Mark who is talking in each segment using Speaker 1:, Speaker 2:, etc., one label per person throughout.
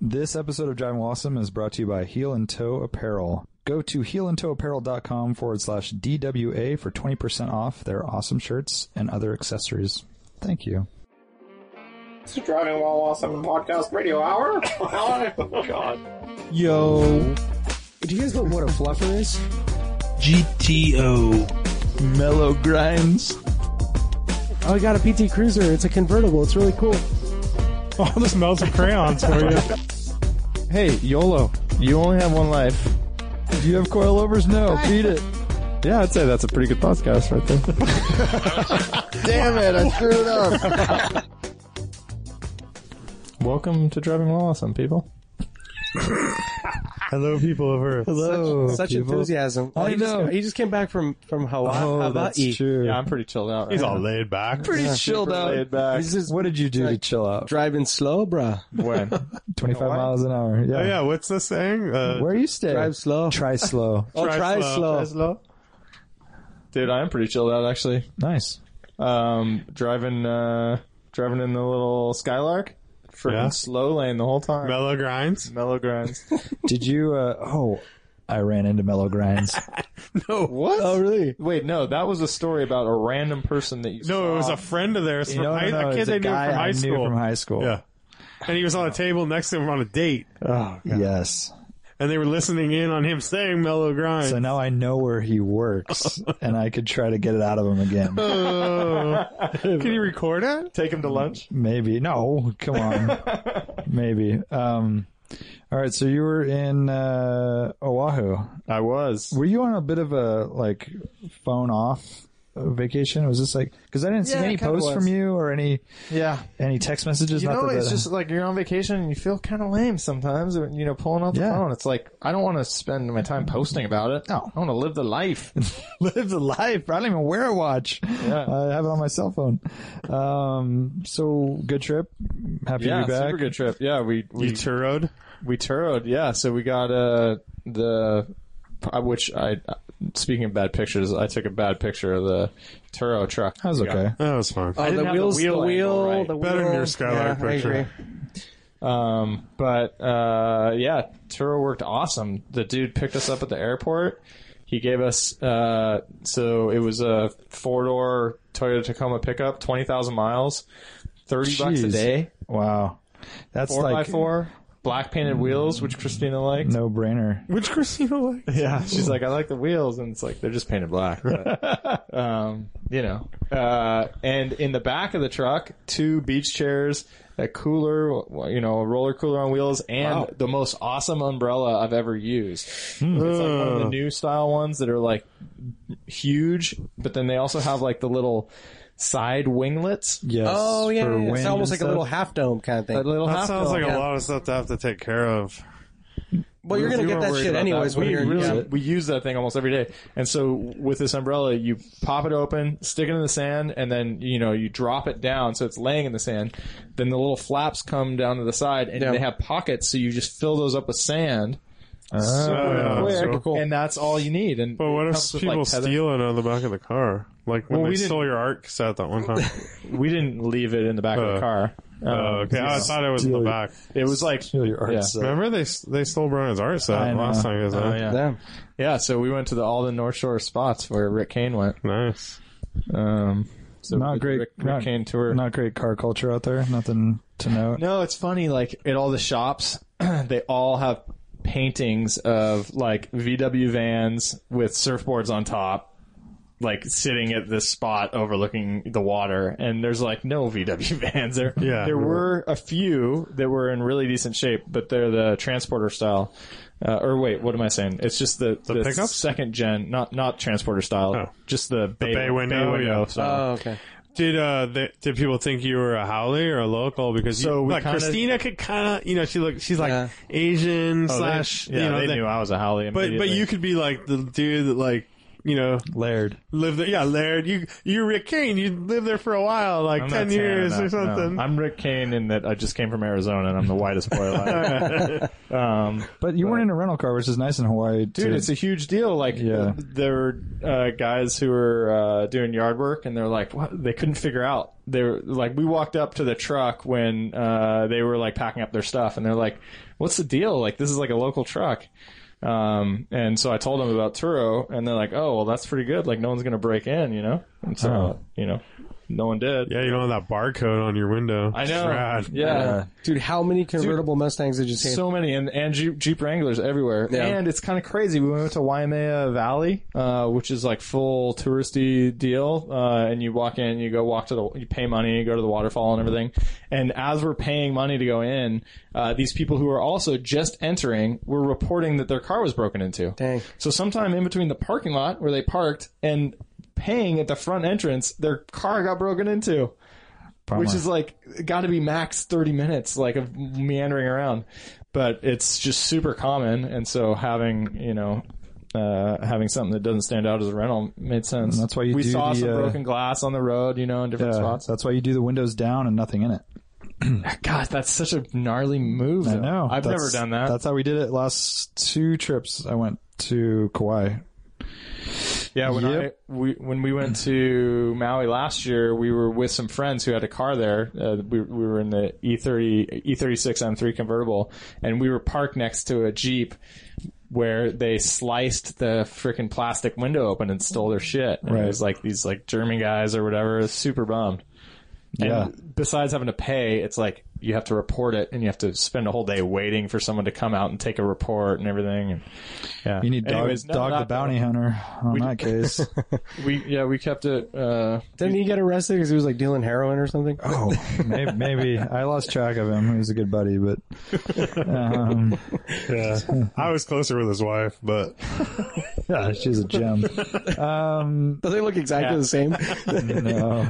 Speaker 1: This episode of John Wassam is brought to you by Heel and Toe Apparel. Go to heelandtoeapparel.com forward slash DWA for 20% off their awesome shirts and other accessories. Thank you.
Speaker 2: It's the Driving While Awesome Podcast Radio Hour. oh, God.
Speaker 3: Yo,
Speaker 4: Do you guys know what a fluffer is?
Speaker 3: GTO, mellow grinds.
Speaker 4: Oh, I got a PT Cruiser. It's a convertible. It's really cool.
Speaker 5: All this melted crayons for you.
Speaker 3: Hey, YOLO, you only have one life.
Speaker 1: Do you have coilovers? No. Beat it.
Speaker 3: Yeah, I'd say that's a pretty good podcast right there. Damn it, I screwed it up. Welcome to Driving While Awesome, people.
Speaker 5: Hello, people of Earth.
Speaker 3: Hello,
Speaker 4: Such
Speaker 3: people.
Speaker 4: enthusiasm.
Speaker 1: I
Speaker 4: he just-
Speaker 1: know.
Speaker 4: he just came back from from Hawaii.
Speaker 1: Oh,
Speaker 4: Hawaii.
Speaker 1: that's true.
Speaker 3: Yeah, I'm pretty chilled out. Right
Speaker 5: He's all
Speaker 3: now.
Speaker 5: laid back.
Speaker 1: Pretty chilled
Speaker 3: super
Speaker 1: out.
Speaker 3: laid back.
Speaker 1: This is- what did you do to chill out?
Speaker 4: Driving slow, bruh.
Speaker 3: when
Speaker 1: 25 miles an hour. Yeah.
Speaker 5: Oh, yeah, what's this saying? Uh,
Speaker 1: Where you stay?
Speaker 4: Drive slow.
Speaker 1: Try slow.
Speaker 4: oh,
Speaker 5: try
Speaker 4: try,
Speaker 5: slow.
Speaker 4: slow.
Speaker 5: Try
Speaker 3: Dude, I am pretty chilled out actually.
Speaker 1: nice.
Speaker 3: Um, driving, uh, driving in the little Skylark, freaking
Speaker 5: Yeah.
Speaker 3: slow lane the whole time.
Speaker 5: Mellow Grinds?
Speaker 3: mellow grinds.
Speaker 1: Did you, uh, oh, I ran into Mellow Grinds.
Speaker 3: what?
Speaker 4: Oh, really?
Speaker 3: Wait, no, that was a story about a random person that you saw.
Speaker 5: No, it was a friend of theirs from
Speaker 1: no,
Speaker 5: high,
Speaker 1: no, no,
Speaker 5: a
Speaker 1: it
Speaker 5: kid
Speaker 1: was
Speaker 5: they knew from
Speaker 1: guy I
Speaker 5: high
Speaker 1: knew
Speaker 5: school.
Speaker 1: from high school.
Speaker 5: Yeah. And he was on a table next to him on a date,
Speaker 1: Yes.
Speaker 5: and they were listening in on him saying Mellow Grinds.
Speaker 1: So now I know where he works, and I could try to get it out of him again.
Speaker 5: Can you record it?
Speaker 3: Take him to lunch?
Speaker 1: Maybe. No, come on. Maybe. Um, all right. So you were in uh, Oahu.
Speaker 3: I was.
Speaker 1: Were you on a bit of a like phone off vacation? Was this like because I didn't see
Speaker 3: Yeah,
Speaker 1: any
Speaker 3: it kinda
Speaker 1: posts
Speaker 3: was.
Speaker 1: from you or any
Speaker 3: Yeah.
Speaker 1: any text messages?
Speaker 3: You
Speaker 1: Not
Speaker 3: know,
Speaker 1: that
Speaker 3: it's
Speaker 1: that-
Speaker 3: just like you're on vacation and you feel kind of lame sometimes, when, you know, pulling out the
Speaker 1: Yeah.
Speaker 3: phone. It's like, I don't want to spend my time posting about it.
Speaker 1: No.
Speaker 3: I want to live the life.
Speaker 1: live the life. I don't even wear a watch.
Speaker 3: Yeah.
Speaker 1: I have it on my cell phone. Um, so good trip. Happy
Speaker 3: yeah,
Speaker 1: to be back.
Speaker 3: super good trip. Yeah, we,
Speaker 5: You
Speaker 3: we,
Speaker 5: turroed?
Speaker 3: we turroed. Yeah, so we got, uh, the, I- which I, speaking of bad pictures, I took a bad picture of the Turo truck.
Speaker 1: That was
Speaker 3: we got.
Speaker 1: okay.
Speaker 5: That was fun.
Speaker 4: Oh,
Speaker 3: didn't
Speaker 4: the
Speaker 3: have the
Speaker 4: wheels,
Speaker 3: wheel angle
Speaker 4: wheel,
Speaker 3: right.
Speaker 4: the
Speaker 5: Better than
Speaker 4: wheel.
Speaker 5: your skylight
Speaker 4: yeah, I
Speaker 5: picture.
Speaker 4: agree.
Speaker 3: Um, but uh, yeah, Turo worked awesome. The dude picked us up at the airport. He gave us uh, so it was a four door Toyota Tacoma pickup, twenty thousand miles, thirty bucks a
Speaker 1: Jeez.
Speaker 3: day,
Speaker 1: Wow. That's
Speaker 3: four by
Speaker 1: like
Speaker 3: four, black painted wheels, which Christina liked.
Speaker 1: no brainer.
Speaker 5: Which Christina liked?
Speaker 3: Yeah, she's like, I like the wheels, and it's like they're just painted black. But, um, you know, uh, and in the back of the truck, two beach chairs, a cooler, you know, a roller cooler on wheels, and the most awesome umbrella I've ever used.
Speaker 5: Hmm.
Speaker 3: It's like one of the new style ones that are like huge, but then they also have like the little side winglets.
Speaker 1: Yes.
Speaker 4: Oh, yeah.
Speaker 1: for
Speaker 4: yeah, yeah.
Speaker 1: wind
Speaker 4: It's
Speaker 1: and
Speaker 4: almost like a
Speaker 1: stuff.
Speaker 4: little half dome kind of
Speaker 3: That
Speaker 4: thing.
Speaker 3: little
Speaker 5: That
Speaker 3: half
Speaker 5: sounds
Speaker 3: dome.
Speaker 5: like
Speaker 4: yeah.
Speaker 5: a lot of stuff to have to take care of.
Speaker 4: Well, you're gonna
Speaker 3: We
Speaker 4: get
Speaker 3: weren't
Speaker 4: that
Speaker 3: worried
Speaker 4: shit
Speaker 3: about
Speaker 4: anyways
Speaker 3: that.
Speaker 4: when
Speaker 3: we
Speaker 4: you're in
Speaker 3: really,
Speaker 4: Europe.
Speaker 3: we use that thing almost every day. And so with this umbrella, you pop it open, stick it in the sand, and then you know you drop it down so it's laying in the sand. Then the little flaps come down to the side, and
Speaker 4: Yeah.
Speaker 3: they have pockets, so you just fill those up with sand.
Speaker 5: Oh, yeah,
Speaker 3: quick,
Speaker 5: so cool.
Speaker 3: And that's all you need. And
Speaker 5: But what
Speaker 3: it
Speaker 5: if
Speaker 3: comes with,
Speaker 5: people
Speaker 3: like, tether-
Speaker 5: steal it out of the back of the car? Like when
Speaker 3: Well, we
Speaker 5: they
Speaker 3: didn't-
Speaker 5: stole your art cassette that one time.
Speaker 3: We didn't leave it in the back of the
Speaker 5: Uh,
Speaker 3: car.
Speaker 5: oh, okay. Oh, I thought it was in the
Speaker 1: Steal-
Speaker 5: back.
Speaker 3: It was like
Speaker 1: Feel your art
Speaker 3: Yeah.
Speaker 1: set.
Speaker 5: Remember they they stole Brian's art
Speaker 1: I
Speaker 5: set
Speaker 1: know.
Speaker 5: last time. Isn't
Speaker 3: oh,
Speaker 5: it?
Speaker 3: yeah.
Speaker 4: Damn.
Speaker 3: yeah. So we went to the all the North Shore spots where Rick Kane went.
Speaker 5: Nice.
Speaker 3: Um, so
Speaker 1: Not
Speaker 3: the
Speaker 1: great-
Speaker 3: Rick, Rick
Speaker 1: not-
Speaker 3: Kane tour.
Speaker 1: Not great car culture out there. Nothing to note.
Speaker 3: No, it's funny. Like at all the shops, they all have paintings of like VW vans with surfboards on top, like sitting at this spot overlooking the water. And there's like no VW vans there.
Speaker 5: Yeah.
Speaker 3: there were a few that were in really decent shape, but they're the transporter style. Uh, or wait, what am I saying? It's just the, the,
Speaker 5: pickups?
Speaker 3: second gen, not not transporter style,
Speaker 5: Oh.
Speaker 3: just the bay,
Speaker 5: bay window, yeah.
Speaker 3: style.
Speaker 4: Oh, okay.
Speaker 5: Did uh th did people think you were a Howley or a local because you,
Speaker 3: So we
Speaker 5: like
Speaker 3: kinda-
Speaker 5: Christina could kind of you know she looked she's like
Speaker 4: Yeah.
Speaker 5: Asian
Speaker 3: Oh, they-
Speaker 5: slash
Speaker 3: yeah,
Speaker 5: you know
Speaker 3: they
Speaker 5: that-
Speaker 3: knew I was a Howley.
Speaker 5: but but
Speaker 3: immediately.
Speaker 5: you could be like the dude that like you know,
Speaker 1: Laird.
Speaker 5: live there. Yeah, Laird, you you're Rick Kane. You lived there for a while, like
Speaker 3: I'm not
Speaker 5: ten
Speaker 3: tanning
Speaker 5: years
Speaker 3: that,
Speaker 5: or something.
Speaker 3: no. I'm Rick Kane in that I just came from Arizona and I'm the whitest boy alive. um,
Speaker 1: But you weren't in a rental car, which is nice in Hawaii.
Speaker 3: dude, it's a huge deal. Like,
Speaker 1: Yeah.
Speaker 3: there were uh, guys who were uh, doing yard work, and they're like, what? they couldn't figure out. They were like, we walked up to the truck when uh, they were like packing up their stuff, and they're like, what's the deal? Like, this is like a local truck. Um, and so I told them about Turo, and they're like, oh, well, that's pretty good. Like, no one's gonna break in, you know. And so,
Speaker 1: Oh.
Speaker 3: you know, no one did.
Speaker 5: yeah, you don't have that barcode on your window.
Speaker 3: I
Speaker 5: It's
Speaker 3: know.
Speaker 5: rad.
Speaker 1: Yeah.
Speaker 3: yeah.
Speaker 4: Dude, how many convertible Mustangs did you see?
Speaker 3: so many and, and Jeep, Jeep Wranglers everywhere.
Speaker 4: Yeah.
Speaker 3: And it's kind of crazy. We went to Waimea Valley, uh, which is like full touristy deal. Uh, and you walk in, you go walk to the, you pay money, you go to the waterfall and everything. And as we're paying money to go in, uh, these people who are also just entering were reporting that their car was broken into.
Speaker 4: Dang.
Speaker 3: So sometime in between the parking lot where they parked and paying at the front entrance, their car got broken into which is like got to be max 30 minutes like of meandering around but it's just super common and so having you know uh, having something that doesn't stand out as a rental made sense
Speaker 1: That's why you
Speaker 3: we
Speaker 1: do
Speaker 3: saw
Speaker 1: the,
Speaker 3: some
Speaker 1: uh,
Speaker 3: broken glass on the road you know in different
Speaker 1: Yeah,
Speaker 3: spots
Speaker 1: that's why you do the windows down and nothing in it.
Speaker 3: god that's such a gnarly move
Speaker 1: I
Speaker 3: though.
Speaker 1: know.
Speaker 3: i've
Speaker 1: That's-
Speaker 3: never done that
Speaker 1: That's how we did it last two trips I went to Kauai.
Speaker 3: Yeah, when
Speaker 1: Yep.
Speaker 3: I we when we went to Maui last year, we were with some friends who had a car there. Uh, we we were in the E thirty E thirty six M three convertible, and we were parked next to a Jeep where they sliced the freaking plastic window open and stole their shit. And It
Speaker 1: Right.
Speaker 3: was like these like German guys or whatever. It was super bummed. And
Speaker 1: Yeah.
Speaker 3: Besides having to pay, it's like you have to report it, and you have to spend a whole day waiting for someone to come out and take a report and everything. And yeah,
Speaker 1: You need dog,
Speaker 3: Anyways, none of
Speaker 1: dog the
Speaker 3: that, though.
Speaker 1: bounty hunter on that case.
Speaker 3: We yeah we kept it. Uh,
Speaker 4: Didn't he get arrested because he was like dealing heroin or something?
Speaker 1: oh, maybe, maybe I lost track of him. He was a good buddy, but um,
Speaker 5: Yeah. I was closer with his wife, but
Speaker 1: yeah, she's a gem. Um,
Speaker 4: Do they look exactly
Speaker 3: Yeah.
Speaker 4: the same?
Speaker 1: no.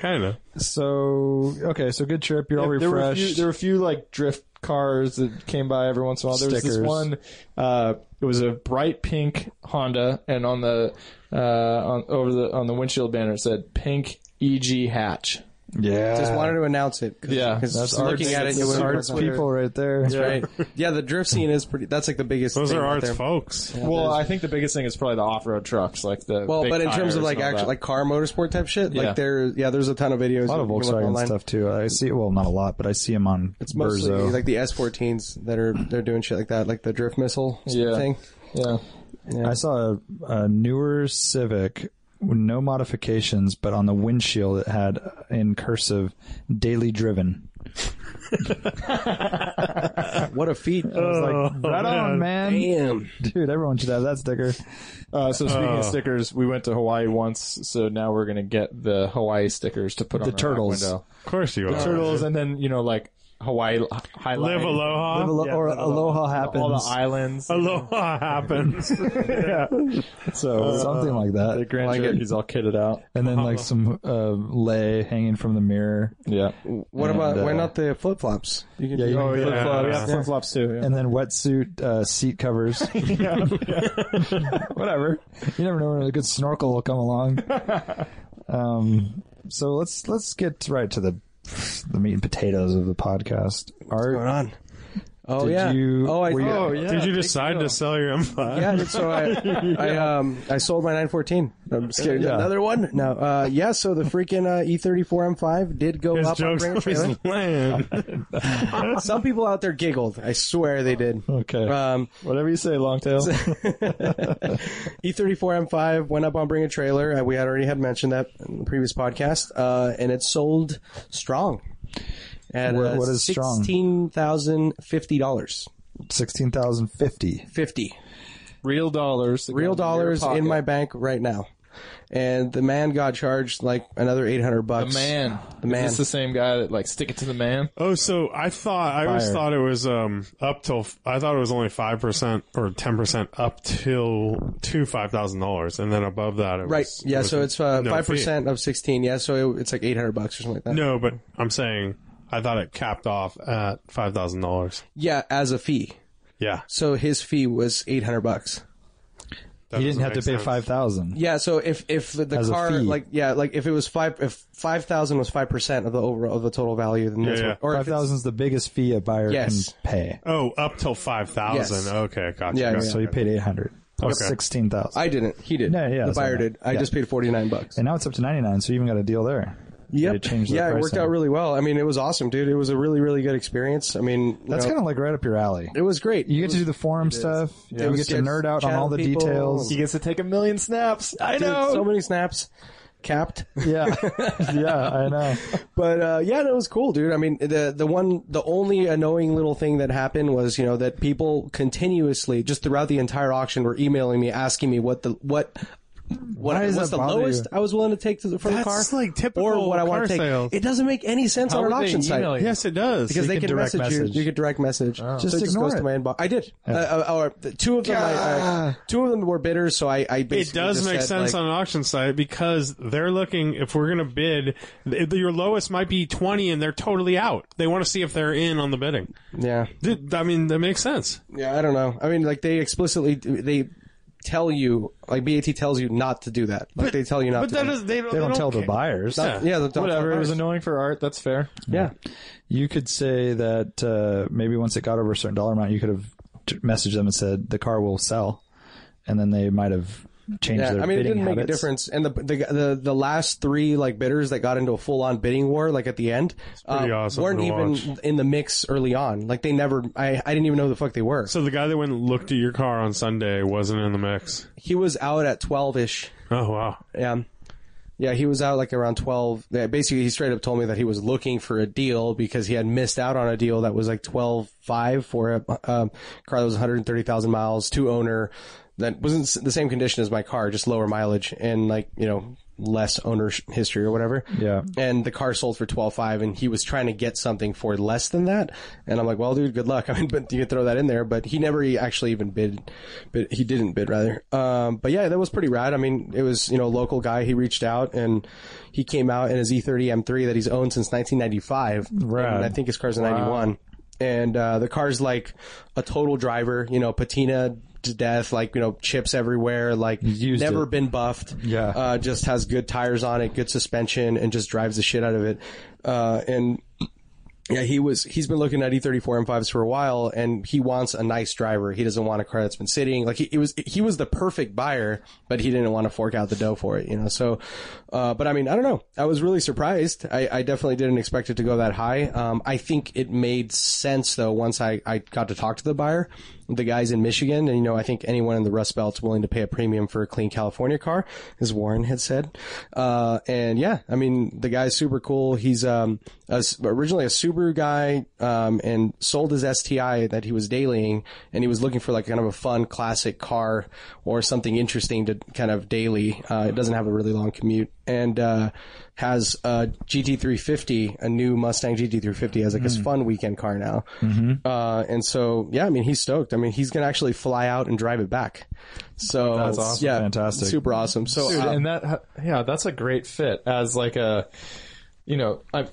Speaker 5: kind of.
Speaker 1: So okay, so good trip. You're all
Speaker 3: there were a few,
Speaker 1: refreshed.
Speaker 3: there were a few like drift cars that came by every once in a while. There was
Speaker 1: Stickers.
Speaker 3: this one. Uh, it was a bright pink Honda, and on the uh, on over the on the windshield banner it said "Pink EG Hatch."
Speaker 1: yeah,
Speaker 4: Just wanted to announce it. 'cause-
Speaker 3: Yeah,
Speaker 4: 'cause
Speaker 3: that's
Speaker 4: just
Speaker 3: art-
Speaker 4: looking at it,
Speaker 3: that's
Speaker 4: you
Speaker 1: It's
Speaker 4: would've
Speaker 1: arts
Speaker 4: looked-
Speaker 1: people right there.
Speaker 4: That's right. Yeah, the drift scene is pretty. That's like the biggest.
Speaker 5: Those
Speaker 4: thing
Speaker 5: are
Speaker 4: out
Speaker 5: arts
Speaker 4: there.
Speaker 5: folks.
Speaker 3: Well, I think the biggest thing is probably the off-road trucks, like the
Speaker 4: Well,
Speaker 3: big
Speaker 4: but in terms
Speaker 3: tires
Speaker 4: of like
Speaker 3: and all
Speaker 4: actual
Speaker 3: that.
Speaker 4: like car motorsport type shit,
Speaker 3: Yeah.
Speaker 4: like there, yeah, there's a ton of videos.
Speaker 1: A lot of Volkswagen stuff too. I see, well, not a lot, but I see them on
Speaker 4: It's mostly
Speaker 1: Burzo.
Speaker 4: like the S14s that are they're doing shit like that, like the drift missile
Speaker 3: Yeah.
Speaker 4: thing.
Speaker 3: yeah.
Speaker 1: I saw a, a newer Civic, with no modifications, but on the windshield it had uh, in cursive "daily driven."
Speaker 4: What a feat!
Speaker 1: I was like,
Speaker 5: Oh,
Speaker 1: "Right on, man,
Speaker 4: Damn.
Speaker 1: dude! Everyone should have that sticker."
Speaker 3: Uh, so speaking
Speaker 5: Oh.
Speaker 3: of stickers, we went to Hawaii once, so now we're gonna get the Hawaii stickers to put on the
Speaker 1: turtles.
Speaker 3: window.
Speaker 5: Of course you are.
Speaker 3: turtles, and then you know like Hawaii high
Speaker 5: Live aloha.
Speaker 1: Live alo- or aloha happens.
Speaker 3: all the islands.
Speaker 5: Aloha happens.
Speaker 1: so
Speaker 3: Uh,
Speaker 1: something like
Speaker 3: The
Speaker 1: that,
Speaker 3: Grand
Speaker 4: Like it.
Speaker 3: Cherokee's all kitted out.
Speaker 1: and then like some uh, lay hanging from the mirror,
Speaker 3: oh, Yeah.
Speaker 4: What
Speaker 1: And,
Speaker 4: about
Speaker 1: uh,
Speaker 4: why not the flip flops? You can
Speaker 1: Yeah,
Speaker 4: do-
Speaker 1: you-
Speaker 3: Oh yeah.
Speaker 5: Flip flops.
Speaker 3: yeah. Flip flops too.
Speaker 1: and then wetsuit uh, seat covers. you
Speaker 3: Yeah. Whatever.
Speaker 1: never know when a good snorkel will come along. um, so let's let's get right to the the meat and potatoes of the podcast. Art.
Speaker 4: going on. Oh
Speaker 1: Did
Speaker 4: yeah.
Speaker 1: you-
Speaker 4: oh, I
Speaker 1: were you-
Speaker 4: oh,
Speaker 3: yeah.
Speaker 5: Did you decide to sell your M5?
Speaker 4: yeah. So I, I um I sold my 914. I'm scared.
Speaker 1: Yeah.
Speaker 4: Another one? No. Uh, yeah. So the freaking uh, E34 M5 did go
Speaker 5: His
Speaker 4: up on
Speaker 5: jokes
Speaker 4: Grand Trail.
Speaker 5: always land.
Speaker 4: Some people out there giggled. I swear they did.
Speaker 1: Okay.
Speaker 4: Um,
Speaker 3: Whatever you say, Longtail.
Speaker 4: E E34 M5 went up on Bring a Trailer. Uh, We had already had mentioned that in the previous podcast, uh, and it sold strong at
Speaker 1: What-
Speaker 4: uh,
Speaker 1: what is strong?
Speaker 4: sixteen thousand fifty dollars.
Speaker 1: Sixteen thousand fifty.
Speaker 4: Fifty
Speaker 3: Real dollars.
Speaker 4: real dollars in my bank right now, and the man got charged like another eight hundred
Speaker 3: The
Speaker 4: bucks.
Speaker 3: man.
Speaker 4: The man.
Speaker 3: Is this the same guy that like stick it to the man?
Speaker 5: Oh, so I thought I always
Speaker 1: Fire.
Speaker 5: thought it was um up till I thought it was only five percent or ten percent up till to five thousand dollars, and then above that, it was,
Speaker 4: Right?
Speaker 5: it
Speaker 4: Yeah.
Speaker 5: was
Speaker 4: So it's uh, five
Speaker 5: no
Speaker 4: percent of sixteen. Yeah. So it, it's like eight hundred bucks or something like that.
Speaker 5: fee. No, but I'm saying I thought it capped off at five thousand dollars.
Speaker 4: Yeah, as a fee.
Speaker 5: Yeah,
Speaker 4: So his fee was eight hundred bucks.
Speaker 5: That
Speaker 1: he didn't
Speaker 5: doesn't
Speaker 1: have to
Speaker 5: make
Speaker 1: pay
Speaker 5: sense.
Speaker 1: five thousand.
Speaker 4: Yeah, so if if the, the
Speaker 1: As a
Speaker 4: car
Speaker 1: fee.
Speaker 4: like yeah, like if it was five if five thousand was five percent of the overall of the total value, then that's
Speaker 5: Yeah,
Speaker 4: what, or
Speaker 1: Five
Speaker 4: if it's-
Speaker 1: thousand is the biggest fee a buyer
Speaker 4: Yes.
Speaker 1: can pay.
Speaker 5: Oh, up till five thousand.
Speaker 4: Yes.
Speaker 5: Okay, gotcha.
Speaker 4: Yeah,
Speaker 5: gotcha.
Speaker 4: yeah.
Speaker 1: So he paid eight hundred. Or
Speaker 5: Okay.
Speaker 1: sixteen thousand.
Speaker 4: I didn't. He did.
Speaker 1: Yeah, yeah,
Speaker 4: The
Speaker 1: that's what I
Speaker 4: buyer
Speaker 1: meant.
Speaker 4: did. I
Speaker 1: Yeah.
Speaker 4: just paid forty nine bucks.
Speaker 1: and now it's up to ninety nine, so you even got a deal there. They changed the
Speaker 4: yeah, it worked
Speaker 1: pricing.
Speaker 4: out really well. I mean, it was awesome, dude. It was a really, really good experience. I mean,
Speaker 1: That's kind of like right up your alley.
Speaker 4: it was great.
Speaker 1: You get to do the forum stuff.
Speaker 4: It
Speaker 1: You
Speaker 4: was
Speaker 1: get to
Speaker 4: good.
Speaker 1: nerd out on
Speaker 4: Chat
Speaker 1: all the
Speaker 4: with people.
Speaker 1: details.
Speaker 3: He gets to take a million snaps. I
Speaker 4: Dude,
Speaker 3: know.
Speaker 4: so many snaps capped.
Speaker 1: Yeah, yeah, I know.
Speaker 4: But uh, yeah, that was cool, dude. I mean, the the one, the only annoying little thing that happened was, you know, that people continuously, just throughout the entire auction, were emailing me asking me what the what. What
Speaker 1: does
Speaker 4: what's
Speaker 1: that
Speaker 4: the
Speaker 1: bother
Speaker 4: lowest I was willing to take to the, for the car?
Speaker 5: That's like typical
Speaker 4: or what I
Speaker 5: car
Speaker 4: want to take.
Speaker 5: sales.
Speaker 4: It doesn't make any sense on an
Speaker 3: would they
Speaker 4: auction site.
Speaker 3: email you?
Speaker 5: Yes, it does.
Speaker 4: because they
Speaker 1: can
Speaker 4: can,
Speaker 1: direct
Speaker 4: message,
Speaker 1: message.
Speaker 4: you. You can direct message.
Speaker 1: Just
Speaker 4: So it just
Speaker 1: ignore
Speaker 4: goes
Speaker 1: it.
Speaker 4: to my inbox. I did. Uh, uh, or the two of them, I, I, two of them were bidders, so I, I
Speaker 5: it
Speaker 4: basically
Speaker 5: does
Speaker 4: just
Speaker 5: make
Speaker 4: said,
Speaker 5: sense
Speaker 4: like,
Speaker 5: on an auction site because they're looking. If we're gonna bid, th- your lowest might be twenty, and they're totally out. They want to see if they're in on the bidding.
Speaker 4: yeah,
Speaker 5: Dude, I mean, that makes sense.
Speaker 4: yeah. I don't know. I mean, like they explicitly they tell you, like BAT tells you not to do that. Like they tell you not.
Speaker 5: But
Speaker 4: to
Speaker 5: that
Speaker 4: do
Speaker 5: is they don't.
Speaker 1: They don't tell the
Speaker 5: care.
Speaker 1: buyers.
Speaker 5: Not-
Speaker 4: Yeah, the
Speaker 3: Whatever. It was annoying for art. That's fair.
Speaker 4: Yeah,
Speaker 1: You could say that uh, maybe once it got over a certain dollar amount, you could have t- messaged them and said the car will sell, and then they might have changed
Speaker 4: yeah.
Speaker 1: their
Speaker 4: I mean, it
Speaker 1: bidding
Speaker 4: didn't make a
Speaker 1: habits.
Speaker 4: difference. And the, the the the last three like bidders that got into a full on bidding war, like at the end, uh,
Speaker 5: pretty awesome
Speaker 4: weren't
Speaker 5: to
Speaker 4: even
Speaker 5: watch.
Speaker 4: in the mix early on. Like they never. I I didn't even know who the fuck they were.
Speaker 5: So the guy that went and looked at your car on Sunday wasn't in the mix.
Speaker 4: he was out at twelve ish.
Speaker 5: Oh wow.
Speaker 4: Yeah. Um, Yeah, he was out like around 12. Yeah, basically, he straight up told me that he was looking for a deal because he had missed out on a deal that was like 12.5 for a um, car that was 130,000 miles, two owner, that wasn't s- the same condition as my car, just lower mileage and like, you know, less owner sh- history or whatever.
Speaker 1: Yeah.
Speaker 4: And the car sold for 12.5 and he was trying to get something for less than that. And I'm like, well, dude, good luck. I mean, but you can throw that in there, but he never e- actually even bid, but he didn't bid rather. Um, but yeah, that was pretty rad. I mean, it was, you know, a local guy. He reached out and he came out in his E E30 M3 that he's owned since 1995.
Speaker 1: Rad.
Speaker 4: And I think his car's a 91. And, uh, the car's like a total driver, you know, patina to death, like, you know, chips everywhere, like
Speaker 1: used
Speaker 4: never
Speaker 1: it.
Speaker 4: been buffed.
Speaker 1: Yeah.
Speaker 4: Uh, just has good tires on it, good suspension, and just drives the shit out of it. Uh, and yeah, he was, he's been looking at E E34 M5s for a while and he wants a nice driver. He doesn't want a car that's been sitting. Like he, it was, he was the perfect buyer, but he didn't want to fork out the dough for it, you know? So, uh, but I mean, I don't know. I was really surprised. I, I definitely didn't expect it to go that high. Um, I think it made sense though once I, I got to talk to the buyer, the guys in Michigan. And, you know, I think anyone in the Rust Belt's willing to pay a premium for a clean California car, as Warren had said. Uh, and yeah, I mean, the guy's super cool. He's, um, a, originally a Subaru guy, um, and sold his STI that he was dailying and he was looking for like kind of a fun classic car or something interesting to kind of daily. Uh, it doesn't have a really long commute and, uh, has a GT350, a new Mustang GT350 as like
Speaker 1: Hmm.
Speaker 4: his fun weekend car now.
Speaker 1: Mm-hmm.
Speaker 4: Uh, and so, yeah, I mean, he's stoked. I mean, he's going to actually fly out and drive it back. So
Speaker 1: That's awesome.
Speaker 4: Yeah,
Speaker 1: Fantastic.
Speaker 4: Super awesome. So,
Speaker 3: Dude,
Speaker 4: uh,
Speaker 3: and that yeah, that's a great fit as like a you know, I'm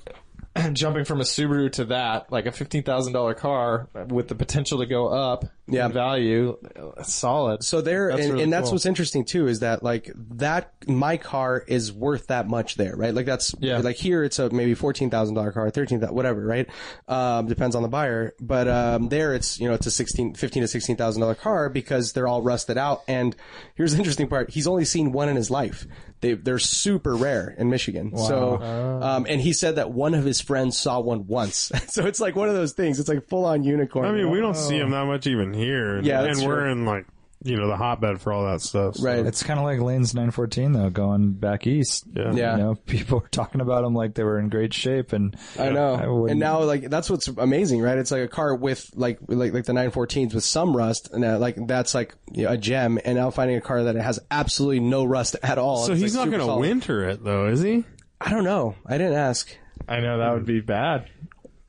Speaker 3: jumping from a Subaru to that, like a fifteen thousand dollar car with the potential to go up
Speaker 4: Yeah.
Speaker 3: in value, uh, solid.
Speaker 4: So there,
Speaker 3: That's
Speaker 4: and,
Speaker 3: really
Speaker 4: and that's
Speaker 3: cool.
Speaker 4: what's interesting too is that like that my car is worth that much there, right? Like that's
Speaker 3: Yeah.
Speaker 4: like here it's a maybe fourteen thousand dollar car, thirteen that whatever, right? Um, depends on the buyer, but um, there it's you know it's a 16, 15 to sixteen thousand dollar car because they're all rusted out. And here's the interesting part: he's only seen one in his life. They they're super rare in Michigan. So, um, and he said that one of his friends saw one once. so it's like one of those things. It's like full on unicorn.
Speaker 5: I mean, we don't see him that much even here. And,
Speaker 4: Yeah,
Speaker 5: and
Speaker 4: that's
Speaker 5: we're
Speaker 4: true.
Speaker 5: in like you know the hotbed for all that stuff. so-
Speaker 4: right.
Speaker 1: It's kind of like lanes nine fourteen though, going back east.
Speaker 5: Yeah.
Speaker 4: Yeah.
Speaker 1: You know, people were talking about them like they were in great shape, and
Speaker 4: I know.
Speaker 1: I wouldn't-
Speaker 4: and now, like, that's what's amazing, right? It's like a car with, like, like, like the 914s with some rust, and uh, like, that's like you know, a gem. And now finding a car that has absolutely no rust at all.
Speaker 5: So
Speaker 4: it's,
Speaker 5: he's not
Speaker 4: like, super
Speaker 5: going to
Speaker 4: solid.
Speaker 5: winter it though, is he?
Speaker 4: I don't know. I didn't ask.
Speaker 3: I know that would be bad.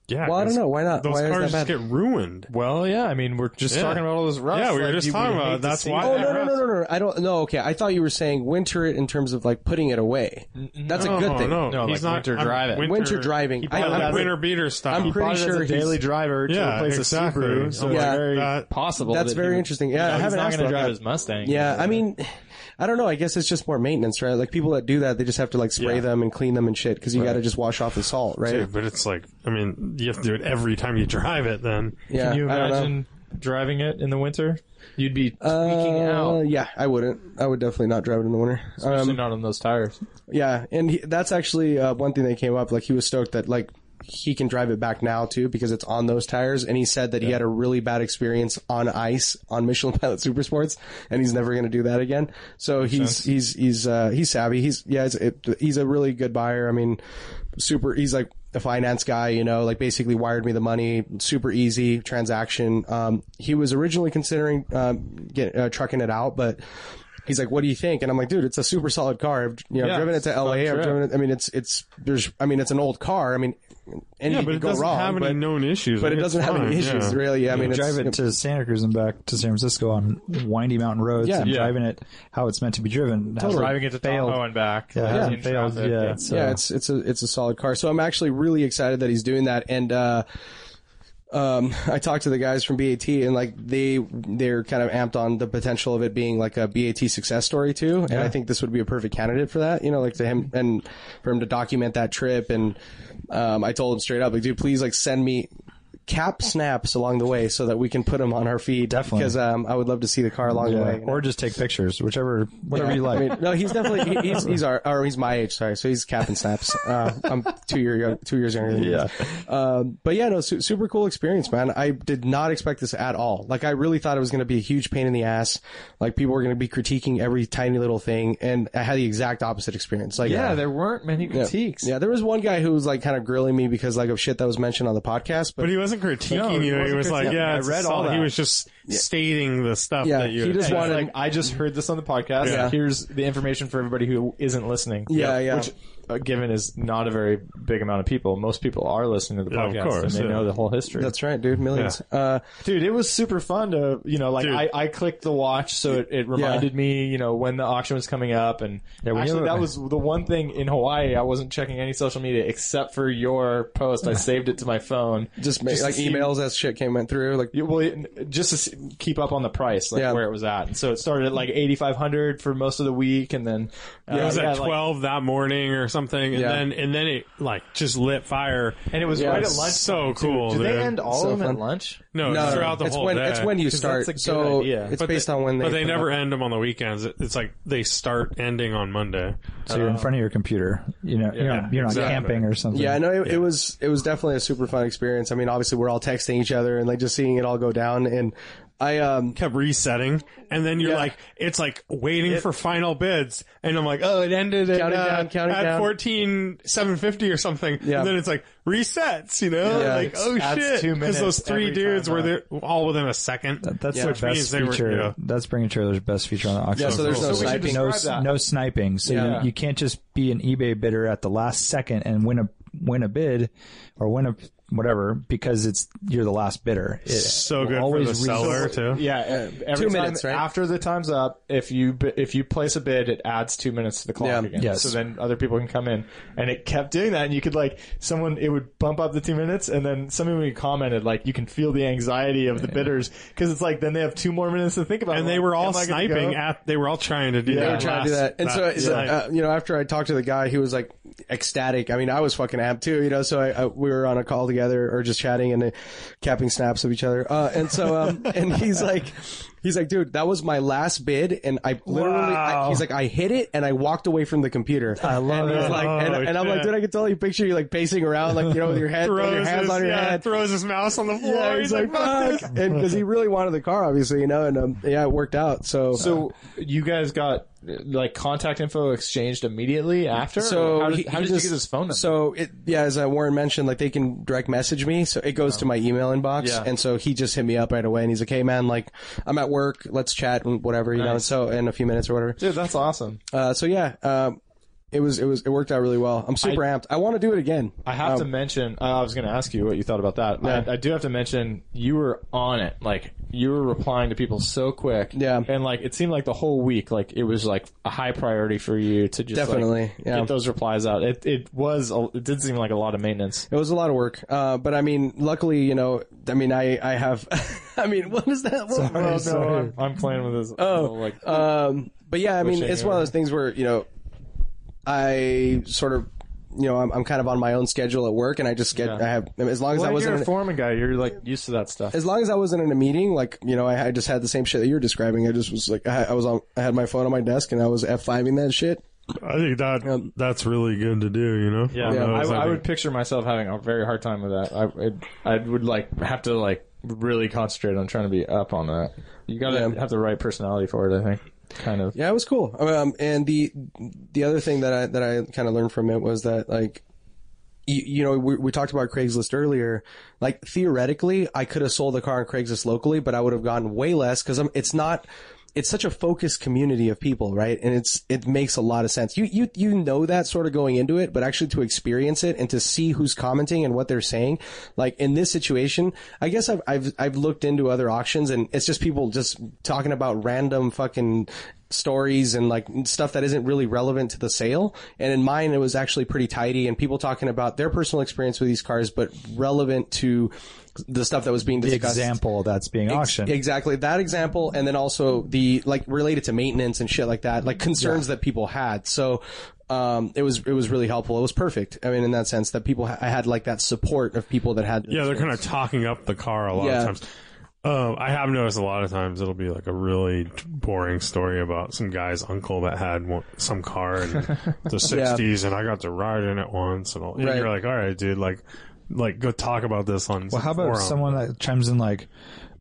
Speaker 5: Yeah.
Speaker 4: Well, I don't
Speaker 5: 'cause
Speaker 4: know. Why not?
Speaker 5: Those
Speaker 4: Why is that
Speaker 5: cars just
Speaker 4: bad?
Speaker 5: get ruined.
Speaker 3: Well, yeah. I mean, we're just
Speaker 5: Yeah.
Speaker 3: talking about all this rust.
Speaker 5: Yeah, we were
Speaker 3: like,
Speaker 5: just
Speaker 3: you
Speaker 5: talking
Speaker 3: would
Speaker 5: about
Speaker 3: hate
Speaker 5: it.
Speaker 3: to
Speaker 5: That's
Speaker 3: see
Speaker 5: why-
Speaker 4: Oh
Speaker 3: that.
Speaker 4: no, no, no, no, no! I don't. No, okay. I thought you were saying winter it in terms of like putting it away. That's
Speaker 5: no,
Speaker 4: a good thing.
Speaker 5: No,
Speaker 3: No,
Speaker 5: he's not
Speaker 3: like winter drive it.
Speaker 4: Winter, driving. I,
Speaker 5: I,
Speaker 3: bought it
Speaker 4: I'm
Speaker 3: as a-
Speaker 4: pretty-
Speaker 5: winter beater style.
Speaker 4: I'm pretty
Speaker 3: Bought it as
Speaker 4: sure
Speaker 3: a
Speaker 4: he's-
Speaker 3: daily driver to
Speaker 5: Yeah,
Speaker 3: replace
Speaker 5: exactly.
Speaker 3: a Subaru, so
Speaker 4: Yeah.
Speaker 3: it's very
Speaker 5: That-
Speaker 3: possible.
Speaker 4: That's
Speaker 3: that he
Speaker 4: very
Speaker 3: would-
Speaker 4: interesting. Yeah, I
Speaker 3: he's
Speaker 4: haven't
Speaker 3: not
Speaker 4: asked
Speaker 3: gonna
Speaker 4: about
Speaker 3: drive
Speaker 4: that.
Speaker 3: his Mustang.
Speaker 4: Yeah, I mean, I don't know. I guess it's just more maintenance, right? Like people that do that, they just have to like spray
Speaker 5: Yeah.
Speaker 4: them and clean them and shit because you got to just wash off the salt, right?
Speaker 5: Dude, but it's like, I mean, you have to do it every time you drive it. Then
Speaker 4: yeah,
Speaker 3: Can you
Speaker 4: I don't know.
Speaker 3: imagine driving it in the winter? You'd be tweaking
Speaker 4: Uh,
Speaker 3: out,
Speaker 4: yeah, I wouldn't. I would definitely not drive it in the winter.
Speaker 3: especially
Speaker 4: Um,
Speaker 3: not on those tires.
Speaker 4: yeah, and he, that's actually uh, one thing that came up. Like he was stoked that like he can drive it back now too because it's on those tires. And he said that he had a really bad experience on ice on Michelin Pilot Super Sports, and he's never going to do that again. So he's he's he's uh, he's savvy. He's yeah, it's, it, he's a really good buyer. I mean, super. He's like the finance guy, you know, like basically wired me the money, super easy transaction. Um, he was originally considering um, get uh, trucking it out, but he's like, "What do you think?" And I'm like, "Dude, it's a super solid car. I've you know
Speaker 3: Yeah,
Speaker 4: driven it to
Speaker 3: it's a
Speaker 4: LA.
Speaker 3: fun
Speaker 4: I've
Speaker 3: trip.
Speaker 4: driven it. I mean, it's it's there's. I mean, it's an old car. I mean, anything
Speaker 5: yeah, but
Speaker 4: could
Speaker 5: it
Speaker 4: go
Speaker 5: doesn't
Speaker 4: wrong,
Speaker 5: have any
Speaker 4: but,
Speaker 5: known issues.
Speaker 4: but it
Speaker 5: Like, it's
Speaker 4: doesn't have any
Speaker 5: fine,
Speaker 4: issues
Speaker 5: yeah.
Speaker 4: really. I mean, it's,
Speaker 1: drive it to Santa Cruz and back to San Francisco on windy mountain roads
Speaker 4: Yeah.
Speaker 1: and
Speaker 4: Yeah.
Speaker 1: driving it how it's meant to be driven. Totally.
Speaker 3: Driving it to Tahoe and back.
Speaker 1: Yeah,
Speaker 3: like,
Speaker 1: hasn't
Speaker 3: in
Speaker 1: failed
Speaker 3: traffic,
Speaker 1: yet. So.
Speaker 4: yeah, it's it's a it's a solid car. So I'm actually really excited that he's doing that. And uh, um, I talked to the guys from BAT, and like they they're kind of amped on the potential of it being like a BAT success story too. And I think this would be a perfect candidate for that. You know, like to him and for him to document that trip. And um, I told him straight up, like, dude, please like send me. Cap snaps along the way so that we can put them on our feed.
Speaker 1: Definitely.
Speaker 4: because um, I would love to see the car along
Speaker 1: Yeah.
Speaker 4: the way. you know?
Speaker 1: Or just take pictures, whichever, whatever you like.
Speaker 4: I mean, no, he's definitely he, he's he's our or he's my age, sorry. So he's cap and snaps. Uh, I'm two year young, two years younger than yeah. Um, but yeah, no, su- super cool experience, man. I did not expect this at all. Like I really thought it was going to be a huge pain in the ass. Like people were going to be critiquing every tiny little thing, and I had the exact opposite experience. Like uh,
Speaker 3: Yeah, there weren't many critiques.
Speaker 4: yeah, there was one guy who was like kind of grilling me because like of shit that was mentioned on the podcast, but.
Speaker 5: But he wasn't critiquing
Speaker 4: No, he
Speaker 5: you. he
Speaker 4: wasn't
Speaker 5: was like,
Speaker 4: critiquing.
Speaker 5: yeah,
Speaker 4: I
Speaker 5: it's
Speaker 4: read
Speaker 5: a
Speaker 4: all
Speaker 5: solid-
Speaker 4: that.
Speaker 5: He was just stating the stuff
Speaker 4: Yeah,
Speaker 5: that you.
Speaker 4: he just
Speaker 5: Yeah.
Speaker 4: wanted-
Speaker 3: like I just heard this on the podcast.
Speaker 4: Yeah.
Speaker 3: Here's the information for everybody who isn't listening.
Speaker 4: Yeah, yeah.
Speaker 3: Which, uh, given is not a very big amount of people. Most people are listening to the
Speaker 5: Yeah,
Speaker 3: podcast
Speaker 5: of course,
Speaker 3: and they
Speaker 5: yeah.
Speaker 3: know the whole history.
Speaker 4: that's right, dude. Millions. Uh,
Speaker 3: Dude, it was super fun to, you know, like
Speaker 5: Dude.
Speaker 3: I, I clicked the watch, so it, it reminded me, you know, when the auction was coming up, and
Speaker 1: we
Speaker 3: actually
Speaker 1: have a-
Speaker 3: that was the one thing in Hawaii I wasn't checking any social media except for your post. I saved it to my phone,
Speaker 4: just, ma-
Speaker 3: to
Speaker 4: like
Speaker 3: see-
Speaker 4: emails as shit came went through. Like
Speaker 3: Yeah, well, it- just to s- keep up on the price, like
Speaker 4: Yeah.
Speaker 3: where it was at. And so it started at like eighty five hundred for most of the week, and then uh,
Speaker 5: It was
Speaker 3: yeah,
Speaker 5: at
Speaker 3: like-
Speaker 5: twelve that morning or something, and
Speaker 4: Yeah.
Speaker 5: then and then it like just lit fire.
Speaker 3: and it was
Speaker 4: Yeah,
Speaker 3: right at
Speaker 4: it's
Speaker 3: lunch.
Speaker 5: so cool,
Speaker 3: Do they
Speaker 5: dude.
Speaker 3: end all
Speaker 4: So
Speaker 3: of them
Speaker 4: fun.
Speaker 3: at lunch?
Speaker 5: No,
Speaker 4: no,
Speaker 5: throughout the
Speaker 4: it's
Speaker 5: whole
Speaker 4: when
Speaker 5: day.
Speaker 4: it's when you start.
Speaker 3: that's a good
Speaker 4: so
Speaker 3: idea.
Speaker 4: it's
Speaker 5: But
Speaker 4: based on when they.
Speaker 5: but they
Speaker 4: put
Speaker 5: never
Speaker 4: up-
Speaker 5: end them on the weekends. It- It's like they start ending on Monday.
Speaker 1: So you're in front of your computer. You know, you're not, you're not
Speaker 5: exactly.
Speaker 1: camping or something.
Speaker 4: Yeah, I know it, it was it was definitely a super fun experience. I mean, obviously we're all texting each other and like just seeing it all go down. And I um
Speaker 5: kept resetting, and then you're
Speaker 4: Yeah.
Speaker 5: like, it's like waiting for final bids, and I'm like, oh, it ended at,
Speaker 4: Counting
Speaker 5: uh,
Speaker 4: down, counting
Speaker 5: at
Speaker 4: down.
Speaker 5: fourteen seven fifty or something.
Speaker 4: Yeah.
Speaker 5: And then it's like resets, you know,
Speaker 4: Yeah.
Speaker 5: like
Speaker 4: It's-
Speaker 5: oh
Speaker 3: adds
Speaker 5: shit,
Speaker 3: two minutes
Speaker 5: those three
Speaker 3: every time
Speaker 5: dudes were
Speaker 3: up.
Speaker 5: there all within a second.
Speaker 1: That's
Speaker 4: Yeah.
Speaker 1: their
Speaker 4: Which
Speaker 5: means
Speaker 1: best
Speaker 5: they were-
Speaker 1: feature.
Speaker 5: yeah.
Speaker 1: That's bringing Taylor's best feature on the auction.
Speaker 4: Yeah, so there's no
Speaker 1: So
Speaker 4: sniping.
Speaker 1: no,
Speaker 3: describe that.
Speaker 1: no sniping. So
Speaker 4: Yeah.
Speaker 1: you, you can't just be an eBay bidder at the last second and win a win a bid or win a whatever because it's you're the last bidder. It
Speaker 5: so
Speaker 1: will
Speaker 5: good for
Speaker 1: always
Speaker 5: the
Speaker 1: reach-
Speaker 5: seller too.
Speaker 3: Yeah, uh, every
Speaker 4: Two
Speaker 3: time-
Speaker 4: minutes, right?
Speaker 3: After the time's up, if you bi- if you place a bid, it adds two minutes to the clock
Speaker 4: Yeah.
Speaker 3: again.
Speaker 1: Yes.
Speaker 3: So then other people can come in, and it kept doing that. And you could like someone, it would bump up the two minutes, and then somebody commented like, you can feel the anxiety of the bidders because it's like then they have two more minutes to think about. it.
Speaker 5: And
Speaker 3: Like,
Speaker 5: they were all
Speaker 3: am I gonna
Speaker 5: sniping
Speaker 3: go?
Speaker 5: at. They were all trying to do. that
Speaker 4: they were trying to do
Speaker 5: last-
Speaker 4: that. And so,
Speaker 5: that
Speaker 4: so,
Speaker 5: night.
Speaker 4: uh, you know, after I talked to the guy, he was like ecstatic. I mean, I was fucking amped too, you know. So I, I, we were on a call together or just chatting and uh, capping snaps of each other. Uh, and so, um, and he's like, he's like, dude, that was my last bid, and I literally, I, he's like, I hit it and I walked away from the computer. I love and it. Like, and,
Speaker 5: Oh,
Speaker 4: and I'm like,
Speaker 5: shit.
Speaker 4: dude, I can totally picture you like pacing around, like you know, with your head, with your
Speaker 5: throws
Speaker 4: hands
Speaker 5: his,
Speaker 4: on your
Speaker 5: yeah,
Speaker 4: head.
Speaker 5: throws his mouse on the floor.
Speaker 4: Yeah, he's like, fuck, and because he really wanted the car, obviously, you know, and um, yeah, it worked out. So,
Speaker 3: So you guys got uh, like contact info exchanged immediately after.
Speaker 4: So
Speaker 3: Or how did,
Speaker 4: he-
Speaker 3: how
Speaker 4: he
Speaker 3: did
Speaker 4: just-
Speaker 3: you get his phone number?
Speaker 4: So it, yeah, as uh, Warren mentioned, like they can direct message me, so it goes to my email inbox,
Speaker 3: Oh. Yeah.
Speaker 4: and so he just hit me up right away, and he's like, "Hey man, like I'm at work, let's chat and whatever, you know." And so in a few minutes or whatever.
Speaker 3: Dude, that's awesome.
Speaker 4: Uh, so yeah, um, it was it was it worked out really well. I'm super amped. I want to do it again.
Speaker 3: I have to mention. Uh, I was going to ask you what you thought about that. I, I do have to mention you were on it. Like you were replying to people so quick.
Speaker 4: Yeah.
Speaker 3: And like it seemed like the whole week, like it was like a high priority for you to just like,
Speaker 4: Definitely, yeah.
Speaker 3: get those replies out. It it was. a- It did seem like a lot of maintenance.
Speaker 4: It was a lot of work, uh, but I mean, luckily, you know, I mean, I I have, I mean, what is that? What world
Speaker 3: Oh, no, I'm, I'm playing with this.
Speaker 4: Oh,
Speaker 3: little, like
Speaker 4: um, but yeah, I mean,
Speaker 3: Switching
Speaker 4: it's one of those things where you know, I sort of, you know, I'm, I'm kind of on my own schedule at work, and I just get,
Speaker 3: Yeah.
Speaker 4: I have, as long as
Speaker 3: well,
Speaker 4: I
Speaker 3: you're
Speaker 4: wasn't,
Speaker 3: a
Speaker 4: in,
Speaker 3: foreman guy. You're like used to that stuff.
Speaker 4: as long as I wasn't in a meeting, like you know, I, I just had the same shit that you're describing. I just was like, I, I was on, I had my phone on my desk, and I was f5ing that shit.
Speaker 5: I think that that's really good to do. You know.
Speaker 3: Yeah,
Speaker 5: On
Speaker 3: I,
Speaker 5: those,
Speaker 3: I
Speaker 5: think.
Speaker 3: would picture myself having a very hard time with that. I I, I would like have to like really concentrate on trying to be up on that. You gotta
Speaker 4: Yeah.
Speaker 3: have the right personality for it. I think. Kind of.
Speaker 4: Yeah, it was cool. Um, and the the other thing that I that I kind of learned from it was that like, you, you know, we, we talked about Craigslist earlier. Like theoretically, I could have sold the car on Craigslist locally, but I would have gotten way less because I'm. It's not. It's such a focused community of people, right? And it's it makes a lot of sense. You you you know that sort of going into it, but actually to experience it and to see who's commenting and what they're saying, like in this situation, I guess I've I've I've looked into other auctions and it's just people just talking about random fucking stories and like stuff that isn't really relevant to the sale. And in mine, it was actually pretty tidy and people talking about their personal experience with these cars, but relevant to the stuff that was being
Speaker 1: The
Speaker 4: discussed.
Speaker 1: example that's being auctioned.
Speaker 4: Exactly that example, and then also the like related to maintenance and shit like that, like concerns that people had. So um, it was it was really helpful. It was perfect. I mean, in that sense, that people ha- I had like that support of people that had.
Speaker 5: Yeah, they're kind of talking up the car a lot
Speaker 4: Yeah.
Speaker 5: of times. Um, I have noticed a lot of times it'll be like a really boring story about some guy's uncle that had one, some car in the '60s, and I got to ride in it once, and, all, and
Speaker 4: Right.
Speaker 5: you're like, "All right, dude, like, like go talk about this on."
Speaker 1: Well,
Speaker 5: some
Speaker 1: how about
Speaker 5: forum."
Speaker 1: someone that chimes in like,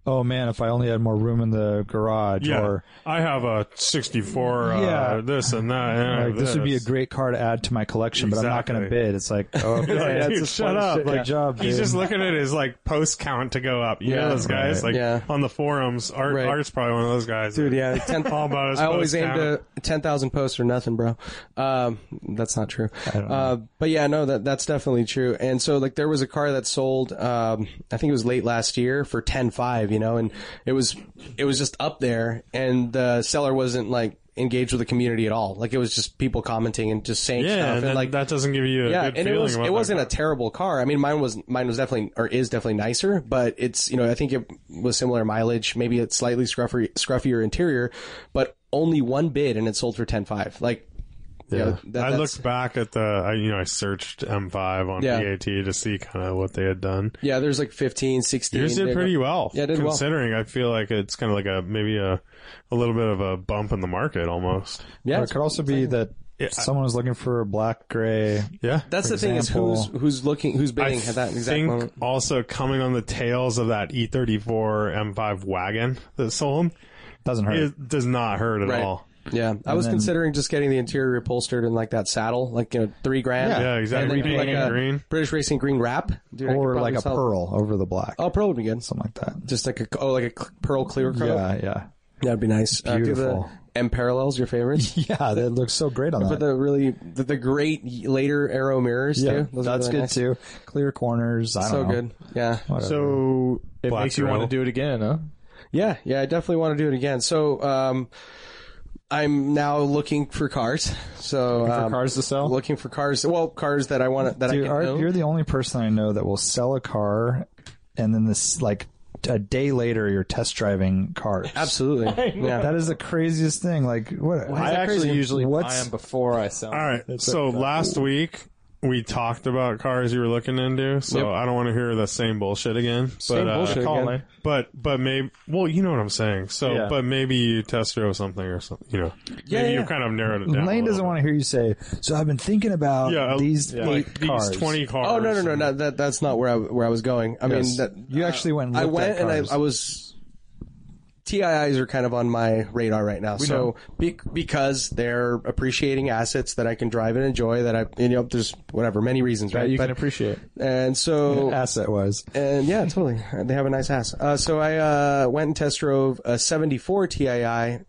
Speaker 1: "Oh man, if I only had more room in the garage,"
Speaker 5: Yeah,
Speaker 1: or
Speaker 5: I have a '64. Uh,
Speaker 1: Yeah.
Speaker 5: this and that. and I
Speaker 1: like,
Speaker 5: have
Speaker 1: "This would be a great car to add to my collection, but I'm not going to
Speaker 5: Exactly.
Speaker 1: bid." It's like, "Oh, okay.
Speaker 5: Like, dude,
Speaker 1: That's a
Speaker 5: shut
Speaker 1: funny
Speaker 5: up!
Speaker 1: shit.
Speaker 5: Like,
Speaker 1: Good job,
Speaker 5: he's
Speaker 1: dude.
Speaker 5: just looking at his like post count to go up. You
Speaker 4: Yeah.
Speaker 5: know those guys,
Speaker 1: Right.
Speaker 5: like
Speaker 4: Yeah.
Speaker 5: on the forums. Art,
Speaker 4: Right.
Speaker 5: Art's probably one of those guys.
Speaker 4: Dude,
Speaker 5: that-
Speaker 4: yeah, 10,
Speaker 5: All about his
Speaker 4: I always
Speaker 5: post
Speaker 4: aimed
Speaker 5: count.
Speaker 4: to ten thousand posts or nothing, bro. Um, that's not true. Uh, but yeah, no, that that's definitely true. And so like there was a car that sold, um, I think it was late last year for ten five, you know, and it was it was just up there, and the seller wasn't like engaged with the community at all. Like it was just people commenting and just saying
Speaker 5: Yeah,
Speaker 4: stuff,
Speaker 5: and
Speaker 4: and
Speaker 5: that,
Speaker 4: like
Speaker 5: that doesn't give you a
Speaker 4: yeah,
Speaker 5: good
Speaker 4: and it
Speaker 5: feeling.
Speaker 4: was
Speaker 5: about
Speaker 4: it wasn't a
Speaker 5: that.
Speaker 4: terrible car. I mean, mine was mine was definitely or is definitely nicer, but it's you know I think it was similar mileage, maybe it's slightly scruffier, scruffier interior, but only one bid and it sold for ten five. Like, yeah, that,
Speaker 5: I
Speaker 4: that's-
Speaker 5: looked back at the, I, you know, I searched M5 on
Speaker 4: Yeah.
Speaker 5: PAT to see kind of what they had done.
Speaker 4: Yeah, there's like 15, 16.
Speaker 5: Yours
Speaker 4: They
Speaker 5: did
Speaker 4: go-
Speaker 5: pretty well.
Speaker 4: Yeah, it did well.
Speaker 5: Considering I feel like it's kind of like a, maybe a, a little bit of a bump in the market almost.
Speaker 4: Yeah,
Speaker 1: Or it could also be that someone was looking for a black gray.
Speaker 5: Yeah.
Speaker 4: that's the thing is
Speaker 1: example-
Speaker 4: who's who's looking who's
Speaker 5: I
Speaker 4: bidding at that exact
Speaker 5: think
Speaker 4: moment.
Speaker 5: also coming on the tails of that E E34 M5 wagon that sold
Speaker 1: Doesn't hurt.
Speaker 5: it does not hurt at
Speaker 4: Right.
Speaker 5: all.
Speaker 4: Yeah, I was
Speaker 1: then-
Speaker 4: considering just getting the interior upholstered in like that saddle, like you know three grand.
Speaker 5: Yeah, exactly.
Speaker 4: And then
Speaker 5: Pink
Speaker 4: like
Speaker 5: and
Speaker 4: a
Speaker 5: green.
Speaker 4: British Racing green wrap, Dude, I could
Speaker 1: or
Speaker 4: probably
Speaker 1: like a
Speaker 4: sell-
Speaker 1: pearl over the black,
Speaker 4: Oh, pearl would be good.
Speaker 1: something like that.
Speaker 4: Just like a oh, like a cl- pearl clear coat.
Speaker 1: Yeah, yeah,
Speaker 4: That'd be nice. Uh, do the
Speaker 1: Beautiful.
Speaker 4: M parallels, your favorites.
Speaker 1: yeah. That looks so great on
Speaker 4: But
Speaker 1: that.
Speaker 4: the really the, the great later arrow mirrors
Speaker 1: Yeah,
Speaker 4: too. Those are
Speaker 1: that's
Speaker 4: really
Speaker 1: good
Speaker 4: nice.
Speaker 1: too. Clear corners. I don't
Speaker 4: So
Speaker 1: know.
Speaker 4: good. Yeah.
Speaker 3: So it
Speaker 5: Black
Speaker 3: makes you
Speaker 5: Grill.
Speaker 3: want to do it again, huh?
Speaker 4: Yeah. Yeah. I definitely want to do it again. So, um, I'm now looking for cars. So,
Speaker 3: For
Speaker 4: um,
Speaker 3: cars to sell.
Speaker 4: looking for cars. Well, cars that I want to, that I
Speaker 1: Dude,
Speaker 4: can
Speaker 1: Art,
Speaker 4: own.
Speaker 1: you're the only person I know that will sell a car, and then this like a day later you're test driving cars.
Speaker 4: Absolutely. Yeah.
Speaker 1: That is the craziest thing. Like what?
Speaker 3: I actually usually buy
Speaker 1: What's-
Speaker 3: them before I sell.
Speaker 5: All right. So last week we talked about cars you were looking into. So
Speaker 4: Yep.
Speaker 5: I don't want to hear the same bullshit again. But,
Speaker 4: Same
Speaker 5: uh,
Speaker 4: bullshit
Speaker 3: Call
Speaker 4: again.
Speaker 3: in.
Speaker 5: But but maybe well you know what I'm saying. So
Speaker 3: Yeah.
Speaker 5: but maybe you test drove something or something. You know.
Speaker 4: Yeah,
Speaker 5: maybe
Speaker 4: yeah.
Speaker 5: you kind of narrowed it down.
Speaker 1: Lane doesn't want to hear you say. So I've been thinking about
Speaker 5: Yeah,
Speaker 1: these
Speaker 5: to
Speaker 1: eight
Speaker 5: like
Speaker 1: cars.
Speaker 5: these twenty cars.
Speaker 4: Oh no no no no that that's not where I where I was going. I mean
Speaker 1: Yes.
Speaker 4: that
Speaker 1: You actually went and
Speaker 4: I
Speaker 1: looked
Speaker 4: went
Speaker 1: at
Speaker 4: and
Speaker 1: cars.
Speaker 4: I, I was. TIIs are kind of on my radar right now, so be, because they're appreciating assets that I can drive and enjoy. That I you know there's whatever many reasons right.
Speaker 3: you
Speaker 4: But-
Speaker 3: can appreciate.
Speaker 4: and so
Speaker 1: Asset wise,
Speaker 4: and yeah, totally. They have a nice ass. Uh, so I uh, went and test drove a 74 TII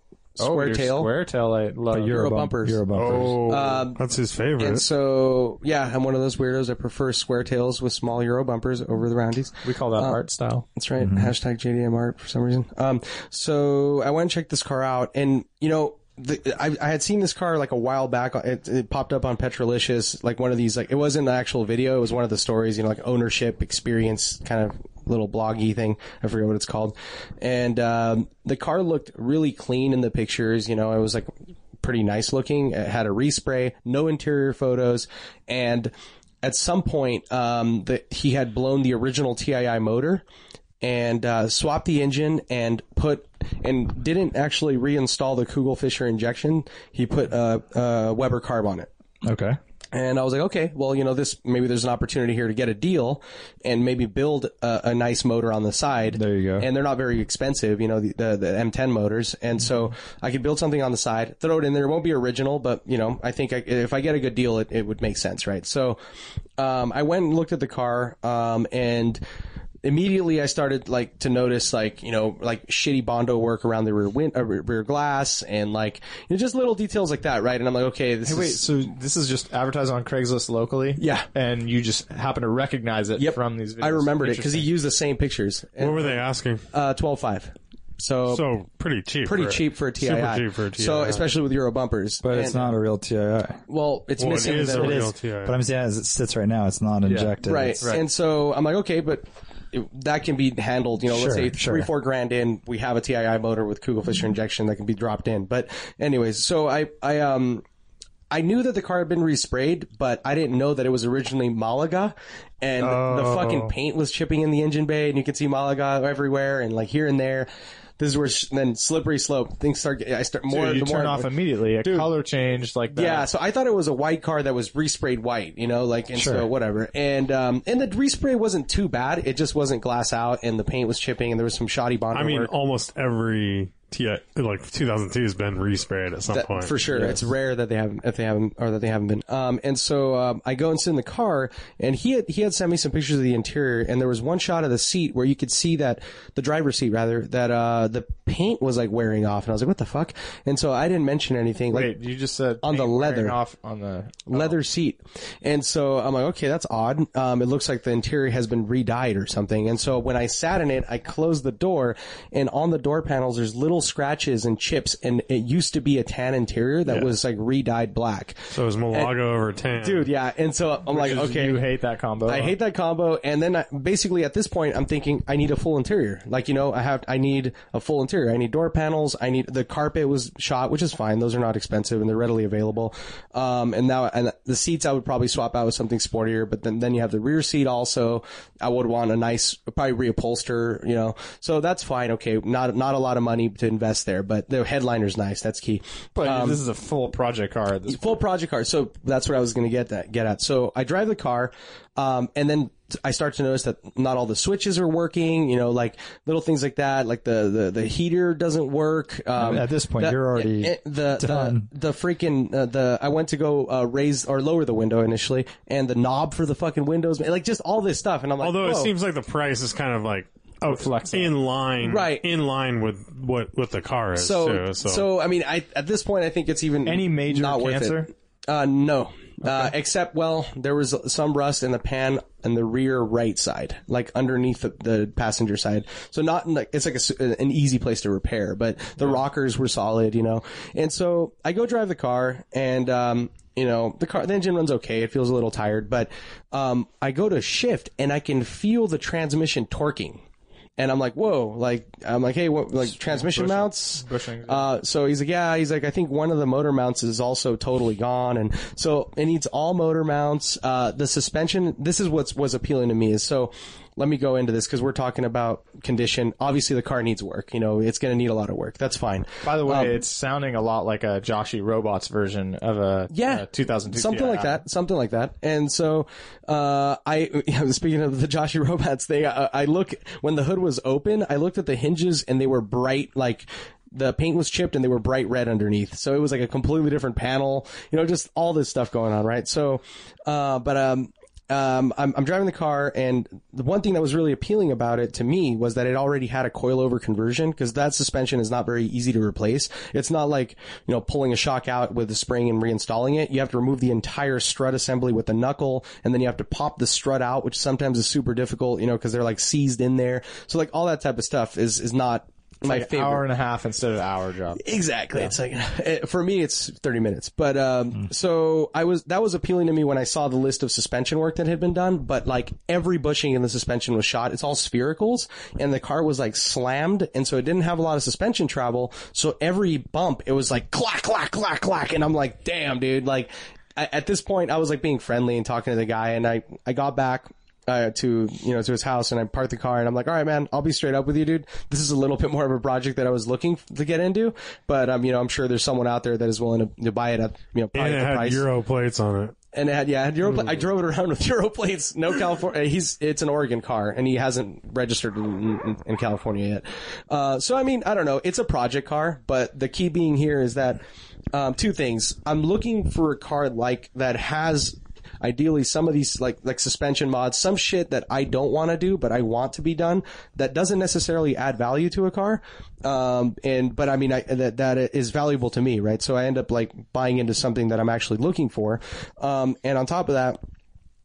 Speaker 1: Oh,
Speaker 4: square
Speaker 3: your
Speaker 4: tail,
Speaker 3: Oh, Square tail, I love.
Speaker 4: Euro bumpers.
Speaker 1: Euro bumpers.
Speaker 5: Oh,
Speaker 4: Um,
Speaker 5: that's his favorite.
Speaker 4: and so yeah, I'm one of those weirdos. I prefer square tails with small Euro bumpers over the roundies.
Speaker 3: we call
Speaker 4: uh,
Speaker 3: that art style.
Speaker 4: That's right. Hashtag JDM art for some reason. Um, so I went and checked this car out and, you know, the, I, I had seen this car like a while back. It, it popped up on Petrolicious, like one of these, like it wasn't the actual video. It was one of the stories, you know, like ownership experience kind of little bloggy thing. I forget what it's called. And, um, the car looked really clean in the pictures. You know, it was like pretty nice looking. It had a respray, no interior photos, and at some point, um, the, he had blown the original TII motor and uh, swapped the engine and put and didn't actually reinstall the Kugelfisher injection. He put a, a Weber carb on it.
Speaker 1: okay.
Speaker 4: And I was like, okay, well, you know, this maybe there's an opportunity here to get a deal and maybe build a, a nice motor on the side.
Speaker 1: There you go.
Speaker 4: And they're not very expensive, you know, the, the, the M10 motors. And so I could build something on the side, throw it in there. It won't be original, but you know, I think I, if I get a good deal, it, it would make sense, right? So, um, I went and looked at the car, um, and immediately I started like to notice like, you know, like shitty Bondo work around the rear wind, uh, rear rear glass and like, you know, just little details like that, right? And I'm like, okay, this
Speaker 3: Hey,
Speaker 4: is.
Speaker 3: wait, so this is just advertised on Craigslist locally?
Speaker 4: Yeah.
Speaker 3: And you just happen to recognize it
Speaker 4: Yep.
Speaker 3: from these videos.
Speaker 4: I remembered it because he used the same pictures.
Speaker 5: what were they asking?
Speaker 4: Uh, twelve five. So,
Speaker 5: so pretty cheap.
Speaker 4: pretty
Speaker 5: right?
Speaker 4: cheap for a TII.
Speaker 5: Super cheap for a TII.
Speaker 4: So especially with Euro bumpers.
Speaker 1: But it's not a real TII.
Speaker 4: Well, it's
Speaker 5: Well, it
Speaker 4: missing.
Speaker 5: is
Speaker 4: the,
Speaker 5: a real TI.
Speaker 1: But I'm saying as it sits right now, it's not injected.
Speaker 4: right.
Speaker 1: It's-
Speaker 4: And so I'm like, okay, but. It, that can be handled, you know. let's
Speaker 1: Sure,
Speaker 4: say three,
Speaker 1: sure.
Speaker 4: four grand in, we have a TII motor with Kugelfischer injection that can be dropped in. But, anyways, so I, I, um, I knew that the car had been resprayed, but I didn't know that it was originally Malaga, and the fucking paint was chipping in the engine bay, and you could see Malaga everywhere and like here and there. This is where sh- then slippery slope things start. I start more.
Speaker 3: Dude, you
Speaker 4: the more
Speaker 3: turn off immediately. A color change like that.
Speaker 4: yeah, so I thought it was a white car that was resprayed white, you know, like and so whatever. And um and the respray wasn't too bad. It just wasn't glass out and the paint was chipping and there was some shoddy bond.
Speaker 5: I mean, almost every TI, like 2002 has been resprayed at some
Speaker 4: that-
Speaker 5: point.
Speaker 4: for sure. It's rare that they haven't, if they haven't, or that they haven't been. Um, and so um, I go and sit in the car, and he had, he had sent me some pictures of the interior, and there was one shot of the seat where you could see that the driver's seat rather that uh the paint was like wearing off, and I was like, what the fuck? And so I didn't mention anything. Like,
Speaker 3: Wait, you just said
Speaker 4: On the
Speaker 3: paint wearing
Speaker 4: leather.
Speaker 3: off on the
Speaker 4: leather seat. And so I'm like, okay, that's odd. Um, it looks like the interior has been re-dyed or something. And so when I sat in it, I closed the door and on the door panels, there's little scratches and chips. And it used to be a tan interior that was like re-dyed black.
Speaker 5: So is Malaga over 10.
Speaker 4: Dude, yeah. And so I'm like,
Speaker 3: Just-
Speaker 4: okay.
Speaker 3: You hate that combo.
Speaker 4: I hate that combo. And then I, basically at this point, I'm thinking I need a full interior. Like, you know, I have, I need a full interior. I need door panels. I need the carpet was shot, which is fine. Those are not expensive and they're readily available. Um, and now, and the seats I would probably swap out with something sportier, but then, then you have the rear seat also. I would want a nice, probably reupholster, you know, so that's fine. Okay. Not, not a lot of money to invest there, but the headliner's nice. That's key.
Speaker 3: But
Speaker 4: um,
Speaker 3: this is a full project car. At this
Speaker 4: Full project car. So that's what I was going to get that get at. So I drive the car, um, and then I start to notice that not all the switches are working. You know, like little things like that. Like the the, the heater doesn't work. Um,
Speaker 1: At this point, you're already
Speaker 4: eh, the,
Speaker 1: done.
Speaker 4: the the freaking uh, the I went to go uh, raise or lower the window initially, and the knob for the fucking windows, like just all this stuff. And I'm like,
Speaker 5: Although it
Speaker 4: whoa.
Speaker 5: seems like the price is kind of like out
Speaker 3: Flexible.
Speaker 5: in line,
Speaker 4: Right.
Speaker 5: In line with what what the car is
Speaker 4: so,
Speaker 5: too. So,
Speaker 4: so I mean I at this point I think it's even
Speaker 3: Any major
Speaker 4: not worth it.
Speaker 3: cancer?
Speaker 4: Uh, no. Uh, except, well, there was some rust in the pan on the rear right side, like underneath the, the passenger side. So not in like, it's like a s an easy place to repair, but the rockers were solid, you know? And so I go drive the car and, um, you know, the car, the engine runs okay. It feels a little tired, but, um, I go to shift and I can feel the transmission torquing. And I'm like, whoa, like, I'm like, hey, what, like transmission mounts?
Speaker 3: bushings.
Speaker 4: Uh, so he's like, yeah, he's like, I think one of the motor mounts is also totally gone. And so it needs all motor mounts. Uh, the suspension, this is what's, was appealing to me is so let me go into this because we're talking about condition. Obviously the car needs work. You know, it's going to need a lot of work. That's fine.
Speaker 3: By the way,
Speaker 4: um,
Speaker 3: it's sounding a lot like a Joshi Robots version of a
Speaker 4: Yeah.
Speaker 3: uh, 2002
Speaker 4: Something like
Speaker 3: TII.
Speaker 4: that. Something like that. And so, uh, I, speaking of the Joshi robots, they, uh, I look, when the hood was open, I looked at the hinges and they were bright, like, the paint was chipped and they were bright red underneath. So it was like a completely different panel, you know, just all this stuff going on, right? So, uh, but, um, um, I'm, I'm driving the car, and the one thing that was really appealing about it to me was that it already had a coilover conversion because that suspension is not very easy to replace. It's not like you know pulling a shock out with a spring and reinstalling it. You have to remove the entire strut assembly with the knuckle, and then you have to pop the strut out, which sometimes is super difficult, you know, because they're like seized in there. So like all that type of stuff is is not my
Speaker 3: Like
Speaker 4: favorite.
Speaker 3: hour and a half instead of hour job.
Speaker 4: Exactly. It's like eh, for me, it's thirty minutes. But um, so I was that was appealing to me when I saw the list of suspension work that had been done. But like every bushing in the suspension was shot. It's all sphericals, and the car was like slammed, and so it didn't have a lot of suspension travel. So every bump, it was like clack, clack, clack, clack, and I'm like, damn, dude. Like I, at this point, I was like being friendly and talking to the guy, and I I got back uh, to you know to his house and I parked the car and I'm like, all right, man, I'll be straight up with you, dude. This is a little bit more of a project that I was looking f- to get into, but um, you know, I'm sure there's someone out there that is willing to, to buy it at you know
Speaker 5: And
Speaker 4: probably
Speaker 5: it
Speaker 4: at the
Speaker 5: had
Speaker 4: price.
Speaker 5: Euro Mm. plates on it.
Speaker 4: and it had yeah, it had Euro pla- I drove it around with Euro plates. No California. He's it's an Oregon car and he hasn't registered in, in, in California yet. Uh, so I mean, I don't know. It's a project car, but the key being here is that um, two things. I'm looking for a car like that has ideally some of these like like suspension mods, some shit that I don't want to do but I want to be done that doesn't necessarily add value to a car. Um, and but I mean I, that that is valuable to me, right? So I end up like buying into something that I'm actually looking for. Um, and on top of that,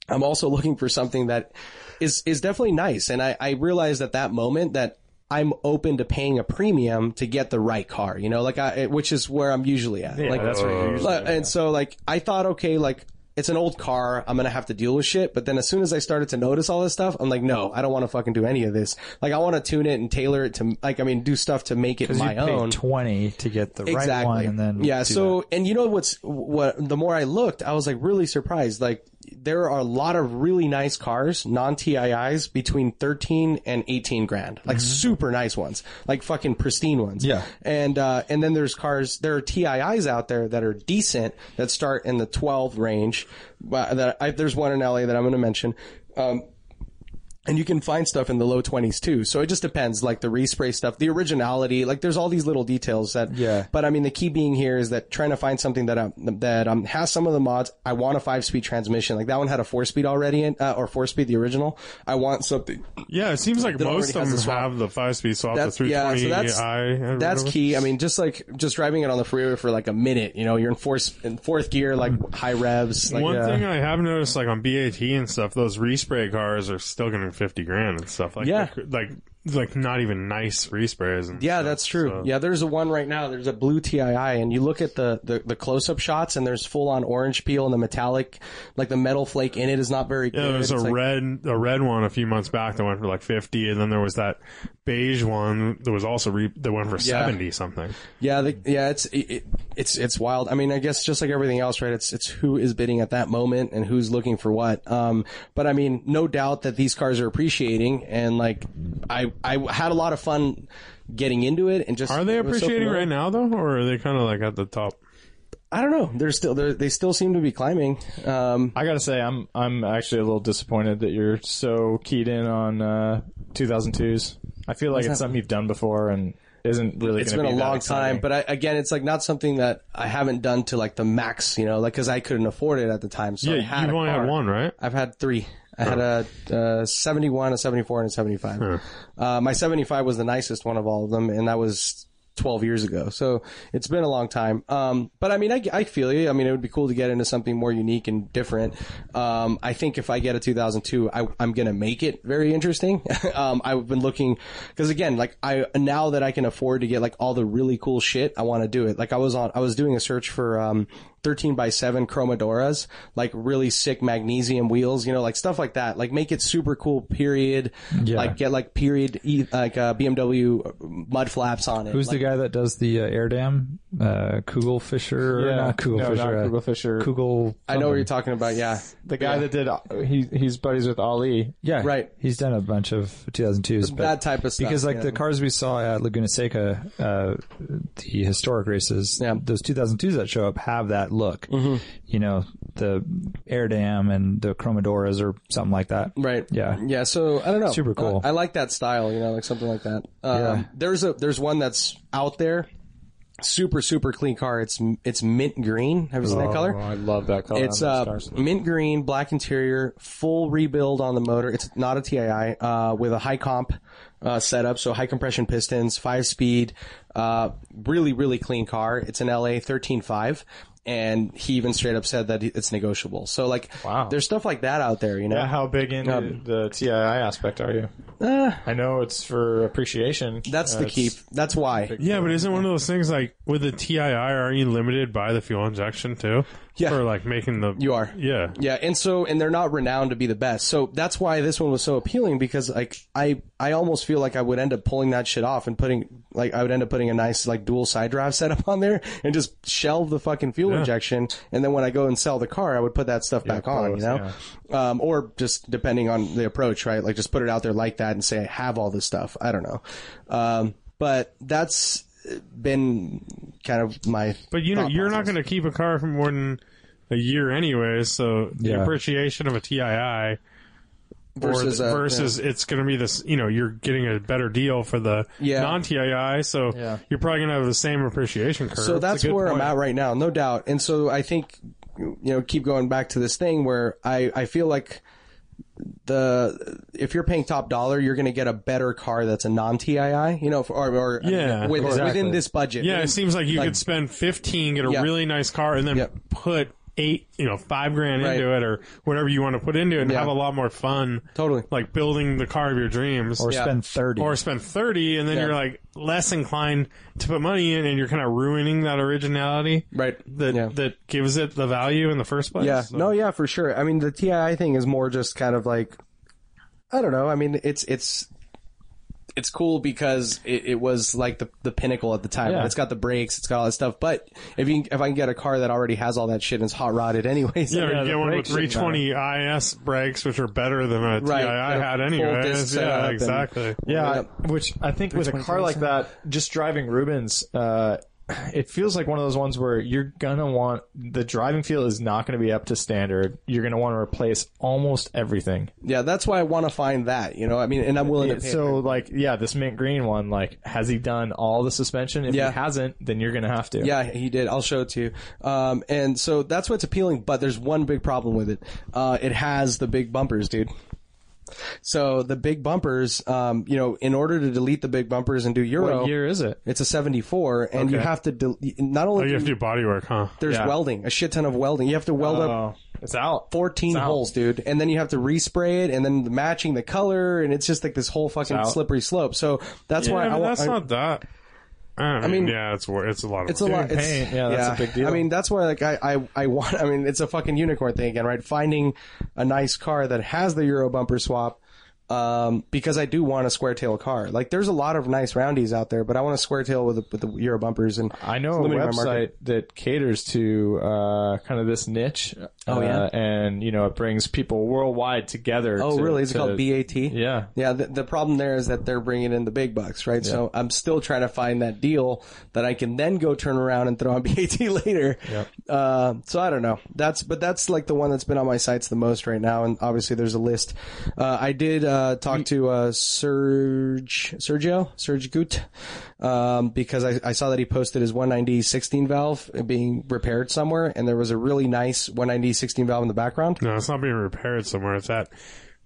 Speaker 4: I'm also looking for something that is is definitely nice. And I, I realized at that moment that I'm open to paying a premium to get the right car. You know, like I, which is where I'm usually at. like
Speaker 3: that's where you're usually
Speaker 4: like, And so like I thought, okay, like. It's an old car. I'm gonna have to deal with shit. But then, as soon as I started to notice all this stuff, I'm like, no, I don't want to fucking do any of this. Like, I want to tune it and tailor it to, like, I mean, do stuff to make it my
Speaker 1: you pay
Speaker 4: own.
Speaker 1: twenty to get the right one, and then
Speaker 4: yeah.
Speaker 1: do
Speaker 4: So and you know what's what? The more I looked, I was like really surprised. Like there are a lot of really nice cars, non TIIs, between thirteen and eighteen grand. Like super nice ones, like fucking pristine ones.
Speaker 1: Mm-hmm. Yeah.
Speaker 4: And uh, and then there's cars. There are TIIs out there that are decent that start in the twelve range. But that I, there's one in LA that I'm going to mention. Um, and you can find stuff in the low 20s too. So it just depends, like the respray stuff, the originality, like there's all these little details that,
Speaker 1: Yeah.
Speaker 4: but I mean, the key being here is that trying to find something that, um, that, um, has some of the mods. I want a five speed transmission. Like that one had a four speed already in, uh, or four speed, the original. I want something.
Speaker 5: Yeah, it seems like
Speaker 4: That
Speaker 5: most
Speaker 4: already
Speaker 5: of
Speaker 4: has
Speaker 5: them
Speaker 4: the swap.
Speaker 5: have the five speed swap, the
Speaker 4: That's, yeah, so
Speaker 5: 320
Speaker 4: that's,
Speaker 5: i. and
Speaker 4: that's
Speaker 5: whatever.
Speaker 4: key. I mean, just like, just driving it on the freeway for like a minute, you know, you're in fourth, in fourth gear, like high revs. Like,
Speaker 5: One
Speaker 4: yeah.
Speaker 5: thing I have noticed, like on BAT and stuff, those respray cars are still getting fifty grand and stuff. Like,
Speaker 4: Yeah.
Speaker 5: like, like not even nice resprays. And
Speaker 4: Yeah,
Speaker 5: stuff,
Speaker 4: that's true.
Speaker 5: so-
Speaker 4: Yeah, there's a one right now. There's a blue TII, and you look at the the, the close up shots, and there's full on orange peel, and the metallic, like the metal flake in it, is not very.
Speaker 5: Yeah,
Speaker 4: good.
Speaker 5: there was a
Speaker 4: It's like-
Speaker 5: red a red one a few months back that went for like fifty, and then there was that beige one that was also re- that went for seventy something.
Speaker 4: Yeah, the, yeah, it's it, it- it's it's wild. I mean, I guess just like everything else, right? It's it's who is bidding at that moment and who's looking for what. Um, but I mean, no doubt that these cars are appreciating, and like, I I had a lot of fun getting into it, and just
Speaker 5: Are they
Speaker 4: it was so
Speaker 5: appreciating
Speaker 4: familiar.
Speaker 5: right now though, or are they kind of like at the top?
Speaker 4: I don't know. They're still they're, they still seem to be climbing. Um,
Speaker 3: I gotta say, I'm I'm actually a little disappointed that you're so keyed in on uh, 2002s. I feel like it's something you've done before and isn't really.
Speaker 4: it's
Speaker 3: gonna
Speaker 4: been a
Speaker 3: be that
Speaker 4: long
Speaker 3: exciting.
Speaker 4: time, but I, again, it's like not something that I haven't done to like the max, you know, like because I couldn't afford it at the time. So I
Speaker 5: Yeah,
Speaker 4: had
Speaker 5: you've
Speaker 4: a
Speaker 5: only
Speaker 4: car.
Speaker 5: had one, right?
Speaker 4: I've had three. I had a, uh 71, a 74, and a 75. Uh, my 75 was the nicest one of all of them, and that was 12 years ago. So it's been a long time. Um, but I mean, I, I feel you. I mean, it would be cool to get into something more unique and different. Um, I think if I get a 2002, I, I'm going to make it very interesting. um, I've been looking, cause again, like I, now that I can afford to get like all the really cool shit, I want to do it. Like I was on, I was doing a search for, um, 13 by 7 chromadoras, like really sick magnesium wheels, you know, like stuff like that. Like make it super cool period. Like get like period, e- like uh, BMW mud flaps on it.
Speaker 1: Who's
Speaker 4: Like,
Speaker 1: the guy that does the uh, air dam? Uh, Kugel Fisher?
Speaker 3: Yeah.
Speaker 1: Not Kugel
Speaker 3: No,
Speaker 1: Fisher.
Speaker 3: not
Speaker 1: uh,
Speaker 3: Kugel Fischer.
Speaker 1: Kugel.
Speaker 4: I know what you're talking about. Yeah.
Speaker 3: the guy that did uh, he he's buddies with Ali.
Speaker 1: Yeah,
Speaker 4: Right.
Speaker 1: He's done a bunch of 2002s, but
Speaker 4: That type of stuff,
Speaker 1: Because like
Speaker 4: yeah.
Speaker 1: the cars we saw at Laguna Seca, uh, the historic races,
Speaker 4: Yeah. Mm-hmm.
Speaker 1: those 2002s that show up have that look. You know, the air dam and the chromadoras or something like that.
Speaker 4: Right.
Speaker 1: Yeah.
Speaker 4: Yeah. So I don't know.
Speaker 1: Super cool.
Speaker 4: I, I like that style, you know, like something like that. Um,
Speaker 1: Yeah.
Speaker 4: There's a, there's one that's out there super super clean car. It's it's mint green. Have you seen that color?
Speaker 3: Oh, I love that color.
Speaker 4: It's
Speaker 3: on those
Speaker 4: uh,
Speaker 3: cars.
Speaker 4: mint green, black interior, full rebuild on the motor. It's not a TII uh, with a high comp uh, setup, so high compression pistons, five speed, uh, really really clean car. It's an LA thirteen five, and he even straight up said that it's negotiable. So like,
Speaker 3: Wow.
Speaker 4: there's stuff like that out there, you know.
Speaker 3: Yeah, how big into
Speaker 4: Um, Uh,
Speaker 3: the TII aspect are you? I know it's for appreciation.
Speaker 4: That's
Speaker 3: Uh,
Speaker 4: the
Speaker 3: it's-
Speaker 4: key. That's why.
Speaker 5: Yeah, but isn't one of those things like with the TII, are you limited by the fuel injection too?
Speaker 4: Yeah.
Speaker 5: For like making the.
Speaker 4: You are.
Speaker 5: Yeah.
Speaker 4: Yeah, and so and they're not renowned to be the best. So that's why this one was so appealing because like I I almost feel like I would end up pulling that shit off and putting like I would end up putting a nice like dual side drive setup on there and just shelve the fucking fuel injection and then when I go and sell the car I would put that stuff back on,
Speaker 3: both,
Speaker 4: you know? Um or just depending on the approach, right? Like just put it out there like that and say I have all this stuff. I don't know. Um but that's been kind of my
Speaker 5: But you know,
Speaker 4: thought
Speaker 5: you're
Speaker 4: process.
Speaker 5: not going to keep a car for more than a year anyway, so
Speaker 1: Yeah.
Speaker 5: the appreciation of a TII
Speaker 4: versus
Speaker 5: or
Speaker 4: a-
Speaker 5: the, versus it's going to be this. You know, you're getting a better deal for the
Speaker 4: Yeah.
Speaker 5: non TII, so
Speaker 3: Yeah.
Speaker 5: you're probably going to have the same appreciation curve.
Speaker 4: So that's
Speaker 5: a good
Speaker 4: where
Speaker 5: point.
Speaker 4: I'm at right now, no doubt. And so I think, you know, keep going back to this thing where I, I feel like the if you're paying top dollar, you're going to get a better car that's a non TII, you know, for, or, or
Speaker 5: Yeah,
Speaker 4: with-
Speaker 3: exactly.
Speaker 4: within this budget.
Speaker 5: Yeah, it
Speaker 4: Within-
Speaker 5: seems like you
Speaker 4: like-
Speaker 5: could spend 15, get a
Speaker 4: Yeah.
Speaker 5: really nice car, and then
Speaker 4: Yep.
Speaker 5: put eight, you know, five grand
Speaker 4: Right.
Speaker 5: into it or whatever you want to put into it and
Speaker 4: Yeah.
Speaker 5: have a lot more fun.
Speaker 4: Totally.
Speaker 5: Like building the car of your dreams.
Speaker 1: Or
Speaker 4: Yeah.
Speaker 1: spend 30.
Speaker 5: Or spend 30 and then
Speaker 4: Yeah.
Speaker 5: you're like less inclined to put money in and you're kind of ruining that originality
Speaker 4: right.
Speaker 5: that
Speaker 4: yeah.
Speaker 5: that gives it the value in the first place.
Speaker 4: Yeah.
Speaker 5: So-
Speaker 4: No, yeah, for sure. I mean, the TII thing is more just kind of like, I don't know. I mean, it's, it's, it's cool because it, it was like the, the pinnacle at the time.
Speaker 3: Yeah.
Speaker 4: It's got the brakes, it's got all that stuff. But if you, can- if I can get a car that already has all that shit and it's hot rodded anyways,
Speaker 5: Yeah,
Speaker 3: Yeah,
Speaker 5: you
Speaker 3: the
Speaker 5: get one with
Speaker 3: brakes shouldn't
Speaker 5: 320 IS brakes, which are better than a TII
Speaker 4: Right,
Speaker 5: I
Speaker 4: they're
Speaker 5: had
Speaker 4: full
Speaker 5: anyway.
Speaker 4: disc setup
Speaker 5: Yeah,
Speaker 4: and-
Speaker 5: exactly.
Speaker 3: Yeah,
Speaker 4: Yep.
Speaker 3: which I think with a car like that, just driving Rubens, uh, it feels like one of those ones where you're gonna want the driving feel is not gonna be up to standard. You're gonna want to replace almost everything.
Speaker 4: Yeah, that's why I want to find that. You know, I mean, and I'm willing to pay.
Speaker 3: So like, yeah, this mint green one, like, has he done all the suspension? If
Speaker 4: Yeah.
Speaker 3: he hasn't, then you're gonna have to.
Speaker 4: yeah, he did. I'll show it to you. Um, and so that's what's appealing. But there's one big problem with it. Uh, it has the big bumpers, dude. So the big bumpers, um, you know, in order to delete the big bumpers and do Euro,
Speaker 3: What year is it?
Speaker 4: it's a 74, and you have to del- not only
Speaker 5: Oh, you have
Speaker 4: do-
Speaker 5: to do body work, huh?
Speaker 4: there's
Speaker 3: yeah.
Speaker 4: welding, a shit ton of welding. You have to weld up
Speaker 3: Oh, it's out.
Speaker 4: 14
Speaker 3: It's out.
Speaker 4: holes, dude. And then you have to respray it and then the matching the color. And it's just like this whole fucking
Speaker 3: out.
Speaker 4: slippery slope. So that's why
Speaker 5: Yeah,
Speaker 4: I
Speaker 5: but
Speaker 4: wa-
Speaker 5: that's
Speaker 4: I-
Speaker 5: not that. I mean,
Speaker 4: mean,
Speaker 5: yeah, it's wor- it's a lot of
Speaker 4: It's a
Speaker 5: work.
Speaker 4: lot. It's,
Speaker 3: paint. Yeah, that's a big deal.
Speaker 4: I mean, that's why like I, I I want. I mean, it's a fucking unicorn thing again, right? Finding a nice car that has the Euro bumper swap, um, because I do want a square tail car. Like, there's a lot of nice roundies out there, but I want a square tail with the, with the Euro bumpers. And
Speaker 3: I know
Speaker 4: it's
Speaker 3: a
Speaker 4: limiting my market.
Speaker 3: website that caters to uh, kind of this niche. Oh
Speaker 4: yeah?
Speaker 3: and you know it brings people worldwide together.
Speaker 4: Oh,
Speaker 3: to-
Speaker 4: really? Is it
Speaker 3: to-
Speaker 4: called BAT?
Speaker 3: Yeah,
Speaker 4: Yeah, the, the problem there is that they're bringing in the big bucks, right? So I'm still trying to find that deal that I can then go turn around and throw on BAT later. Uh, so I don't know. That's but that's like the one that's been on my sites the most right now, and obviously there's a list. Uh, I did uh, talk to uh, Serge Sergio Serge Gut um, because I, I saw that he posted his 190 16 valve being repaired somewhere, and there was a really nice 190 16 valve in the background.
Speaker 5: No, it's not being repaired somewhere. It's at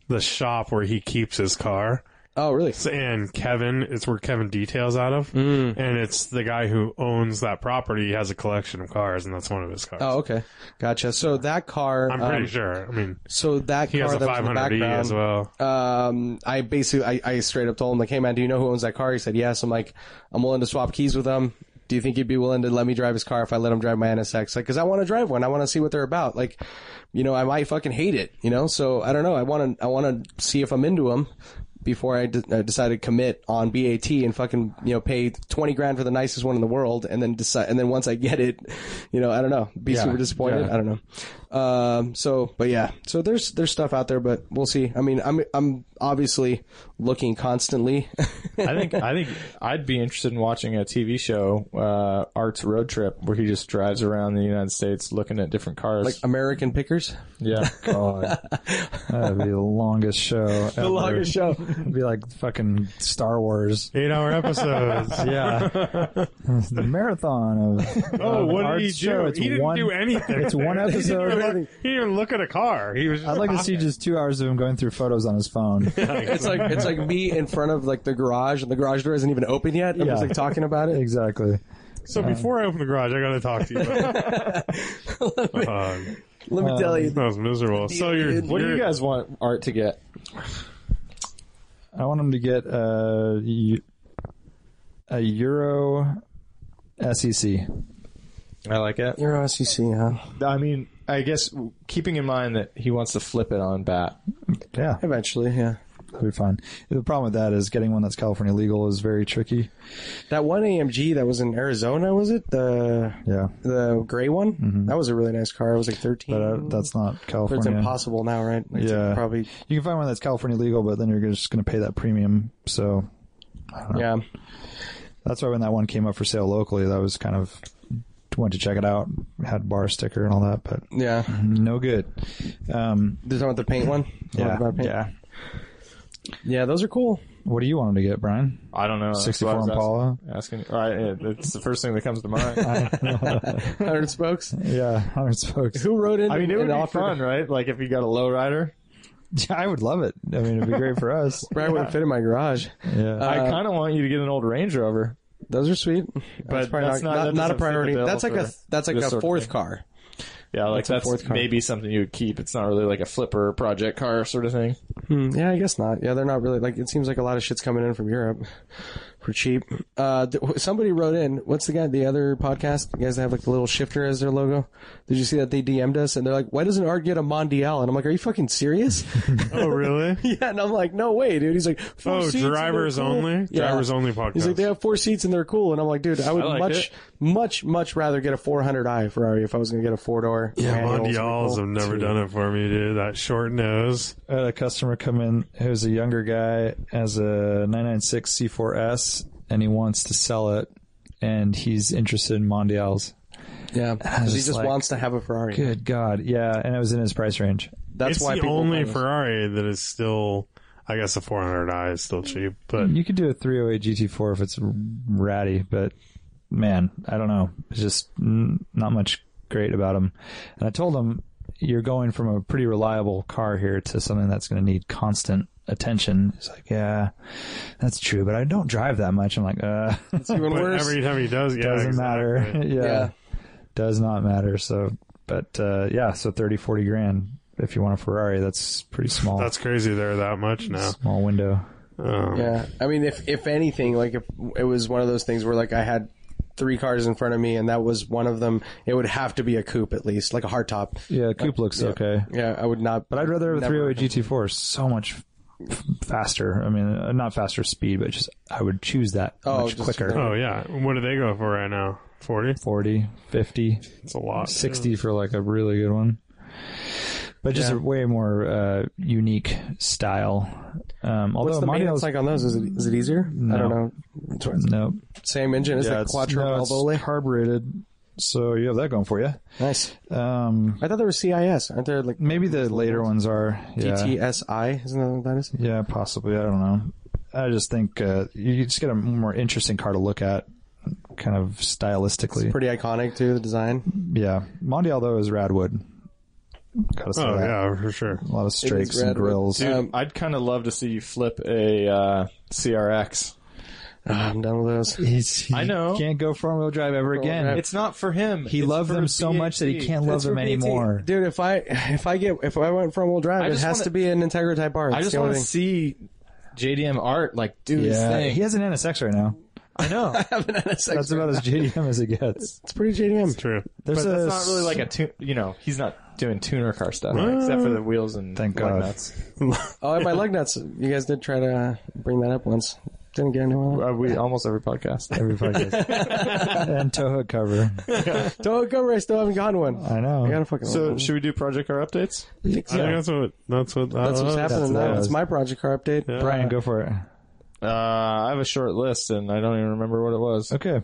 Speaker 5: the shop where he keeps his car.
Speaker 4: Oh, really?
Speaker 5: It's- And Kevin, it's where Kevin details out of. And it's the guy who owns that property has a collection of cars, and that's one of his cars.
Speaker 4: Oh, okay, gotcha. So that car,
Speaker 5: I'm
Speaker 4: um,
Speaker 5: pretty sure. I mean,
Speaker 4: So that
Speaker 5: he
Speaker 4: car
Speaker 5: has a
Speaker 4: that was in the
Speaker 5: 500e
Speaker 4: background,
Speaker 5: as well.
Speaker 4: um, I basically, I, I straight up told him like, "Hey man, do you know who owns that car?" He said, "Yes." I'm like, "I'm willing to swap keys with him. Do you think he'd be willing to let me drive his car if I let him drive my NSX? Like, because I want to drive one. I want to see what they're about. Like, you know, I might fucking hate it. You know, so I don't know. I want to, I want to see if I'm into them before I, de- I decide to commit on BAT and fucking you know pay twenty grand for the nicest one in the world and then decide and then once I get it, you know, I don't know, be super disappointed. I don't know. Um, so but yeah, so there's there's stuff out there, but we'll see. I mean, I'm I'm obviously looking constantly.
Speaker 3: I think I think I'd be interested in watching a TV show, uh, Art's Road Trip, where he just drives around the United States looking at different cars.
Speaker 4: like American pickers,
Speaker 3: yeah,
Speaker 1: That'd be the longest show. ever.
Speaker 4: show.
Speaker 1: It'd be like fucking Star Wars.
Speaker 5: Eight hour episodes.
Speaker 1: Yeah, the marathon of
Speaker 5: Oh,
Speaker 1: of
Speaker 5: what
Speaker 1: arts
Speaker 5: did he do?
Speaker 1: show. It's
Speaker 5: he didn't
Speaker 1: one,
Speaker 5: do anything.
Speaker 1: It's one
Speaker 5: He didn't
Speaker 1: episode.
Speaker 5: even look- He didn't even look at a car. He was. Just
Speaker 1: I'd like to see just two hours of him going through photos on his phone.
Speaker 4: It's like it's like me in front of like the garage, and the garage door isn't even open yet. I'm just
Speaker 1: Yeah.
Speaker 4: like talking about it.
Speaker 1: exactly.
Speaker 5: So before I open the garage, I got to talk to you. Uh,
Speaker 4: Let me tell you,
Speaker 5: that was miserable. So you're.
Speaker 3: What do you
Speaker 5: you're-
Speaker 3: guys want art to get?
Speaker 1: I want him to get uh, eu- a Euro E SEC.
Speaker 3: I like it.
Speaker 4: you're OCC, huh?
Speaker 3: I mean, I guess keeping in mind that he wants to flip it on bat.
Speaker 1: Yeah,
Speaker 4: Eventually, yeah.
Speaker 1: that'd be fine. The problem with that is getting one that's California legal is very tricky.
Speaker 4: That one AMG that was in Arizona, was it the
Speaker 1: Yeah, Mm-hmm.
Speaker 4: the gray one? That was a really nice car. It was like 13.
Speaker 1: but uh, that's not
Speaker 4: But
Speaker 1: California.
Speaker 4: it's impossible now, right? Like, it's
Speaker 1: Yeah.
Speaker 4: probably.
Speaker 1: You can find one that's California legal, but then you're just going to pay that premium. So
Speaker 4: Yeah,
Speaker 1: that's why when that one came up for sale locally, that was kind of went to check it out, had bar sticker and all that, but
Speaker 4: yeah.
Speaker 1: no good. Um,
Speaker 4: They're talking about the paint one. Talking
Speaker 1: yeah,
Speaker 4: about paint.
Speaker 1: yeah.
Speaker 4: yeah. Those are cool.
Speaker 1: What do you want him to get, Brian?
Speaker 3: I don't know. That's
Speaker 1: 64
Speaker 3: what I was
Speaker 1: Impala?
Speaker 3: Asking. asking all right, yeah, that's the first thing that comes to mind.
Speaker 4: Hundred spokes.
Speaker 1: Yeah, hundred spokes.
Speaker 4: Who wrote in?
Speaker 3: I mean, it
Speaker 4: and
Speaker 3: would be
Speaker 4: offered-
Speaker 3: fun, right? Like if you got a lowrider.
Speaker 1: Yeah, I would love it. I mean, it'd be great for us.
Speaker 4: Probably wouldn't fit in my garage.
Speaker 1: Yeah.
Speaker 3: I kind of want you to get an old Range Rover.
Speaker 4: Those are sweet, that's probably not, not,
Speaker 3: that's not- that
Speaker 4: not
Speaker 3: doesn't
Speaker 4: a
Speaker 3: fit the
Speaker 4: priority.
Speaker 3: bill
Speaker 4: That's like a
Speaker 3: for
Speaker 4: that's like
Speaker 3: this sort
Speaker 4: a
Speaker 3: of
Speaker 4: fourth
Speaker 3: thing.
Speaker 4: car.
Speaker 3: Yeah, like
Speaker 4: a
Speaker 3: that's,
Speaker 4: fourth car.
Speaker 3: maybe something you would keep. It's not really like a flipper project car sort of thing.
Speaker 4: Hmm, yeah, I guess not. Yeah, they're not really like. It seems like a lot of shit's coming in from Europe for cheap. Uh, th- wh- somebody wrote in. What's the guy? The other podcast, the guys that have like the little shifter as their logo. Did you see that they DM'd us and they're like, "Why doesn't Art get a Mondial?" And I'm like, "Are you fucking serious?"
Speaker 5: oh, really?
Speaker 4: yeah, and I'm like, "No way, dude." He's like, "Four
Speaker 5: Oh,
Speaker 4: seats and they're
Speaker 5: drivers
Speaker 4: cool."
Speaker 5: only?
Speaker 4: Yeah.
Speaker 5: Drivers only podcast.
Speaker 4: He's like, "They have four seats and they're cool." And I'm like, "Dude, I would
Speaker 3: I liked
Speaker 4: much,
Speaker 3: it.
Speaker 4: much, much rather get a 400i Ferrari if I was gonna get a four door."
Speaker 5: Yeah, Mondials have never done it for me, dude. That short nose.
Speaker 1: I had a customer come in who's a younger guy, has a 996 C4S, and he wants to sell it, and he's interested in Mondials.
Speaker 4: Yeah, because he
Speaker 1: just
Speaker 4: just
Speaker 1: like-
Speaker 4: wants to have a Ferrari.
Speaker 1: Good God, yeah, and it was in his price range.
Speaker 4: That's
Speaker 5: it's
Speaker 4: why
Speaker 5: the
Speaker 4: people
Speaker 5: only
Speaker 4: love us.
Speaker 5: Ferrari that is still. I guess the 400i is still cheap, but
Speaker 1: You could do a 308 GT4 if it's ratty, but man, I don't know. It's just n- not much great about him. And I told him you're going from a pretty reliable car here to something that's going to need constant attention. He's like, yeah, that's true, but I don't drive that much. I'm like, uh,
Speaker 4: Even
Speaker 5: but
Speaker 4: worse.
Speaker 5: every time he does, yeah,
Speaker 1: doesn't
Speaker 5: exactly.
Speaker 1: matter. yeah.
Speaker 4: Yeah.
Speaker 1: Does not matter. So, but, uh, yeah, so 30, 40 grand if you want a Ferrari, that's pretty small.
Speaker 5: That's crazy. They're that much now.
Speaker 1: small window.
Speaker 5: Um,
Speaker 4: Yeah, I mean, if if anything, like if it was one of those things where like I had three cars in front of me and that was one of them, it would have to be a coupe at least, like a hardtop.
Speaker 1: Yeah. Coupe looks okay.
Speaker 4: Yeah, I would not.
Speaker 1: But I'd rather have a
Speaker 4: never-
Speaker 1: 308 GT4. It's So much f- faster. I mean, uh, not faster speed, but just I would choose that
Speaker 4: Oh,
Speaker 1: much
Speaker 4: just-
Speaker 1: quicker.
Speaker 5: Oh yeah. What do they go for right now? Forty.
Speaker 1: 40, 50,
Speaker 5: It's a lot.
Speaker 1: 60 for like a really good one. But just a way more uh, unique style. Um, although
Speaker 4: What's the maintenance
Speaker 1: Mondial's
Speaker 4: like on those? Is it is it easier? I don't know. It's what-
Speaker 1: nope.
Speaker 4: Same engine. It's like quattro
Speaker 1: no, it's
Speaker 4: elbow lift.
Speaker 1: carbureted, so you have that going for you.
Speaker 4: Nice.
Speaker 1: Um,
Speaker 4: I thought there was CIS. Aren't there like
Speaker 1: maybe the later ones are. Yeah.
Speaker 4: DTSI? Isn't that what that is?
Speaker 1: Yeah, possibly. I don't know. I just think uh, you just get a more interesting car to look at, kind of stylistically.
Speaker 4: Pretty iconic too. The design.
Speaker 1: yeah, Mondial though is Radwood. Gotta say
Speaker 5: Oh
Speaker 1: that.
Speaker 5: yeah, for sure.
Speaker 1: A lot of
Speaker 4: It
Speaker 1: strakes
Speaker 4: is
Speaker 1: and
Speaker 4: Radwood.
Speaker 1: grills.
Speaker 3: Dude,
Speaker 4: Um,
Speaker 3: I'd kind of love to see you flip a uh, CRX.
Speaker 4: Ah, I'm done with those.
Speaker 1: He's, he
Speaker 3: I know.
Speaker 1: Can't go front wheel drive ever again.
Speaker 4: drive.
Speaker 3: It's not for him.
Speaker 1: He
Speaker 3: It's
Speaker 1: loved
Speaker 3: for
Speaker 1: them so
Speaker 3: BAT.
Speaker 1: much that he can't love
Speaker 4: That's
Speaker 1: them
Speaker 4: for BT.
Speaker 1: anymore.
Speaker 4: dude. If I if I get if I went front wheel drive, it
Speaker 3: just
Speaker 4: has
Speaker 3: wanna-
Speaker 4: to be an Integra Type R. That's
Speaker 3: I just
Speaker 4: the only
Speaker 3: want to
Speaker 4: thing.
Speaker 3: see JDM art like do his
Speaker 1: Yeah,
Speaker 3: thing.
Speaker 1: he has an NSX right now.
Speaker 3: I know.
Speaker 4: have an NSX.
Speaker 1: That's about as JDM as it gets.
Speaker 4: It's pretty JDM.
Speaker 5: True.
Speaker 1: There's
Speaker 3: But
Speaker 1: a
Speaker 3: that's not really like a tune. You know, he's not doing tuner car stuff except for the wheels and
Speaker 1: Thank
Speaker 3: lug
Speaker 1: God.
Speaker 3: nuts.
Speaker 4: Oh, and my lug nuts. You guys did try to bring that up once. Didn't get anywhere.
Speaker 3: Uh, we almost every podcast.
Speaker 1: every podcast. and toe hook cover.
Speaker 4: Don't go where I still haven't gotten one.
Speaker 1: I know.
Speaker 4: I gotta fucking.
Speaker 3: So should we do project car updates?
Speaker 5: I think that's what. That's what. uh,
Speaker 4: that's what's happening
Speaker 1: what
Speaker 4: now.
Speaker 1: it
Speaker 4: It's
Speaker 1: is.
Speaker 4: my project car update.
Speaker 1: Brian, go for it.
Speaker 3: Uh, I have a short list and I don't even remember what it was.
Speaker 1: Okay.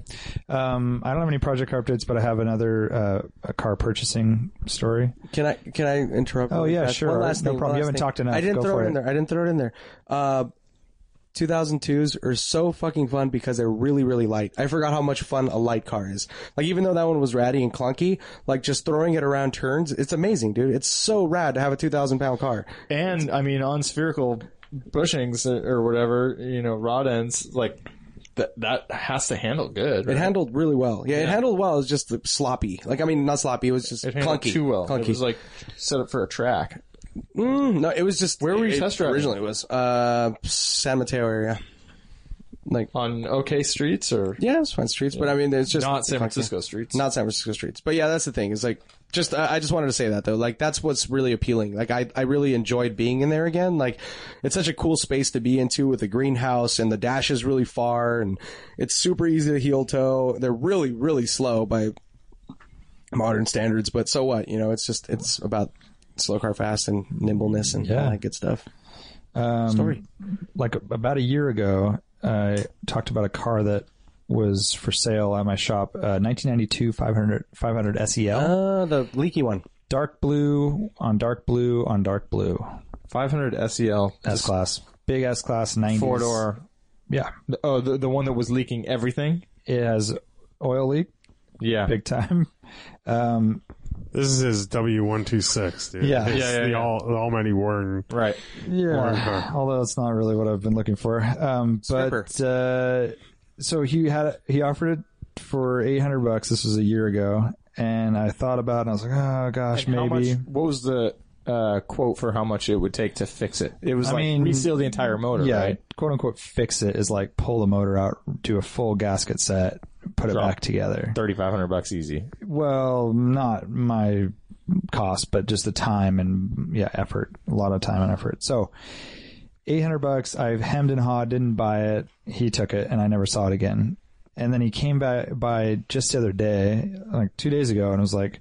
Speaker 1: Um, I don't have any project car updates, but I have another uh, a car purchasing story.
Speaker 4: Can I can I interrupt?
Speaker 1: Oh,
Speaker 4: really
Speaker 1: yeah,
Speaker 4: fast?
Speaker 1: sure.
Speaker 4: One last
Speaker 1: No
Speaker 4: thing,
Speaker 1: problem. You
Speaker 4: one last
Speaker 1: haven't
Speaker 4: thing.
Speaker 1: talked enough.
Speaker 4: I didn't
Speaker 1: Go
Speaker 4: throw
Speaker 1: for
Speaker 4: it
Speaker 1: it.
Speaker 4: in there. I didn't throw it in there. Uh, 2002s are so fucking fun because they're really, really light. I forgot how much fun a light car is. Like, even though that one was ratty and clunky, like just throwing it around turns, it's amazing, dude. It's so rad to have a 2,000 pound car.
Speaker 3: And I mean, on spherical bushings or, or whatever, you know, rod ends, like that that has to handle good.
Speaker 4: It
Speaker 3: right?
Speaker 4: handled really well. Yeah, it handled well. It was just sloppy. Like, I mean, not sloppy. It was just
Speaker 3: It handled
Speaker 4: clunky.
Speaker 3: too well.
Speaker 4: Clunky.
Speaker 3: It was like set up for a track.
Speaker 4: Mm, no, it was just where
Speaker 3: were you
Speaker 4: it,
Speaker 3: test driving?
Speaker 4: originally? It was uh, San Mateo area. Like,
Speaker 3: on okay streets or
Speaker 4: yeah, it was fine streets, but I mean, it's just
Speaker 3: not San
Speaker 4: clunky.
Speaker 3: Francisco streets.
Speaker 4: not San Francisco streets. But yeah, that's the thing. Is like just I, I just wanted to say that though. Like that's what's really appealing. Like I I really enjoyed being in there again. Like it's such a cool space to be into with the greenhouse and the dash is really far and it's super easy to heel toe. They're really really slow by modern standards, but so what? You know, it's just it's about slow car fast and nimbleness and
Speaker 1: Yeah.
Speaker 4: all that good stuff.
Speaker 1: Um,
Speaker 4: Story.
Speaker 1: Like about a year ago, I talked about a car that was for sale at my shop, uh, 1992 500, 500 SEL.
Speaker 4: Uh, the leaky one.
Speaker 1: E dark blue on dark blue on dark blue.
Speaker 3: 500 SEL
Speaker 1: S class. Big S class 90s.
Speaker 3: four door.
Speaker 1: Yeah.
Speaker 3: Oh, the, the one that was leaking everything.
Speaker 1: It has oil leak
Speaker 3: Yeah,
Speaker 1: big time.
Speaker 5: This is his W one two six, dude.
Speaker 1: Yeah.
Speaker 5: It's
Speaker 3: Yeah, yeah,
Speaker 5: the,
Speaker 3: yeah.
Speaker 5: All, the almighty Warren.
Speaker 3: right.
Speaker 1: Yeah. Although it's not really what I've been looking for. Um, but, uh, so he had, he offered it for 800 bucks. This was a year ago. And I thought about it and I was like, oh gosh,
Speaker 3: How
Speaker 1: maybe.
Speaker 3: much- what was the uh, quote for how much it would take to fix it? It was
Speaker 1: I
Speaker 3: like
Speaker 1: mean-
Speaker 3: reseal the entire motor.
Speaker 1: yeah,
Speaker 3: right?
Speaker 1: quote unquote fix it is like pull the motor out, do a full gasket set, put it
Speaker 3: Drop.
Speaker 1: back together.
Speaker 3: 3500 bucks easy.
Speaker 1: Well, not my cost, but just the time and yeah, effort. A lot of time and effort. So, eight hundred bucks. I've hemmed and hawed, didn't buy it. He took it, and I never saw it again. And then he came by by just the other day, like two days ago, and was like,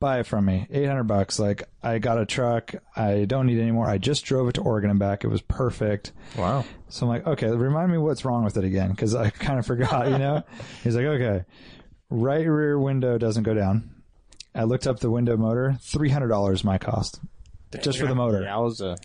Speaker 1: "Buy it from me, eight hundred bucks." Like I got a truck. I don't need it anymore. I just drove it to Oregon and back. It was perfect.
Speaker 3: Wow.
Speaker 1: So I'm like, okay, remind me what's wrong with it again, because I kind of forgot, you know? He's like, okay, right rear window doesn't go down. I looked up the window motor, $300 my cost, just for the motor.
Speaker 3: Yeah, I was uh,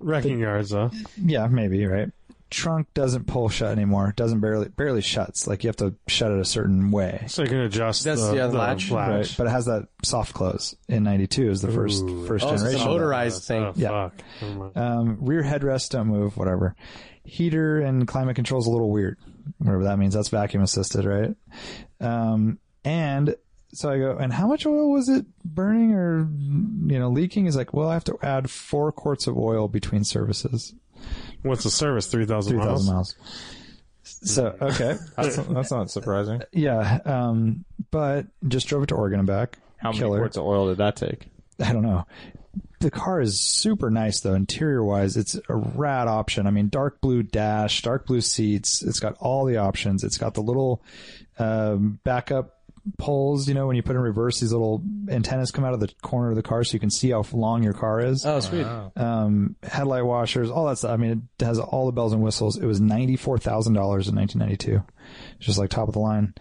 Speaker 5: Wrecking yards, though.
Speaker 1: Yeah, maybe, right? Trunk doesn't pull shut anymore, doesn't barely, barely shuts. Like you have to shut it a certain way.
Speaker 5: So you can adjust
Speaker 4: That's-
Speaker 5: the,
Speaker 4: yeah,
Speaker 5: the
Speaker 4: latch,
Speaker 5: latch.
Speaker 1: Right, but it has that soft close in '92 is the first
Speaker 5: Ooh.
Speaker 1: first
Speaker 4: Oh, it's a
Speaker 1: generation. of that.
Speaker 4: motorized thing.
Speaker 5: Oh,
Speaker 1: Yeah.
Speaker 5: fuck. Never mind.
Speaker 1: Um, rear headrests don't move, whatever. Heater and climate control is a little weird, whatever that means. That's vacuum assisted, right? Um, and so I go, and how much oil was it burning or, you know, leaking? He's like, well, I have to add four quarts of oil between services,
Speaker 5: What's the service? 3,000 miles?
Speaker 1: 3,000 miles. So, okay.
Speaker 3: that's, that's not surprising.
Speaker 1: yeah. Um, but just drove it to Oregon and back.
Speaker 3: How many
Speaker 1: Killer.
Speaker 3: quarts of oil did that take?
Speaker 1: I don't know. The car is super nice though, interior wise. It's a rad option. I mean, dark blue dash, dark blue seats. It's got all the options. It's got the little um, backup poles. You know, when you put in reverse, these little antennas come out of the corner of the car so you can see how long your car is.
Speaker 4: Oh, sweet.
Speaker 1: Um, headlight washers, all that stuff. I mean, it has all the bells and whistles. It was ninety four thousand dollars in nineteen ninety two. It's just like top of the line,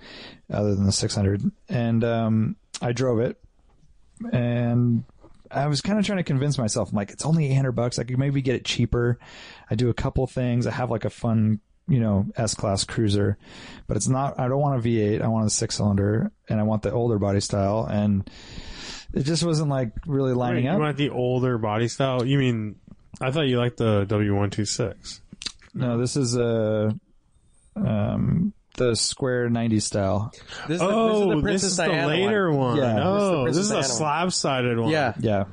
Speaker 1: other than the six hundred. And um, I drove it, and I was kind of trying to convince myself, I'm like, it's only eight hundred bucks. I could maybe get it cheaper. I do a couple things. I have like a fun, you know, S class cruiser, but it's not. I don't want a V eight. I want a six cylinder, and I want the older body style. And it just wasn't like really lining
Speaker 5: Wait,
Speaker 1: up.
Speaker 5: You want the older body style? You mean, I thought you liked the W126.
Speaker 1: No, this is uh, um, the square 90s style.
Speaker 4: This is
Speaker 5: Oh,
Speaker 4: the,
Speaker 5: this
Speaker 4: Princess
Speaker 5: is the
Speaker 4: Diana one.
Speaker 5: later one.
Speaker 1: Yeah.
Speaker 5: Oh,
Speaker 4: This
Speaker 5: this
Speaker 4: is
Speaker 5: is
Speaker 4: the
Speaker 5: a
Speaker 4: Princess Diana
Speaker 5: slab sided one.
Speaker 4: Yeah.
Speaker 1: Yeah.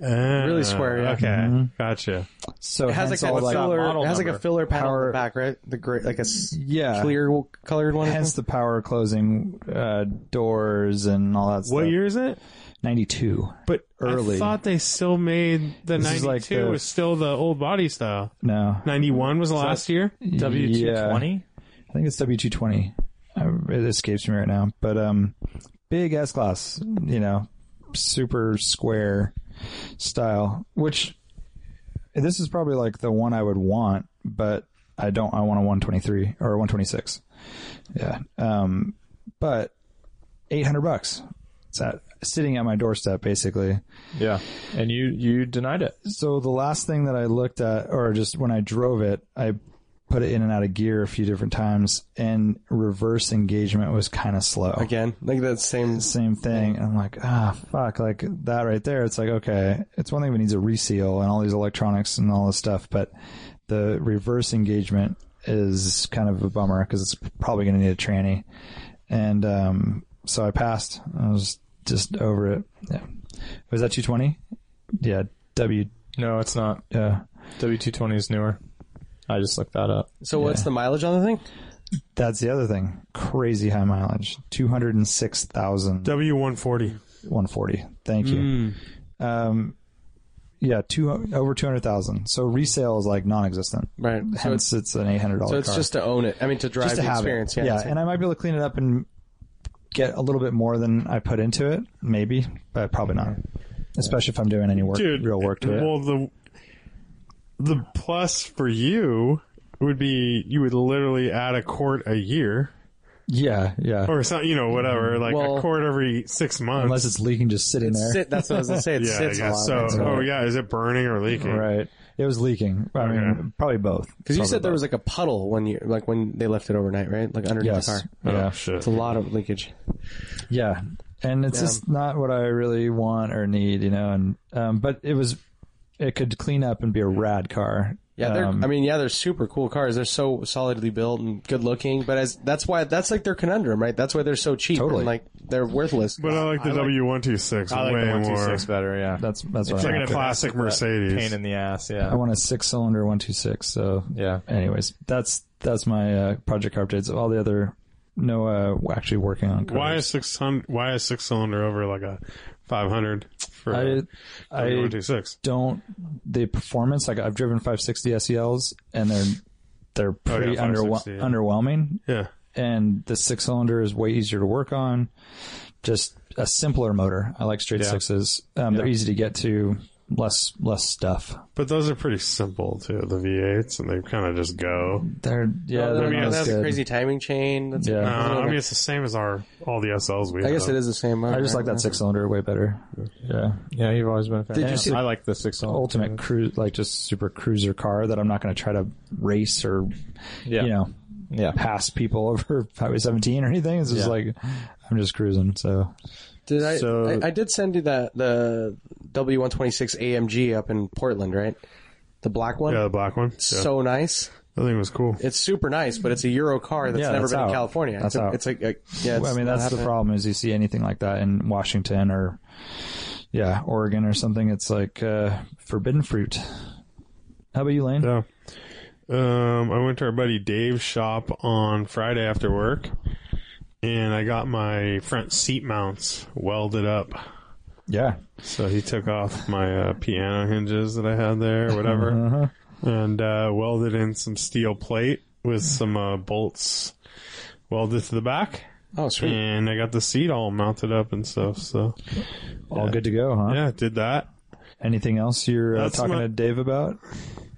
Speaker 5: Ah,
Speaker 4: Really square, yeah.
Speaker 5: Okay,
Speaker 1: Mhm.
Speaker 5: gotcha.
Speaker 1: So
Speaker 4: It has
Speaker 1: hence
Speaker 4: like a
Speaker 1: all, like-
Speaker 4: filler.
Speaker 3: model
Speaker 4: It has like a
Speaker 3: number.
Speaker 4: filler panel on
Speaker 1: Power-
Speaker 4: the back, right? The gray, like a s-
Speaker 1: yeah.
Speaker 4: clear colored one. or
Speaker 1: Hence the power closing uh, doors and all that stuff.
Speaker 5: What year is it?
Speaker 1: 92.
Speaker 5: But
Speaker 1: Early.
Speaker 5: I thought they still made the
Speaker 1: This is
Speaker 5: 92
Speaker 1: like the-
Speaker 5: was still the old body style.
Speaker 1: No.
Speaker 5: 91 was last year.
Speaker 1: Yeah.
Speaker 3: W220?
Speaker 1: I think it's W220. Uh, It escapes me right now. But um, big S class, you know, super square style, which this is probably like the one I would want, but I don't. I want a 123 or a 126. Yeah. Um, but 800 bucks. It's at, sitting at my doorstep, basically.
Speaker 3: Yeah. And you you denied it.
Speaker 1: So the last thing that I looked at, or just when I drove it, I put it in and out of gear a few different times, and reverse engagement was kind of slow.
Speaker 4: Again, like that same.
Speaker 1: Same thing. And I'm like, ah, fuck. Like that right there. It's like, okay, it's one thing if it needs a reseal and all these electronics and all this stuff, but the reverse engagement is kind of a bummer because it's probably going to need a tranny. And um, so I passed. I was just over it. Yeah. Was that 220? Yeah. W.
Speaker 3: No, it's not.
Speaker 1: Uh,
Speaker 3: W220 is newer. I just looked that up.
Speaker 4: So what's the mileage on the thing?
Speaker 1: that's the other thing. Crazy high mileage. 206,000.
Speaker 5: W140.
Speaker 1: 140. Thank you.
Speaker 5: Mm.
Speaker 1: Um, yeah, two over 200,000. So resale is like non-existent.
Speaker 4: Right. So
Speaker 1: Hence, it's
Speaker 4: it's,
Speaker 1: an $800
Speaker 4: so it's
Speaker 1: car.
Speaker 4: just to own it. I mean, to drive
Speaker 1: Just to
Speaker 4: the
Speaker 1: have
Speaker 4: experience.
Speaker 1: it.
Speaker 4: Yeah.
Speaker 1: and I might be able to clean it up and get a little bit more than I put into it, maybe, but probably not. Especially if I'm doing any work,
Speaker 5: Dude,
Speaker 1: real work to it.
Speaker 5: Well, the the plus for you would be you would literally add a quart a year
Speaker 1: yeah, yeah.
Speaker 5: or something, you know, whatever, like
Speaker 4: Well-
Speaker 5: a quart every six months.
Speaker 1: Unless it's leaking, just sitting there.
Speaker 4: Sit, that's what I was gonna say. It
Speaker 5: yeah, I
Speaker 4: sits a lot.
Speaker 5: guess so.
Speaker 4: That's
Speaker 5: oh
Speaker 4: all.
Speaker 5: yeah, is it burning or leaking?
Speaker 1: right. It was leaking. I mean,
Speaker 5: Okay.
Speaker 1: probably both.
Speaker 4: Because you said there was like a puddle when you like when they left it overnight, right? Like underneath
Speaker 1: yes,
Speaker 4: the car.
Speaker 5: Oh
Speaker 1: yeah,
Speaker 5: shit.
Speaker 4: It's a lot of leakage.
Speaker 1: yeah. And it's just not what I really want or need, you know. And um, but it was, it could clean up and be a rad car.
Speaker 4: Yeah, they're,
Speaker 1: Um,
Speaker 4: I mean, yeah, they're super cool cars. They're so solidly built and good looking. But as that's why that's like their conundrum, right? That's why they're so cheap.
Speaker 1: Totally.
Speaker 4: And like they're worthless.
Speaker 5: But I like the W126
Speaker 3: I like
Speaker 5: way
Speaker 3: the 126
Speaker 5: more.
Speaker 3: better, yeah.
Speaker 1: that's that's what
Speaker 5: It's
Speaker 1: I
Speaker 5: like a
Speaker 1: want.
Speaker 5: classic
Speaker 3: Pain
Speaker 5: Mercedes.
Speaker 3: in the ass,
Speaker 1: I
Speaker 3: yeah.
Speaker 1: want a six-cylinder 126. So
Speaker 3: Yeah.
Speaker 1: anyways, that's that's my uh, project car updates. All the other no, uh, we're actually working on. Cars.
Speaker 5: Why is six hundred? Why is six cylinder over like a five hundred for
Speaker 1: I I
Speaker 5: W126?
Speaker 1: don't the performance like I've driven 560 SELs E and they're they're pretty under,
Speaker 5: 560, Oh, yeah.
Speaker 1: underwhelming
Speaker 5: Yeah,
Speaker 1: and the six cylinder is way easier to work on. Just a simpler motor. I like straight sixes. Um, They're easy to get to. Less less stuff.
Speaker 5: but those are pretty simple too. The V8s and they kind of just go.
Speaker 1: They're yeah.
Speaker 4: Oh,
Speaker 1: they're
Speaker 4: no,
Speaker 5: mean,
Speaker 1: not
Speaker 4: no,
Speaker 1: as
Speaker 4: that's a
Speaker 1: good.
Speaker 4: crazy timing chain. That's
Speaker 1: Yeah.
Speaker 5: Uh,
Speaker 4: that's another-
Speaker 5: I mean, it's the same as our all the SLs we.
Speaker 4: I guess it is the same.
Speaker 1: I just like that six cylinder way better. Yeah.
Speaker 3: Yeah, you've always been a fan.
Speaker 1: Did you see-
Speaker 3: I like the 6
Speaker 1: ultimate cruise, like just super cruiser car that I'm not going to try to race or,
Speaker 3: Yeah.
Speaker 1: you know,
Speaker 3: Yeah.
Speaker 1: pass people over Highway 17 or anything. It's just
Speaker 3: Yeah.
Speaker 1: like I'm just cruising. So
Speaker 4: Did I,
Speaker 3: So-
Speaker 4: I? I did send you that the W126 AMG up in Portland, right? The black one.
Speaker 5: Yeah, the black one. Yeah.
Speaker 4: So nice.
Speaker 5: I think it was cool.
Speaker 4: It's super nice, but it's a Euro car that's
Speaker 1: Yeah,
Speaker 4: never
Speaker 1: that's
Speaker 4: been
Speaker 1: out.
Speaker 4: in California.
Speaker 1: That's
Speaker 4: it's a,
Speaker 1: out.
Speaker 4: It's like a, yeah. It's
Speaker 1: I mean,
Speaker 4: not
Speaker 1: that's the
Speaker 4: happening.
Speaker 1: problem is you see anything like that in Washington or, yeah, Oregon or something. It's like uh, forbidden fruit. How about you, Lane?
Speaker 5: Yeah. Um, I went to our buddy Dave's shop on Friday after work, and I got my front seat mounts welded up.
Speaker 1: Yeah.
Speaker 5: So he took off my uh, piano hinges that I had there, whatever,
Speaker 1: Uh-huh.
Speaker 5: and uh, welded in some steel plate with some uh, bolts welded to the back.
Speaker 4: Oh, sweet.
Speaker 5: And I got the seat all mounted up and stuff. So
Speaker 1: All good to go, huh?
Speaker 5: yeah, did that.
Speaker 1: Anything else you're uh,
Speaker 5: That's
Speaker 1: talking
Speaker 5: my- Hmm.
Speaker 1: to Dave about?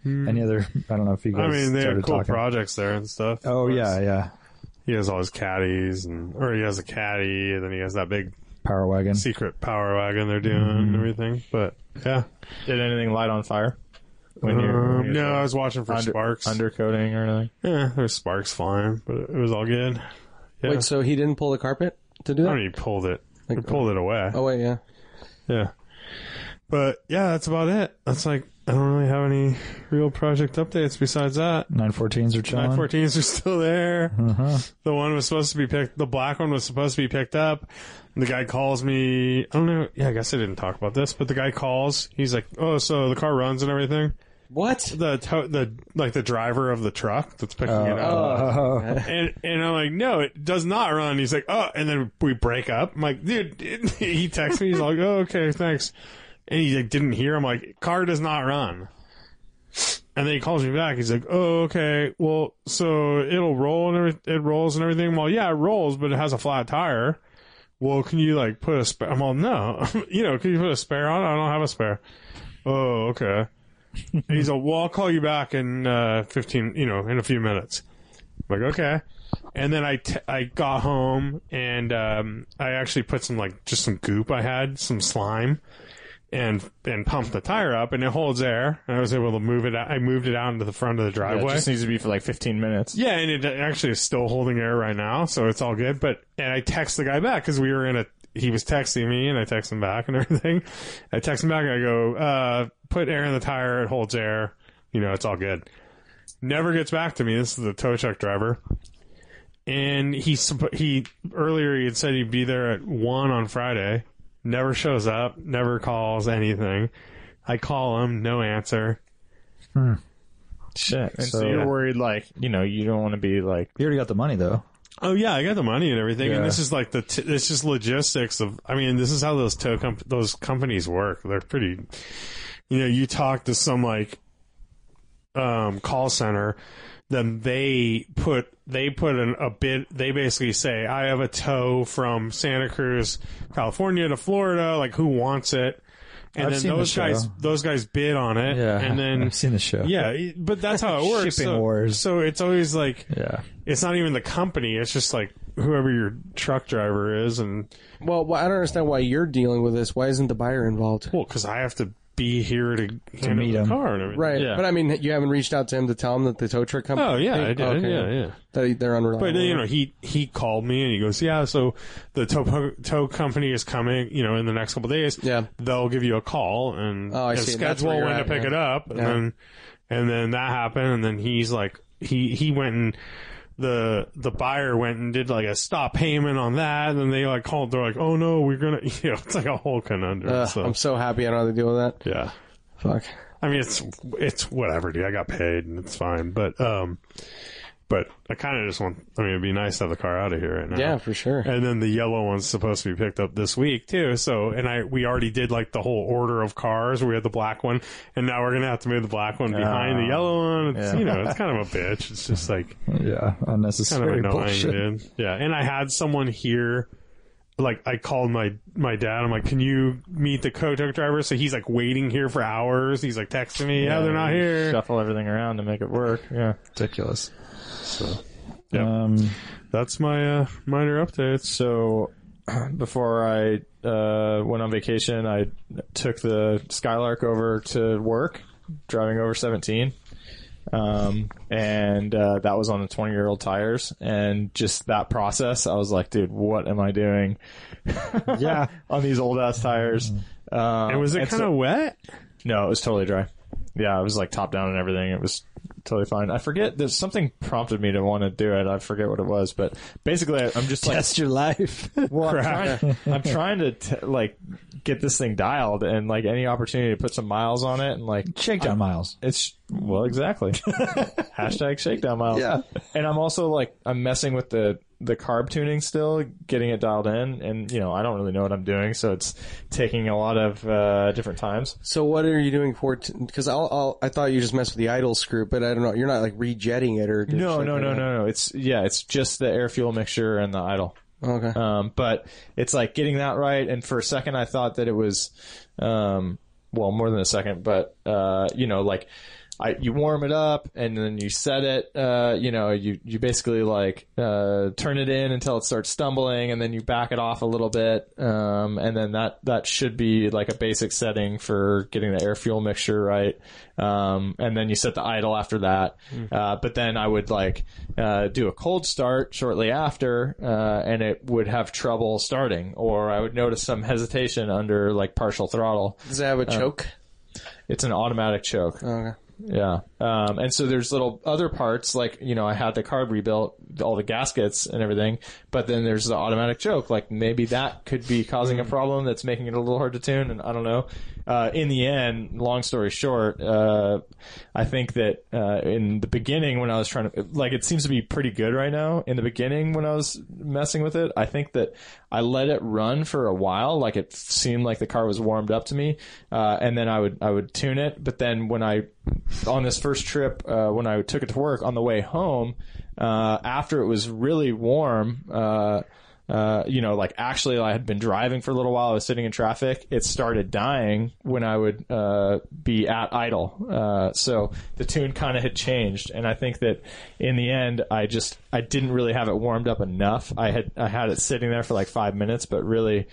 Speaker 1: Any other? I don't know if you guys.
Speaker 5: I mean, they
Speaker 1: started
Speaker 5: had cool
Speaker 1: talking.
Speaker 5: projects there and stuff.
Speaker 1: Oh yeah, yeah.
Speaker 5: he has all his caddies and or he has a caddy and then he has that big
Speaker 1: Power wagon.
Speaker 5: secret power wagon they're doing
Speaker 4: Mm-hmm.
Speaker 5: and everything but yeah
Speaker 3: Did anything light on fire? When
Speaker 5: Um,
Speaker 3: when
Speaker 5: no i was watching for
Speaker 3: under-
Speaker 5: sparks
Speaker 3: undercoating or anything?
Speaker 5: yeah there's sparks flying but it was all good yeah
Speaker 4: Wait, so he didn't pull the carpet to do
Speaker 5: i
Speaker 4: that?
Speaker 5: mean he pulled it
Speaker 4: Like-
Speaker 5: he pulled it away
Speaker 4: Oh wait, yeah.
Speaker 5: yeah but yeah that's about it that's like i don't really have any real project updates besides that
Speaker 1: 914s are chilling.
Speaker 5: 914s are still there.
Speaker 4: Uh-huh.
Speaker 5: The one was supposed to be picked. The black one was supposed to be picked up. The guy calls me. I don't know. Yeah, I guess I didn't talk about this, but the guy calls. He's like, "Oh, so the car runs and everything."
Speaker 4: What?
Speaker 5: The to- the like the driver of the truck that's picking it up.
Speaker 1: Oh,
Speaker 5: And and I'm like, no, it does not run. He's like, oh, and then we break up. I'm like, dude, he texts me. He's like, oh, okay, thanks. And he like didn't hear. I'm like, car does not run. And then he calls me back. He's like, oh, okay, well, so it'll roll and every- it rolls and everything. Well, yeah, it rolls, but it has a flat tire. Well, can you like put a spare? I'm all no, you know, can you put a spare on? it? I don't have a spare. Oh, okay. And he's like, well, I'll call you back in uh, 15, you know, in a few minutes. I'm like, okay. And then I, t- I got home and um, I actually put some, like, just some goop I had, some slime, and and pump the tire up, and it holds air. And I was able to move it. Out. I moved it out into the front of the
Speaker 3: It
Speaker 5: driveway.
Speaker 3: just needs to be for like 15 minutes.
Speaker 5: Yeah, and it actually is still holding air right now, so it's all good. But and I text the guy back because we were in a he was texting me and I text him back and everything. I text him back and I go, uh, put air in the tire, it holds air, you know, it's all good. Never gets back to me. This is the tow truck driver. And he supp- he earlier he had said he'd be there at one on Friday. Never shows up. Never calls anything. I call him, no answer.
Speaker 3: Shit. And so,
Speaker 1: So-
Speaker 3: you're worried, like, you know, you don't want to be like,
Speaker 1: You already got the money though.
Speaker 5: Oh yeah, I got the money and everything,
Speaker 3: Yeah.
Speaker 5: and this is like the t- this is logistics of. I mean, this is how those tow comp- those companies work. They're pretty. You know, you talk to some like um, call center, then they put they put an, a bid. They basically say, "I have a tow from Santa Cruz, California to Florida. Like, who wants it?" And
Speaker 1: I've
Speaker 5: then
Speaker 1: seen the
Speaker 5: those guys
Speaker 1: show.
Speaker 5: those guys bid on it, and then
Speaker 1: I've seen the show.
Speaker 5: yeah, it- but that's how it works.
Speaker 1: Shipping
Speaker 5: so,
Speaker 1: wars.
Speaker 5: So it's always like
Speaker 1: yeah.
Speaker 5: it's not even the company. It's just like whoever your truck driver is, and
Speaker 4: Well, wh- I don't understand why you're dealing with this. Why isn't the buyer involved?
Speaker 5: well, because I have to be here to, hand
Speaker 1: meet
Speaker 5: him
Speaker 1: him.
Speaker 5: the car and everything.
Speaker 4: Right,
Speaker 3: Yeah.
Speaker 4: but I mean, you haven't reached out to him to tell him that the tow truck company.
Speaker 5: Oh yeah, I did.
Speaker 4: Okay.
Speaker 5: Yeah, yeah.
Speaker 4: That they're unreliable.
Speaker 5: But you know, he he called me and he goes, "Yeah, so the tow, tow company is coming, you know, in the next couple of days.
Speaker 4: Yeah.
Speaker 5: they'll give you a call and,
Speaker 4: Oh, I
Speaker 5: and
Speaker 4: see. That's
Speaker 5: schedule
Speaker 4: where
Speaker 5: when
Speaker 4: you're
Speaker 5: to pick
Speaker 4: at, yeah.
Speaker 5: it up, and
Speaker 4: Yeah.
Speaker 5: then and then that happened, and then he's like, he he went and the the buyer went and did like a stop payment on that, and then they like called, they're like, "Oh no, we're gonna," you know, it's like a whole conundrum.
Speaker 4: Ugh,
Speaker 5: so
Speaker 4: I'm so happy I don't have to deal with that.
Speaker 5: yeah.
Speaker 4: Fuck.
Speaker 5: I mean, it's it's whatever, dude. I got paid and it's fine, but um, but I kind of just want. I mean, it'd be nice to have the car out of here right now.
Speaker 4: Yeah, for sure.
Speaker 5: And then the yellow one's supposed to be picked up this week too. So, and I we already did like the whole order of cars. We had the black one, and now we're gonna have to move the black one behind the yellow one. It's, You know, it's kind of a bitch. It's just like
Speaker 1: Yeah.
Speaker 5: kind
Speaker 1: Unnecessary
Speaker 5: of annoying,
Speaker 1: bullshit.
Speaker 5: dude. Yeah, and I had someone here. Like I called my my dad. I'm like, "Can you meet the tow truck driver?" So he's like waiting here for hours. He's like texting me, "Yeah, they're not here."
Speaker 3: uh, Shuffle everything around to make it work. Yeah.
Speaker 1: Ridiculous.
Speaker 5: Yep.
Speaker 1: Um,
Speaker 5: That's my uh, minor updates.
Speaker 3: So before I uh, went on vacation, I took the Skylark over to work, driving over 17. Um, and uh, that was on the 20 year old tires. And just that process, I was like, dude, what am I doing? yeah. on these old ass tires. Um,
Speaker 5: And was it
Speaker 3: and so-
Speaker 5: kind of wet?
Speaker 3: no, it was totally dry. Yeah, it was like top down and everything. It was totally fine. I forget. There's something prompted me to want to do it. I forget what it was, but basically, I- I'm just like
Speaker 4: That's your life.
Speaker 3: well, I'm trying, I'm trying to t- like get this thing dialed and like any opportunity to put some miles on it and like
Speaker 1: shakedown miles.
Speaker 3: it's well exactly hashtag shakedown miles.
Speaker 4: Yeah.
Speaker 3: and I'm also like I'm messing with the the carb tuning still, getting it dialed in, and you know I don't really know what I'm doing, so it's taking a lot of uh, different times.
Speaker 4: so what are you doing for? Because I'll, I'll, I thought you just messed with the idle screw, but I don't know. You're not like rejetting it or
Speaker 3: No,
Speaker 4: shit
Speaker 3: no,
Speaker 4: like
Speaker 3: no,
Speaker 4: that.
Speaker 3: no, no. It's yeah, it's just the air fuel mixture and the idle.
Speaker 4: Okay.
Speaker 3: Um, but it's like getting that right. And for a second, I thought that it was, um, well, more than a second, but uh, you know, like I you warm it up and then you set it. Uh, you know, you you basically like uh, turn it in until it starts stumbling, and then you back it off a little bit. Um, and then that that should be like a basic setting for getting the air fuel mixture right. Um, and then you set the idle after that. Uh, but then I would like uh, do a cold start shortly after, uh, and it would have trouble starting, or I would notice some hesitation under like partial throttle.
Speaker 4: Does it have
Speaker 3: uh,
Speaker 4: a choke?
Speaker 3: It's an automatic choke.
Speaker 4: Okay.
Speaker 3: Yeah. Um, and so there's little other parts like, you know, I had the carb rebuilt, all the gaskets and everything, but then there's the automatic choke. Like maybe that could be causing a problem that's making it a little hard to tune. And I don't know. Uh, in the end, long story short, uh, I think that, uh, in the beginning when I was trying to, like, it seems to be pretty good right now. In the beginning when I was messing with it, I think that I let it run for a while. Like it seemed like the car was warmed up to me. Uh, and then I would, I would tune it. But then when I, on this first trip uh, when I took it to work on the way home uh, after it was really warm. Uh, uh, you know, like actually I had been driving for a little while. I was sitting in traffic. It started dying when I would uh, be at idle. Uh, so the tune kind of had changed, and I think that in the end, I just I didn't really have it warmed up enough. I had I had it sitting there for like five minutes, but really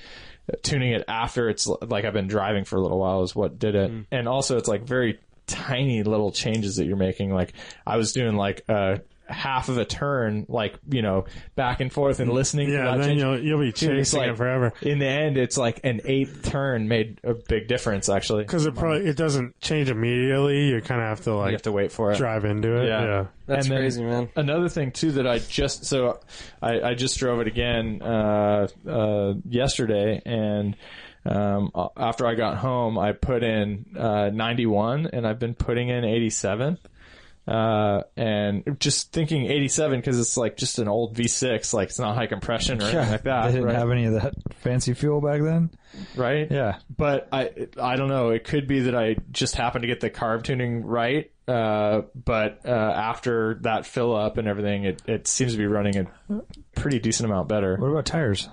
Speaker 3: uh, tuning it after it's like I've been driving for a little while is what did
Speaker 5: Mm.
Speaker 3: it. And also, it's like very tiny little changes that you're making. Like I was doing like uh, half of a turn, like you know, back and forth and listening. to
Speaker 5: Mm. Yeah,
Speaker 3: that
Speaker 5: then
Speaker 3: change.
Speaker 5: you'll- you'll be
Speaker 3: Dude, it's
Speaker 5: chasing it forever.
Speaker 3: In the end, it's like an eighth turn made a big difference. Actually,
Speaker 5: because it probably it doesn't change immediately. You kind of have to
Speaker 3: you
Speaker 5: like
Speaker 3: have to wait for it.
Speaker 5: drive into it. Yeah.
Speaker 3: Yeah.
Speaker 4: That's
Speaker 3: And then
Speaker 4: crazy, man.
Speaker 3: Another thing too that I just so I, I just drove it again uh, uh, yesterday, and um, a- after I got home, I put in uh, 91, and I've been putting in 87. Uh, and just thinking 87 because it's like just an old V6, like it's not high compression or anything like that,
Speaker 1: They didn't
Speaker 3: right?
Speaker 1: have any of that fancy fuel back then.
Speaker 3: right?
Speaker 1: Yeah.
Speaker 3: but I I don't know. It could be that I just happened to get the carb tuning right. Uh, but uh, after that fill up and everything, it, it seems to be running a pretty decent amount better.
Speaker 1: What about tires?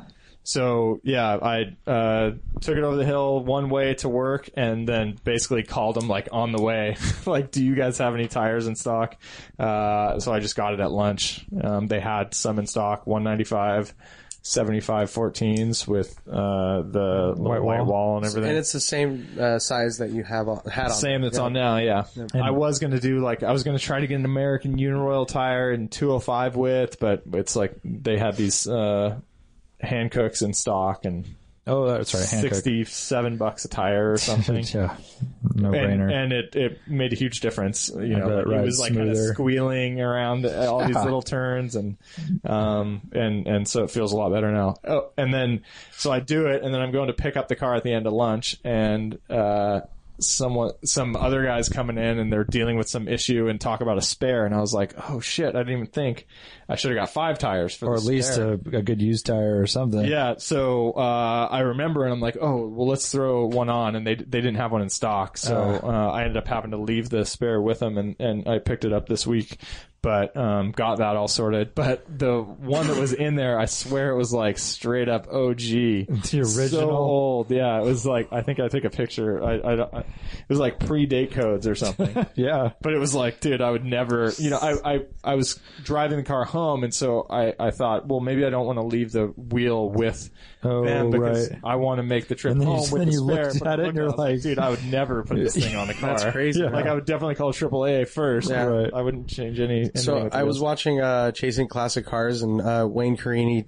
Speaker 3: So yeah, I uh, took it over the hill one way to work, and then basically called them like on the way, like, "Do you guys have any tires in stock?" Uh, so I just got it at lunch. Um, they had some in stock, 195, 75 14s with uh, the white,
Speaker 1: wall.
Speaker 3: white wall and everything
Speaker 4: And it's the same uh, size that you have on, had on.
Speaker 3: same that's on now, yeah. I was gonna do like I was gonna try to get an American Uniroyal tire and 205 width, but it's like they had these uh, Hancooks in stock and
Speaker 1: Oh, that's right. Hancock.
Speaker 3: 67 bucks a tire or something.
Speaker 1: Yeah. No
Speaker 3: And,
Speaker 1: brainer.
Speaker 3: and it, it made a huge difference. You
Speaker 1: bet
Speaker 3: know,
Speaker 1: it
Speaker 3: it,
Speaker 1: rides
Speaker 3: was like kind of
Speaker 1: smoother.
Speaker 3: squealing around at all these little turns, and um, and and so it feels a lot better now. Oh, and then so I do it, and then I'm going to pick up the car at the end of lunch, and uh, someone some other guys coming in, and they're dealing with some issue and talk about a spare, and I was like, oh shit, I didn't even think I should have got five tires for
Speaker 1: or
Speaker 3: the
Speaker 1: at least
Speaker 3: spare.
Speaker 1: a, a good used tire or something.
Speaker 3: Yeah, so uh, I remember, and I'm like, oh, well, let's throw one on, and they they didn't have one in stock, so uh, I ended up having to leave the spare with them, and and I picked it up this week, but um, got that all sorted. But the one that was in there, I swear it was like straight up OG, the so
Speaker 1: original.
Speaker 3: old. Yeah, it was like I think I took a picture. I, I, don't- I it was like pre date codes or something.
Speaker 1: Yeah.
Speaker 3: But it was like, dude, I would never, you know, I, I, I was driving the car home, and so I, I thought, well, maybe I don't want to leave the wheel with
Speaker 1: Oh,
Speaker 3: them because
Speaker 1: right.
Speaker 3: I want to make the trip
Speaker 1: And then you-
Speaker 3: home with
Speaker 1: then
Speaker 3: the
Speaker 1: you
Speaker 3: spare.
Speaker 1: looked
Speaker 3: But I
Speaker 1: at it and
Speaker 3: looked
Speaker 1: you're
Speaker 3: I was
Speaker 1: like-
Speaker 3: dude, I would never put this thing on the car.
Speaker 4: That's crazy.
Speaker 3: Like, I would definitely call AAA first.
Speaker 4: Yeah.
Speaker 3: but I wouldn't change any. anything
Speaker 4: So
Speaker 3: with
Speaker 4: I
Speaker 3: this.
Speaker 4: was watching uh, Chasing Classic Cars, and uh, Wayne Carini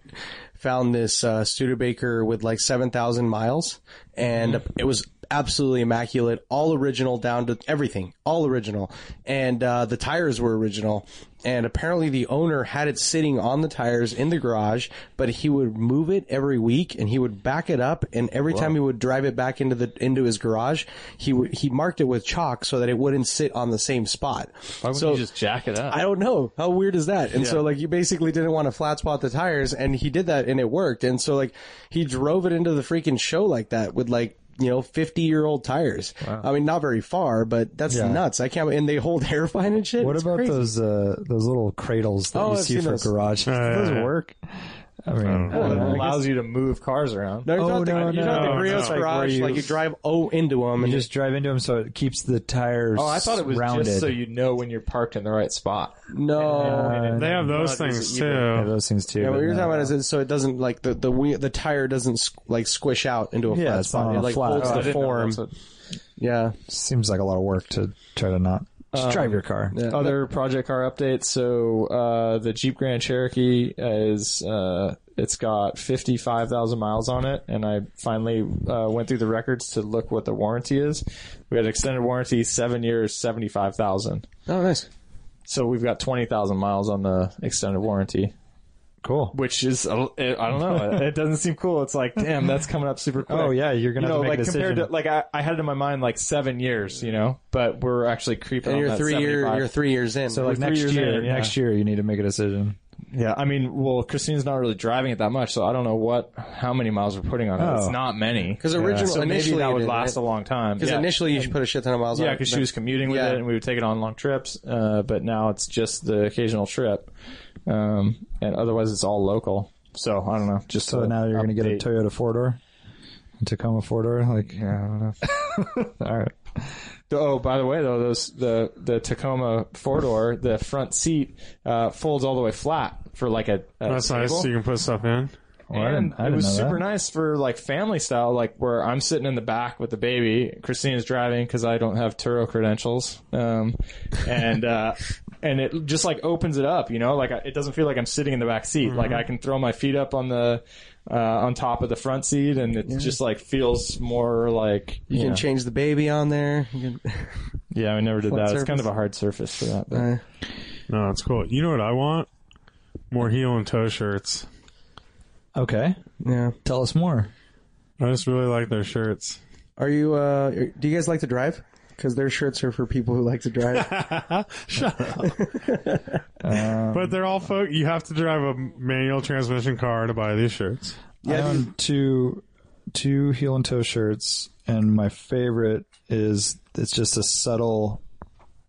Speaker 4: found this uh, Studebaker with like seven thousand miles, and
Speaker 3: Mm-hmm.
Speaker 4: it was absolutely immaculate, all original down to everything, all original, and uh, the tires were original. And apparently, the owner had it sitting on the tires in the garage, but he would move it every week, and he would back it up. And every time he would drive it back into the into his garage, he would he marked it with chalk so that it wouldn't sit on the same spot.
Speaker 3: Why wouldn't
Speaker 4: so
Speaker 3: you just jack it up?
Speaker 4: I don't know. How weird is that? And so like you basically didn't want to flat spot the tires and he did that and it worked. And so like he drove it into the freaking show like that with like you know, fifty-year-old tires. I mean, not very far, but that's
Speaker 1: Yeah.
Speaker 4: nuts. I can't. And they hold air fine and shit.
Speaker 1: What
Speaker 4: It's
Speaker 1: about
Speaker 4: crazy.
Speaker 1: those uh, those little cradles that
Speaker 4: Oh,
Speaker 1: you
Speaker 4: I've
Speaker 1: see
Speaker 4: seen
Speaker 1: for
Speaker 4: those.
Speaker 1: garages? Does those work? I mean,
Speaker 3: Well, Oh, it allows you to move cars around.
Speaker 4: No, you're
Speaker 1: Oh,
Speaker 4: not the,
Speaker 1: no, no,
Speaker 4: you're not
Speaker 5: no,
Speaker 4: the Griot's
Speaker 5: no.
Speaker 1: Like, where
Speaker 4: garage.
Speaker 1: you-
Speaker 4: Like you drive O into them,
Speaker 1: you
Speaker 4: and
Speaker 1: just drive into them so it keeps the tires.
Speaker 3: Oh, I thought it was
Speaker 1: rounded.
Speaker 3: just so you know when you're parked in the right spot.
Speaker 4: no.
Speaker 5: They have those
Speaker 3: not as
Speaker 5: things
Speaker 3: even.
Speaker 1: Yeah,
Speaker 5: too.
Speaker 1: those things too.
Speaker 4: Yeah, what
Speaker 1: but
Speaker 4: you're
Speaker 1: no.
Speaker 4: talking about is it, so it doesn't like the the wheel, the tire doesn't squ- like squish out into a
Speaker 1: Yeah,
Speaker 4: flat
Speaker 1: it's not
Speaker 4: spot.
Speaker 1: on a
Speaker 4: It like
Speaker 1: flat-
Speaker 4: holds
Speaker 1: Oh, I
Speaker 4: the form. Yeah,
Speaker 1: seems like a lot of work to try to not just drive your car.
Speaker 4: Uh,
Speaker 1: Oh,
Speaker 4: yeah.
Speaker 3: other project car updates. So uh, the Jeep Grand Cherokee is uh, it's got fifty five thousand miles on it, and I finally uh, went through the records to look what the warranty is. We had extended warranty seven years, seventy five thousand.
Speaker 4: Oh, nice.
Speaker 3: So we've got twenty thousand miles on the extended warranty.
Speaker 1: Cool.
Speaker 3: Which is, I don't know, it doesn't seem cool. It's like, damn, that's coming up super quick
Speaker 1: Oh yeah, you're gonna
Speaker 3: you
Speaker 1: have
Speaker 3: know,
Speaker 1: to make
Speaker 3: like
Speaker 1: a decision.
Speaker 3: compared to like I, I had it in my mind like seven years, you know, but we're actually creeping.
Speaker 4: And
Speaker 3: on
Speaker 4: you're
Speaker 3: that
Speaker 4: three year
Speaker 3: 75.
Speaker 4: you're three years in.
Speaker 1: so like
Speaker 3: three
Speaker 1: next
Speaker 3: years
Speaker 1: year,
Speaker 3: in, yeah.
Speaker 1: next year you need to make a decision.
Speaker 3: Yeah, I mean, well, Christine's not really driving it that much, so I don't know what how many miles we're putting on it.
Speaker 1: Oh.
Speaker 3: It's not many.
Speaker 4: because originally
Speaker 3: so maybe
Speaker 4: initially
Speaker 3: that
Speaker 4: you
Speaker 3: would
Speaker 4: did,
Speaker 3: last
Speaker 4: right?
Speaker 3: a long time.
Speaker 4: 'Cause
Speaker 3: Yeah.
Speaker 4: initially you should put a shit ton of miles on.
Speaker 3: yeah,
Speaker 4: it,
Speaker 3: because
Speaker 4: but-
Speaker 3: she was commuting with
Speaker 4: Yeah.
Speaker 3: it, and we would take it on long trips. Uh, but now it's just the occasional trip, um, and otherwise it's all local. So I don't know. Just
Speaker 1: So
Speaker 3: a
Speaker 1: now you're going to get a
Speaker 3: update.
Speaker 1: Toyota four door, Tacoma four door. Like,
Speaker 3: Yeah, I don't know.
Speaker 1: all right,
Speaker 3: Oh, by the way, though, those the the Tacoma four door, the front seat uh, folds all the way flat for like a. a
Speaker 5: That's nice.
Speaker 3: table.
Speaker 5: So you can put stuff in.
Speaker 1: Well, I didn't-
Speaker 3: And
Speaker 1: I didn't
Speaker 3: it was
Speaker 1: know
Speaker 3: super
Speaker 1: that.
Speaker 3: nice for like family style, like where I'm sitting in the back with the baby. Christina's driving because I don't have Turo credentials, um, and uh, and it just like opens it up, you know, like I- it doesn't feel like I'm sitting in the back seat. Like
Speaker 1: Mm-hmm.
Speaker 3: I can throw my feet up on the uh, on top of the front seat, and it just like feels more like
Speaker 4: You can
Speaker 3: know.
Speaker 4: change the baby on there. You can-
Speaker 3: Yeah, we never did that. It's kind
Speaker 4: surface.
Speaker 3: of a hard surface for that. But.
Speaker 4: uh,
Speaker 5: No, that's cool. You know what I want? More heel and toe shirts.
Speaker 1: okay.
Speaker 4: yeah.
Speaker 1: Tell us more.
Speaker 5: I just really like their shirts.
Speaker 4: Are you? Uh, do you guys like to drive? Because their shirts are for people who like to drive.
Speaker 5: Shut up. but they're all folk. You have to drive a manual transmission car to buy these shirts.
Speaker 1: I own two two heel and toe shirts, and my favorite is it's just a subtle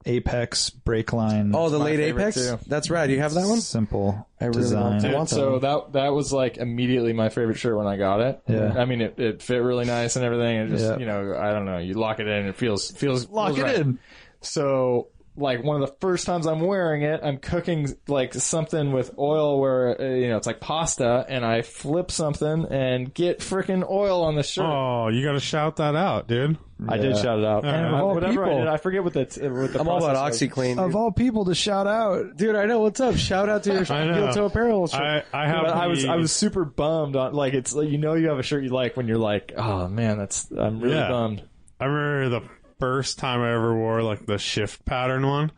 Speaker 1: apex break line.
Speaker 4: oh, the late
Speaker 3: favorite,
Speaker 4: Apex.
Speaker 3: too.
Speaker 4: That's right. Do you have that one?
Speaker 1: simple
Speaker 4: I really
Speaker 1: design.
Speaker 4: want to.
Speaker 3: Dude, so that that was like immediately my favorite shirt when I got it.
Speaker 1: Yeah.
Speaker 3: I mean it, it fit really nice and everything. It just
Speaker 1: Yeah.
Speaker 3: you know I don't know you lock it in it feels feels
Speaker 1: Lock
Speaker 3: feels
Speaker 1: it
Speaker 3: right.
Speaker 1: in.
Speaker 3: So like one of the first times I'm wearing it, I'm cooking like something with oil where uh, you know it's like pasta, and I flip something and get freaking oil on the shirt.
Speaker 5: Oh, you got to shout that out, dude.
Speaker 3: I did
Speaker 1: Yeah.
Speaker 3: shout it out.
Speaker 5: And of
Speaker 3: I-
Speaker 1: all
Speaker 3: whatever I
Speaker 1: people-
Speaker 3: did, I forget what the t- what the
Speaker 4: I'm all about
Speaker 3: process was.
Speaker 4: OxyClean.
Speaker 1: Of
Speaker 4: Dude.
Speaker 1: all people to shout out,
Speaker 4: Dude, I know. What's up? Shout out to your
Speaker 5: I know.
Speaker 4: heel toe apparel. Shirt.
Speaker 5: I, I have.
Speaker 3: But I was
Speaker 5: the-
Speaker 3: I was super bummed on like it's like you know you have a shirt you like when you're like oh man that's I'm really
Speaker 5: Yeah.
Speaker 3: bummed.
Speaker 5: I remember the first time I ever wore like the shift pattern one.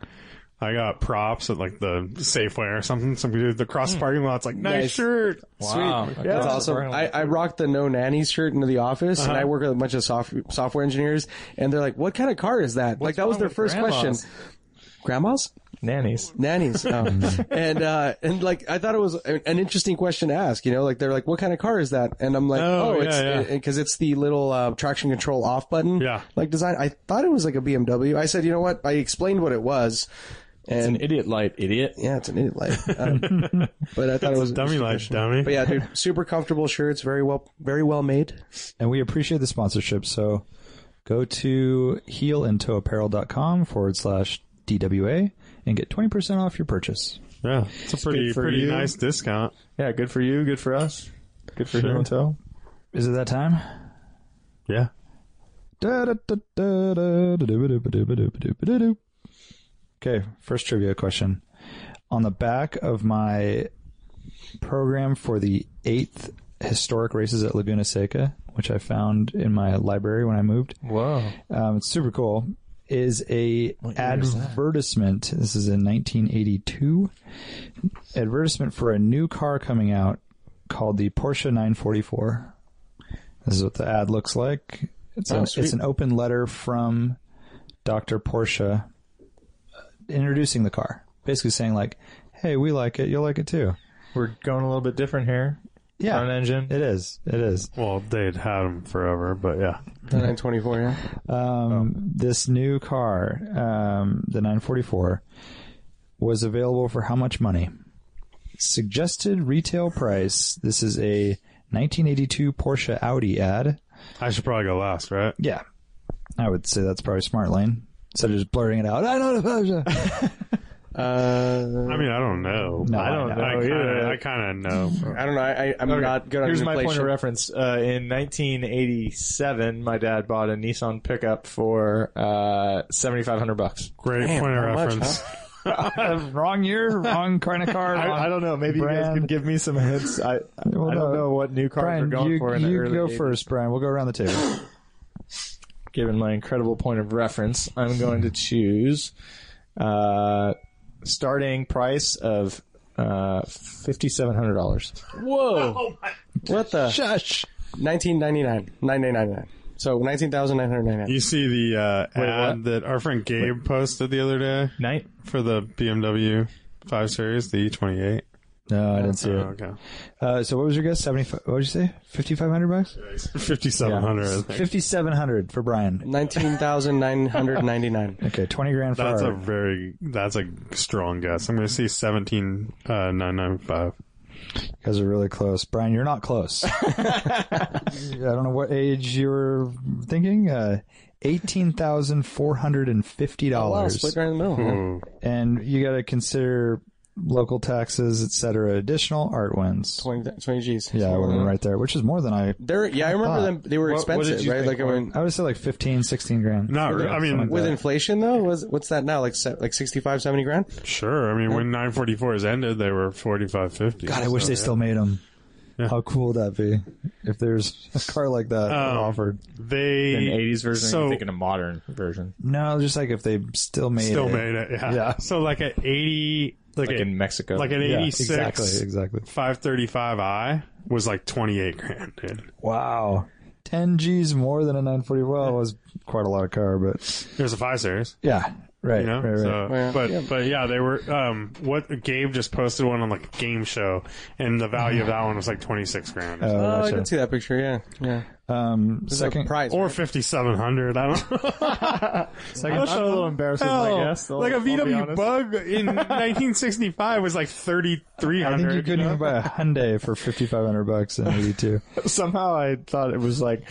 Speaker 5: I got props at like the Safeway or something. Some dude at the cross parking lot's like, nice,
Speaker 4: Nice.
Speaker 5: shirt.
Speaker 3: Wow,
Speaker 4: That's awesome. I, I rocked the no nanny shirt into the office, and I work with a bunch of soft, software engineers, and they're like, "What kind of car is that?" like that was
Speaker 3: wrong
Speaker 4: their
Speaker 3: with
Speaker 4: first
Speaker 3: grandmas?
Speaker 4: question. Grandmas,
Speaker 3: nannies.
Speaker 4: nannies, oh. and uh, and like I thought it was a- an interesting question to ask. You know, like they're like, "What kind of car is that?" And I'm like,
Speaker 5: Oh,
Speaker 4: "Oh,
Speaker 5: yeah,
Speaker 4: it's
Speaker 5: yeah.
Speaker 4: because it's the little uh, traction control off button,
Speaker 5: Yeah.
Speaker 4: like design." I thought it was like a BMW. I said, "You know what?" I explained what it was, and
Speaker 3: An idiot light, idiot.
Speaker 4: yeah, it's an idiot light, um, but I thought it was
Speaker 5: Dummy like dummy.
Speaker 4: But yeah, dude, super comfortable shirts, very well, very well made.
Speaker 1: and we appreciate the sponsorship. So go to heelandtoeapparel.com forward slash DWA and get 20% off your purchase.
Speaker 5: Yeah, it's a pretty
Speaker 3: Good for
Speaker 5: pretty
Speaker 3: you.
Speaker 5: nice discount.
Speaker 3: Yeah, good for you, good for us, good for sure. toe.
Speaker 1: Is it that time?
Speaker 5: Yeah.
Speaker 1: Okay, first trivia question. On the back of my program for the eighth historic races at Laguna Seca, which I found in my library when I moved,
Speaker 3: Whoa,
Speaker 1: um, it's super cool. Is a advertisement. this is in 1982. Advertisement for a new car coming out called the Porsche 944. This is what the ad looks like. It's,
Speaker 4: Oh,
Speaker 1: an,
Speaker 4: sweet.
Speaker 1: it's an open letter from Dr. Porsche uh, introducing the car, basically saying like, "Hey, we like it. You'll like it too."
Speaker 3: we're going a little bit different here.
Speaker 1: Yeah,
Speaker 3: Front engine.
Speaker 1: It is. It is.
Speaker 5: Well, they'd had them forever, but yeah.
Speaker 4: The 924, yeah.
Speaker 1: um, this new car, um, the 944, was available for how much money? Suggested retail price. This is a 1982 Porsche Audi ad.
Speaker 5: I should probably go last, right?
Speaker 1: Yeah, I would say that's probably smart lane instead of just blurting it out. I don't know.
Speaker 4: Uh,
Speaker 5: I mean, I don't know.
Speaker 1: No,
Speaker 5: I don't
Speaker 1: I know.
Speaker 5: know. I kinda, I kinda know.
Speaker 4: I don't know. I, I, I'm not good on
Speaker 3: Here's my
Speaker 4: inflation.
Speaker 3: point of reference. Uh, in 1987, my dad bought a Nissan pickup for uh, 7,500 bucks.
Speaker 5: Great
Speaker 4: Damn,
Speaker 5: point of
Speaker 4: how much,
Speaker 5: reference.
Speaker 1: wrong year, wrong kind of car.
Speaker 3: I, I don't know. Maybe you guys
Speaker 1: Brand.
Speaker 3: can give me some hints. I, I
Speaker 1: Well,
Speaker 3: don't
Speaker 1: no.
Speaker 3: know what new cars are
Speaker 1: Brian,
Speaker 3: going
Speaker 1: you,
Speaker 3: for in the
Speaker 1: you
Speaker 3: early
Speaker 1: go
Speaker 3: 80s.
Speaker 1: first, Brian. We'll go around the table.
Speaker 3: given my incredible point of reference, I'm going to choose uh, starting price of uh, fifty-seven hundred dollars.
Speaker 4: Whoa! What the?
Speaker 1: Shush.
Speaker 4: 1999, 999. So 19,999.
Speaker 5: You see the uh, ad
Speaker 3: what?
Speaker 5: that our friend Gabe posted the other day
Speaker 3: Night.
Speaker 5: for the BMW 5 Series, the E E28.
Speaker 1: No, I didn't see
Speaker 5: Oh,
Speaker 1: it.
Speaker 5: okay.
Speaker 1: Uh, so what was your guess? Seventy five. What did you say? Fifty five hundred bucks.
Speaker 5: 5,700, I think.
Speaker 1: Fifty seven hundred for Brian.
Speaker 4: 19,999.
Speaker 1: Okay, twenty grand for
Speaker 5: That's a
Speaker 1: our,
Speaker 5: very that's a strong guess. I'm going to see seventeen uh, nine nine five.
Speaker 1: You guys are really close. Brian, you're not close. I don't know what age you were thinking. Uh, $18,450.
Speaker 4: Oh, wow, split right in the middle. huh?
Speaker 1: and you got to consider local taxes, et cetera. Additional art wins.
Speaker 4: 20, 20 G's.
Speaker 1: Yeah, I would have been right there, which is more than I.
Speaker 4: They're, yeah, I remember them. They were
Speaker 3: What- what did
Speaker 4: expensive,
Speaker 3: you
Speaker 4: right?
Speaker 3: think,
Speaker 4: Like, I mean,
Speaker 1: I would say like 15, 16 grand.
Speaker 5: Not really. I mean,
Speaker 1: Something
Speaker 4: with inflation though, was what's that now? Like, se- like 65, 70 grand?
Speaker 5: sure. I mean, when 944s ended, they were 45.50.
Speaker 1: God, I wish they still made them. How cool would that be if there's a car like that
Speaker 5: Oh.
Speaker 1: offered?
Speaker 5: they
Speaker 3: An 80s
Speaker 5: So
Speaker 3: version, so, I'm thinking a modern version.
Speaker 1: No, just like if they still made
Speaker 5: still
Speaker 1: it.
Speaker 5: made it. Yeah.
Speaker 1: Yeah.
Speaker 5: So like an 80, like,
Speaker 3: Like
Speaker 5: a,
Speaker 3: in Mexico.
Speaker 5: like an
Speaker 1: Yeah,
Speaker 5: 86
Speaker 1: exactly, exactly.
Speaker 5: 535i was like 28 grand, dude.
Speaker 1: Wow. 10 G's more than a 940. Well, it was quite a lot of car, but
Speaker 5: It was a 5 series.
Speaker 1: yeah, right,
Speaker 5: you know
Speaker 1: right, right.
Speaker 5: so
Speaker 4: Well,
Speaker 5: but
Speaker 4: yeah.
Speaker 5: but yeah they were um what gabe just posted one on like a game show and the value of that one was like 26 grand
Speaker 1: Oh,
Speaker 4: Oh, I
Speaker 1: gotcha.
Speaker 4: did see that picture. Yeah, yeah.
Speaker 1: um,
Speaker 4: It's a
Speaker 1: second,
Speaker 4: prize.
Speaker 5: or 5700 i don't know
Speaker 3: I'm, I'm a little embarrassed with my
Speaker 5: Hell,
Speaker 3: guess. I'll-
Speaker 5: like a
Speaker 3: I'll be
Speaker 5: vw
Speaker 3: honest.
Speaker 5: bug in 1965 was
Speaker 1: I
Speaker 5: like
Speaker 1: think
Speaker 5: 3300
Speaker 1: you couldn't
Speaker 5: know?
Speaker 1: even buy a Hyundai for 5,500 bucks in 82.
Speaker 3: somehow I thought it was like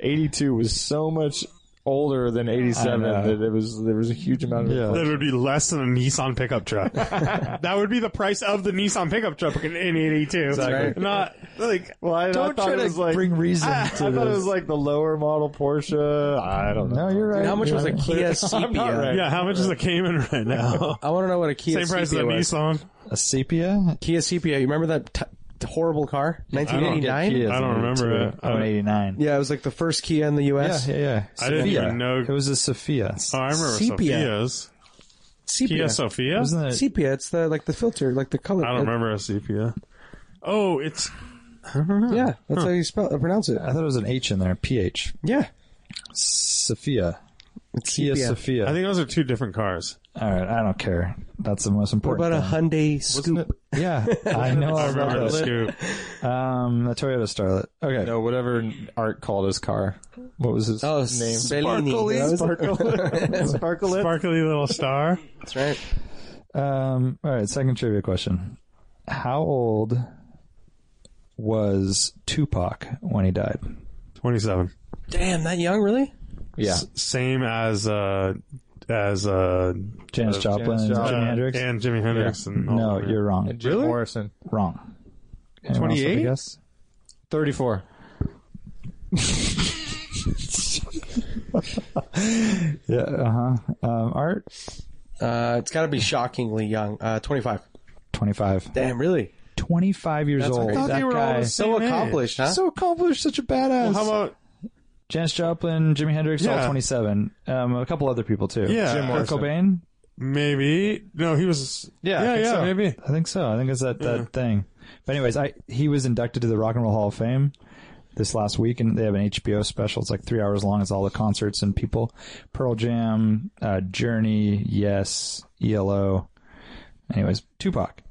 Speaker 3: 82 was so much older than 87
Speaker 1: I know.
Speaker 3: that it was there was a huge amount of
Speaker 1: Yeah.
Speaker 5: that would be less than a Nissan pickup truck. that would be the price of the Nissan pickup truck in in '82.
Speaker 4: right.
Speaker 5: Not like
Speaker 3: Well, I, I
Speaker 1: Don't
Speaker 3: thought
Speaker 1: try
Speaker 3: it
Speaker 1: to
Speaker 3: was like ah,
Speaker 1: bring reason
Speaker 3: I, I
Speaker 1: to
Speaker 3: thought it
Speaker 1: this.
Speaker 3: was like the lower model Porsche. I don't know.
Speaker 1: No, you're right.
Speaker 4: How much
Speaker 1: You're
Speaker 4: was a
Speaker 1: right.
Speaker 4: Kia Sepia?
Speaker 3: right.
Speaker 5: yeah. How much is the Cayman right now?
Speaker 4: I want to know what a
Speaker 5: Same
Speaker 4: Kia
Speaker 5: price as a
Speaker 4: Sepia was.
Speaker 5: Nissan.
Speaker 1: A sepia?
Speaker 4: Kia Sepia. You remember that t- t- horrible car,
Speaker 1: Yeah,
Speaker 4: 1989?
Speaker 1: Kias
Speaker 5: I don't
Speaker 1: in 82.
Speaker 5: remember it.
Speaker 1: Oh, in 89.
Speaker 4: Yeah, it was like the first Kia in the
Speaker 1: yeah,
Speaker 4: U.S.
Speaker 1: yeah, yeah.
Speaker 5: I didn't
Speaker 1: Sophia.
Speaker 5: even know-
Speaker 1: It was a Sophia.
Speaker 5: Oh, I remember
Speaker 4: Sepia.
Speaker 5: Sophia's.
Speaker 4: Sepia.
Speaker 5: Kia Sophia?
Speaker 1: Wasn't it?
Speaker 4: Sepia. It's the like the filter, like the color.
Speaker 5: I don't remember a sepia. Oh, it's
Speaker 4: Yeah, that's how you spell uh, pronounce it.
Speaker 1: I thought it was an H in there. PH.
Speaker 4: Yeah,
Speaker 1: Sophia.
Speaker 4: it's
Speaker 1: Kia
Speaker 4: Sepia.
Speaker 1: Sophia.
Speaker 5: I think those are two different cars.
Speaker 1: All right, I don't care. That's the most
Speaker 4: What
Speaker 1: important.
Speaker 4: about a Hyundai Scoop?
Speaker 1: thing. Yeah, I know.
Speaker 5: I
Speaker 1: I
Speaker 5: remember
Speaker 1: remember
Speaker 5: the scoop.
Speaker 1: Um, the Toyota Starlet. Okay,
Speaker 3: No, whatever Art called his car.
Speaker 1: what was his?
Speaker 4: Oh,
Speaker 1: Sparkly.
Speaker 4: Spellini.
Speaker 3: Sparkle, sparkle it.
Speaker 5: Sparkly little star.
Speaker 4: That's right.
Speaker 1: Um, all right, second trivia question. How old was Tupac when he died?
Speaker 5: 27.
Speaker 4: Damn, that young, really?
Speaker 3: Yeah,
Speaker 5: Same as, uh, as, uh,
Speaker 1: Janis Joplin and
Speaker 3: Joplin.
Speaker 1: Jimi
Speaker 5: uh,
Speaker 1: Hendrix?
Speaker 5: and Jimi Hendrix. And all
Speaker 1: no,
Speaker 5: that.
Speaker 1: you're wrong.
Speaker 3: Jim Morrison,
Speaker 1: Wrong. Anyone else have a
Speaker 5: 28?
Speaker 1: guess?
Speaker 3: 34.
Speaker 1: Yeah, uh huh. Um, Art,
Speaker 4: Uh, it's got to be shockingly young. Uh, 25.
Speaker 1: 25.
Speaker 4: Damn, really?
Speaker 1: 25 years old.
Speaker 4: crazy.
Speaker 1: That
Speaker 5: they were all
Speaker 1: guy.
Speaker 5: the
Speaker 4: So
Speaker 5: Same age.
Speaker 4: accomplished, huh?
Speaker 1: So accomplished, such a badass.
Speaker 5: How about,
Speaker 1: Janis Joplin, Jimi Hendrix, all
Speaker 5: Yeah.
Speaker 1: 27. Um, a couple other people too.
Speaker 5: Yeah. Jim
Speaker 1: Kurt
Speaker 3: Morrison.
Speaker 1: Cobain.
Speaker 5: maybe, no, he was,
Speaker 3: Yeah, I
Speaker 5: yeah,
Speaker 3: think
Speaker 5: yeah
Speaker 3: so.
Speaker 5: maybe.
Speaker 1: I think so. I think it's that, that thing. But anyways, I he was inducted to the Rock and Roll Hall of Fame this last week, and they have an HBO special. It's like three hours long. It's all the concerts and people. Pearl Jam, uh, Journey, Yes, ELO. Anyways, Tupac.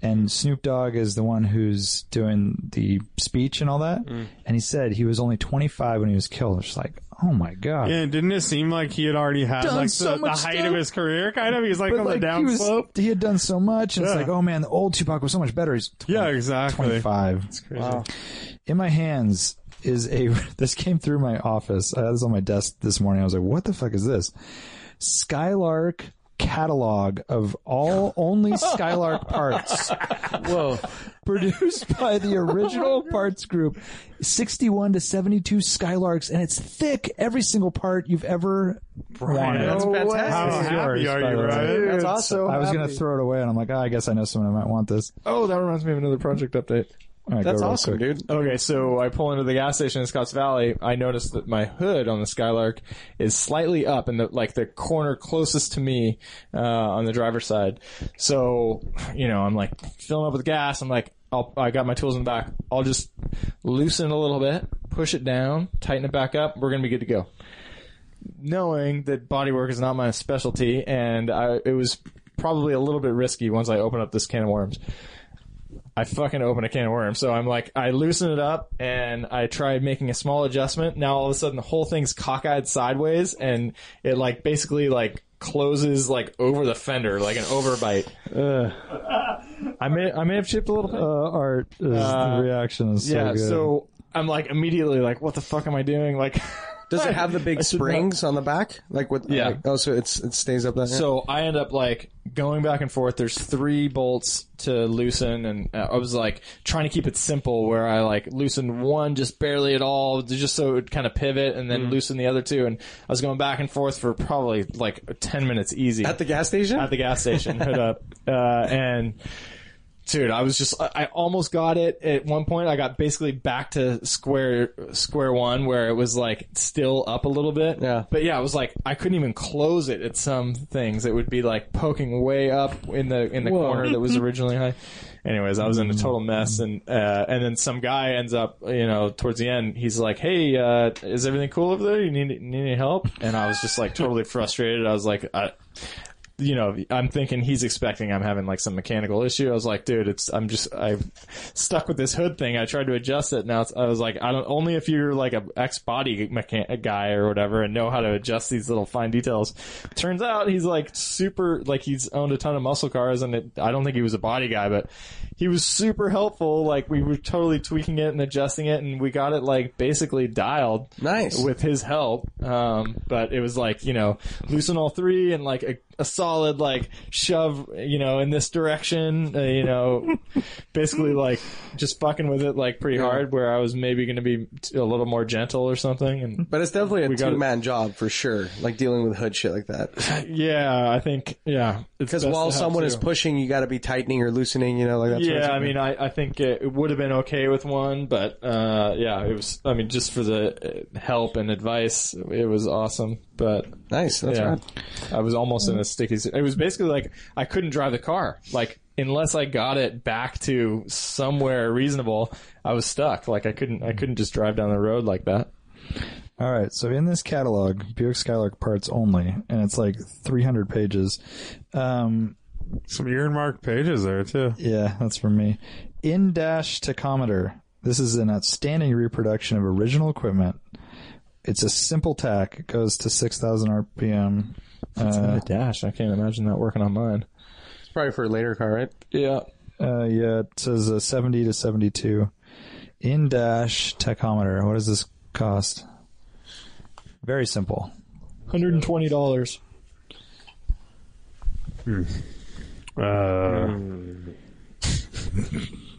Speaker 1: And Snoop Dogg is the one who's doing the speech and all that.
Speaker 5: Mm.
Speaker 1: And he said he was only 25 when he was killed. It's just like, oh my God.
Speaker 5: Yeah, didn't it seem like he had already had
Speaker 1: Done
Speaker 5: like
Speaker 1: so
Speaker 5: the, the
Speaker 1: much
Speaker 5: height
Speaker 1: stuff.
Speaker 5: of his career, kind of? He's like
Speaker 1: But
Speaker 5: on
Speaker 1: like
Speaker 5: the
Speaker 1: he, was,
Speaker 5: downslope.
Speaker 1: he had done so much, and it's
Speaker 5: Yeah.
Speaker 1: like, oh man, the old Tupac was so much better. He's 20,
Speaker 5: Yeah, exactly.
Speaker 1: 25.
Speaker 4: Wow.
Speaker 1: In my hands is a. This came through my office. I had this on my desk this morning. I was like, "What the fuck is this?" Skylark catalog of all only Skylark parts. Whoa. Produced by the original parts group, 61 to 72 Skylarks, and it's thick every single part you've ever wanted.
Speaker 5: that's
Speaker 4: No
Speaker 5: fantastic.
Speaker 4: way.
Speaker 5: How happy
Speaker 1: Yours,
Speaker 5: are
Speaker 1: by
Speaker 5: you,
Speaker 1: the way.
Speaker 5: right?
Speaker 3: Dude,
Speaker 4: That's awesome.
Speaker 1: I was going to
Speaker 3: happy.
Speaker 1: throw it away, and I'm like, "Ah, I guess I know someone who might want this.
Speaker 3: Oh, that reminds me of another project update.
Speaker 1: All right,
Speaker 4: That's
Speaker 1: go real
Speaker 4: awesome,
Speaker 1: quick.
Speaker 4: dude.
Speaker 3: Okay, so I pull into the gas station in Scotts Valley. I notice that my hood on the Skylark is slightly up in the like the corner closest to me uh, on the driver's side. So, you know, I'm like filling up with gas. I'm like, I'll, I got my tools in the back. I'll just loosen it a little bit, push it down, tighten it back up. We're gonna be good to go. Knowing that bodywork is not my specialty, and I, it was probably a little bit risky once I open up this can of worms. I fucking open a can of worms. So I'm like, I loosen it up and I try making a small adjustment. Now all of a sudden the whole thing's cockeyed sideways and it like basically like closes like over the fender, like an overbite. I may I may have chipped a little. thing.
Speaker 1: Uh, art is,
Speaker 3: Uh,
Speaker 1: the reaction is so
Speaker 3: yeah,
Speaker 1: good.
Speaker 3: so I'm like immediately like, what the fuck am I doing? Like,
Speaker 4: Does it have the
Speaker 3: I
Speaker 4: big
Speaker 3: should
Speaker 4: springs on the back? Like with
Speaker 3: Yeah.
Speaker 4: like- oh, so it's it stays up that.
Speaker 3: So I end up like going back and forth. There's three bolts to loosen, and uh, I was like trying to keep it simple, where I like loosened one just barely at all, just so it would kind of pivot, and
Speaker 4: Mm-hmm.
Speaker 3: then loosen the other two. And I was going back and forth for probably like ten minutes easy
Speaker 4: at the gas station.
Speaker 3: at the gas station, hood up, uh, and dude, I was just I I almost got it at one point. I got basically back to square square one where it was like still up a little bit.
Speaker 4: Yeah.
Speaker 3: But yeah, I was like I couldn't even close it at some things. It would be like poking way up in the in the corner that was originally high. Anyways, I was in a total mess, and uh, and then some guy ends up, you know, towards the end, he's like, "Hey, uh, is everything cool over there? You need need any help?" And I was just like totally frustrated. I was like, I, you know, I'm thinking he's expecting I'm having like some mechanical issue. I was like, dude, it's I'm just I'm stuck with this hood thing. I tried to adjust it. Now it's, I was like, I don't only if you're like a ex body mechan- guy or whatever and know how to adjust these little fine details. Turns out he's like super like he's owned a ton of muscle cars and it, I don't think he was a body guy, but he was super helpful. Like we were totally tweaking it and adjusting it, and we got it like basically dialed
Speaker 4: Nice.
Speaker 3: with his help. Um, but it was like, you know, loosen all three and like a, a solid like shove, you know, in this direction, uh, you know, basically like just fucking with it like pretty hard where I was maybe going to be t- a little more gentle or something. And
Speaker 4: but it's definitely a
Speaker 3: got it.
Speaker 4: two man job for sure. Like dealing with hood shit like that.
Speaker 3: yeah, I think, yeah.
Speaker 4: Because while someone is pushing, you got to be tightening or loosening. You know, like that's
Speaker 3: yeah, I mean, uh, I, I think it, it would have been okay with one, but uh, yeah, it was. I mean, just for the uh, help and advice, it was awesome. But
Speaker 4: nice. That's
Speaker 3: yeah,
Speaker 4: right.
Speaker 3: I was almost in a sticky. si- It was basically like I couldn't drive the car. Like unless I got it back to somewhere reasonable, I was stuck. Like I couldn't. I couldn't just drive down the road like that.
Speaker 1: All right, so in this catalog, Buick Skylark parts only, and it's like 300 pages. Um,
Speaker 5: Some earmarked pages there too.
Speaker 1: yeah, that's from me. In dash tachometer. This is an outstanding reproduction of original equipment. It's a simple tack. It goes to 6,000 RPM. Uh,
Speaker 3: dash. I can't imagine that working on mine.
Speaker 4: It's probably for a later car, right?
Speaker 3: Yeah.
Speaker 1: uh, yeah, it says uh, 70 to 72. In dash tachometer. What does this cost? Very simple.
Speaker 3: Hundred and twenty dollars.
Speaker 1: Hmm,
Speaker 5: Uh,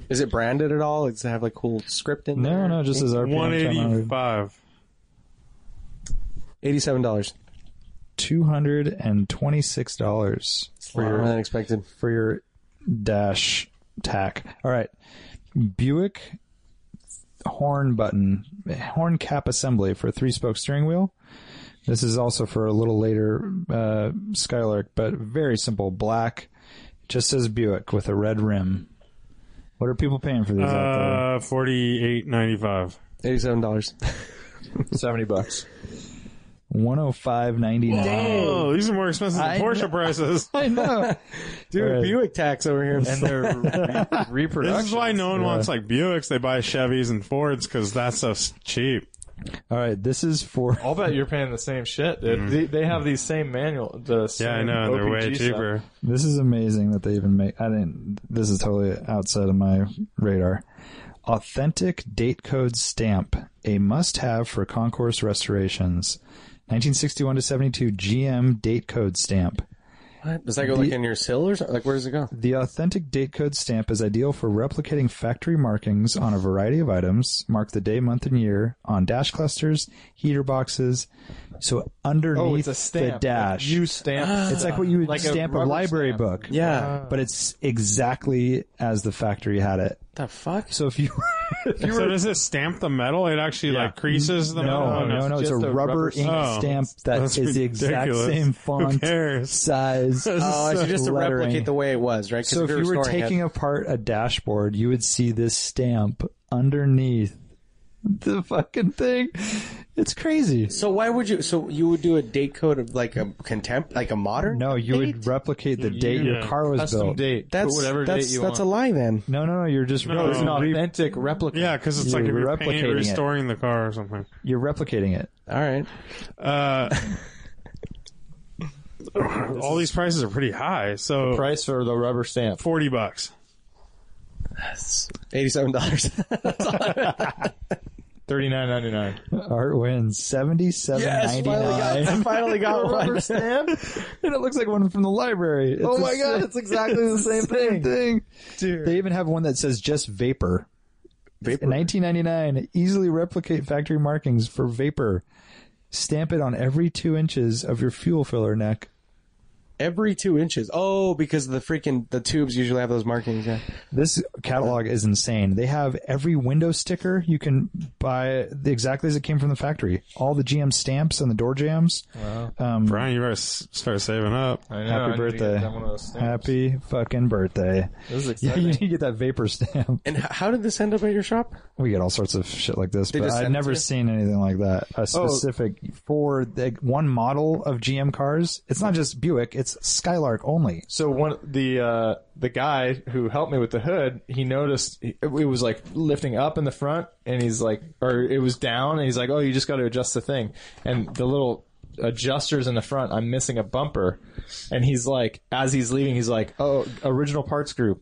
Speaker 4: Is it branded at all? Does it have like cool script in there?
Speaker 1: No, no, just as RPM.
Speaker 5: one eighty
Speaker 1: 185.
Speaker 5: five.
Speaker 4: Eighty-seven dollars.
Speaker 1: $226.
Speaker 4: More than expected.
Speaker 1: for your dash tack. All right. Buick horn button, horn cap assembly for three spoke steering wheel. This is also for a little later uh, Skylark, but very simple. Black, just says Buick with a red rim. What are people paying for these out
Speaker 5: Uh, forty eight ninety five.
Speaker 4: Eighty-seven dollars.
Speaker 3: Seventy bucks.
Speaker 1: there? One hundred five ninety nine.
Speaker 5: Oh, these are more expensive than
Speaker 1: I
Speaker 5: Porsche prices.
Speaker 1: I know.
Speaker 4: Dude,
Speaker 1: Right.
Speaker 4: Buick tax over here.
Speaker 3: And they're re- reproduction.
Speaker 5: This is why no one wants like Buicks. They buy Chevys and Fords because that stuff's cheap.
Speaker 1: All right, this is for
Speaker 3: I'll bet you're paying the same shit. dude. They, they have these same manual. The same
Speaker 5: Mm-hmm. Yeah, I know. They're way
Speaker 3: OPG stuff.
Speaker 5: cheaper.
Speaker 1: This is amazing that they even make. I didn't. This is totally outside of my radar. Authentic date code stamp, a must-have for concourse restorations. 1961 to 72 GM date code stamp.
Speaker 4: What? Does that go like in your sill or something? Like where does it go?
Speaker 1: The authentic date code stamp is ideal for replicating factory markings on a variety of items. Mark the day, month, and year on dash clusters, heater boxes. So underneath
Speaker 3: Oh, it's a stamp.
Speaker 1: the dash,
Speaker 3: Like you stamp.
Speaker 1: it's like what you would
Speaker 3: like a
Speaker 1: stamp a,
Speaker 3: rubber
Speaker 1: library
Speaker 3: stamp.
Speaker 1: book.
Speaker 4: Yeah.
Speaker 1: but it's exactly as the factory had it.
Speaker 4: the fuck?
Speaker 1: So if you
Speaker 5: So does it stamp the metal? It actually like creases the
Speaker 1: no
Speaker 5: metal.
Speaker 1: no no, it's a
Speaker 3: just a
Speaker 1: rubber,
Speaker 3: rubber
Speaker 1: ink stamp
Speaker 5: stamp.
Speaker 1: that is
Speaker 5: Oh, That's
Speaker 1: the exact
Speaker 5: ridiculous.
Speaker 1: same
Speaker 5: Who
Speaker 1: font
Speaker 5: cares?
Speaker 1: size.
Speaker 4: Oh, I see, just to
Speaker 1: lettering.
Speaker 4: replicate the way it was, right? 'Cause
Speaker 1: so if you were
Speaker 4: restoring it-
Speaker 1: taking apart a dashboard, you would see this stamp underneath the fucking thing. It's crazy.
Speaker 4: so why would you? So you would do a date code of like a contempt, like a modern?
Speaker 1: No, you would replicate the date your
Speaker 5: Yeah.
Speaker 1: car was
Speaker 3: custom
Speaker 1: built.
Speaker 3: date.
Speaker 4: that's
Speaker 3: Put whatever
Speaker 4: that's
Speaker 3: date you
Speaker 4: that's
Speaker 3: want.
Speaker 4: a lie. Then
Speaker 1: No, no, no. You're just
Speaker 5: No, it's
Speaker 3: It's an authentic replica.
Speaker 5: Yeah, because it's
Speaker 1: You're
Speaker 5: like if you're paint,
Speaker 1: replicating it.
Speaker 5: restoring the car or something.
Speaker 1: you're replicating it.
Speaker 4: all right.
Speaker 5: Uh, all these prices are pretty high. So
Speaker 3: Price for the rubber stamp.
Speaker 5: forty bucks.
Speaker 4: Eighty-seven dollars.
Speaker 3: Thirty nine ninety nine.
Speaker 1: Art wins seventy seven
Speaker 4: yes,
Speaker 1: ninety
Speaker 4: finally got,
Speaker 1: nine,
Speaker 4: finally got one.
Speaker 1: and it looks like one from the library. It's
Speaker 4: Oh
Speaker 1: the
Speaker 4: my God,
Speaker 1: same-
Speaker 4: it's exactly the
Speaker 1: it's
Speaker 4: same thing.
Speaker 1: thing. They even have one that says just vapor. In 1999, easily replicate factory markings for vapor. Stamp it on every two inches of your fuel filler neck.
Speaker 4: Every two inches. Oh, because the freaking the tubes usually have those markings. Yeah.
Speaker 1: This catalog is insane. They have every window sticker you can buy the, exactly as it came from the factory. All the GM stamps and the door jams. Wow. Um,
Speaker 5: Brian, you better s- start saving up.
Speaker 3: I know,
Speaker 1: happy
Speaker 3: I need to
Speaker 1: birthday.
Speaker 3: get them one of those stamps.
Speaker 1: Happy fucking birthday.
Speaker 3: This is
Speaker 1: Yeah, you
Speaker 3: exciting.
Speaker 1: need to get that vapor stamp.
Speaker 4: And h- how did this end up at your shop?
Speaker 1: We get all sorts of shit like this, but
Speaker 4: just
Speaker 1: I've
Speaker 4: send it to
Speaker 1: never
Speaker 4: you?
Speaker 1: seen anything like that.
Speaker 3: Oh.
Speaker 1: A specific for the one model of GM cars. It's not just Buick; it's Skylark only.
Speaker 3: So one the uh, the guy who helped me with the hood, he noticed it was like lifting up in the front, and he's like, or it was down, and he's like, oh, you just got to adjust the thing, and the little adjusters in the front, I'm missing a bumper, and he's like, as he's leaving, he's like, oh, original parts group,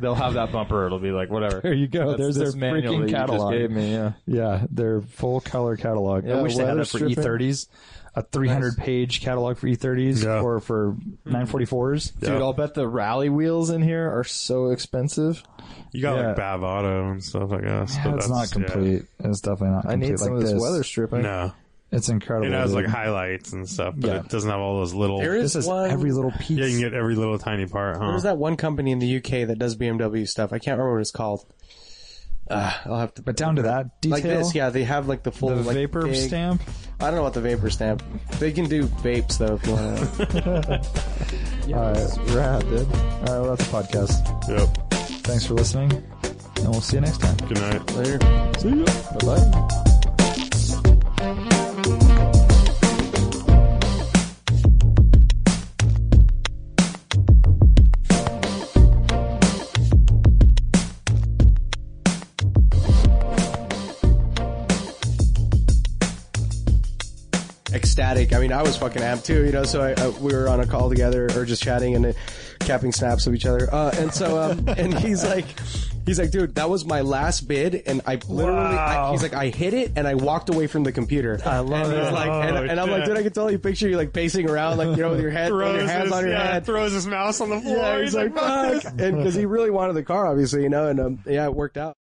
Speaker 3: they'll have that bumper, it'll be like whatever.
Speaker 1: There you go. There's
Speaker 3: this
Speaker 1: their
Speaker 3: manual
Speaker 1: freaking
Speaker 3: that you just
Speaker 1: catalog.
Speaker 3: gave me, yeah.
Speaker 1: Yeah, their full color catalog. I
Speaker 3: Yeah,
Speaker 1: wish they had
Speaker 3: weather
Speaker 1: that for
Speaker 3: stripping.
Speaker 1: E30s, a 300 page catalog for E30s
Speaker 5: Yeah.
Speaker 1: or for
Speaker 3: Hmm.
Speaker 1: 944s.
Speaker 3: Dude, I'll bet the rally wheels in here are so expensive.
Speaker 5: You got like
Speaker 1: Yeah.
Speaker 5: Bav Auto and stuff, I guess.
Speaker 1: Yeah,
Speaker 5: but
Speaker 1: it's
Speaker 5: that's-
Speaker 1: not complete. It's definitely not
Speaker 3: I
Speaker 1: complete.
Speaker 3: need some
Speaker 1: like
Speaker 3: of this, weather stripping.
Speaker 5: No.
Speaker 1: It's incredible.
Speaker 5: It has
Speaker 1: dude.
Speaker 5: like highlights and stuff, but
Speaker 1: Yeah.
Speaker 5: it doesn't have all those little.
Speaker 4: There
Speaker 1: this
Speaker 4: is
Speaker 1: is
Speaker 4: one.
Speaker 1: every little piece.
Speaker 5: yeah, you can get every little tiny part, huh?
Speaker 4: there's that one company in the UK that does BMW stuff. I can't remember what it's called. Uh, I'll have to.
Speaker 1: but down to that detail,
Speaker 4: like this, yeah. They have like the full
Speaker 1: the
Speaker 4: like,
Speaker 1: vapor
Speaker 4: big-
Speaker 1: stamp.
Speaker 4: I don't know about the vapor stamp. They can do vapes though. If you want to.
Speaker 1: All right, rad, dude. All right, well, that's the podcast.
Speaker 5: Yep.
Speaker 1: Thanks for listening, and we'll see you next time.
Speaker 5: Good night.
Speaker 4: Later.
Speaker 5: See ya.
Speaker 4: Bye bye. ecstatic. I mean, I was fucking amped too, you know. So I, uh, we were on a call together, or just chatting and uh, capping snaps of each other. Uh, and so, um, and he's like, he's like, dude, that was my last bid, and I literally, I, he's like, I hit it, and I walked away from the computer. I love and he's
Speaker 5: it.
Speaker 4: Like, and, and I'm
Speaker 5: Oh,
Speaker 4: like, dude, I can totally picture you like pacing around, like you know, with your head, with your
Speaker 5: Throws
Speaker 4: hands
Speaker 5: his,
Speaker 4: on your
Speaker 5: yeah,
Speaker 4: head.
Speaker 5: throws his mouse on the floor.
Speaker 4: Yeah, he's like, fuck, and because he really wanted the car, obviously, you know, and um, yeah, it worked out.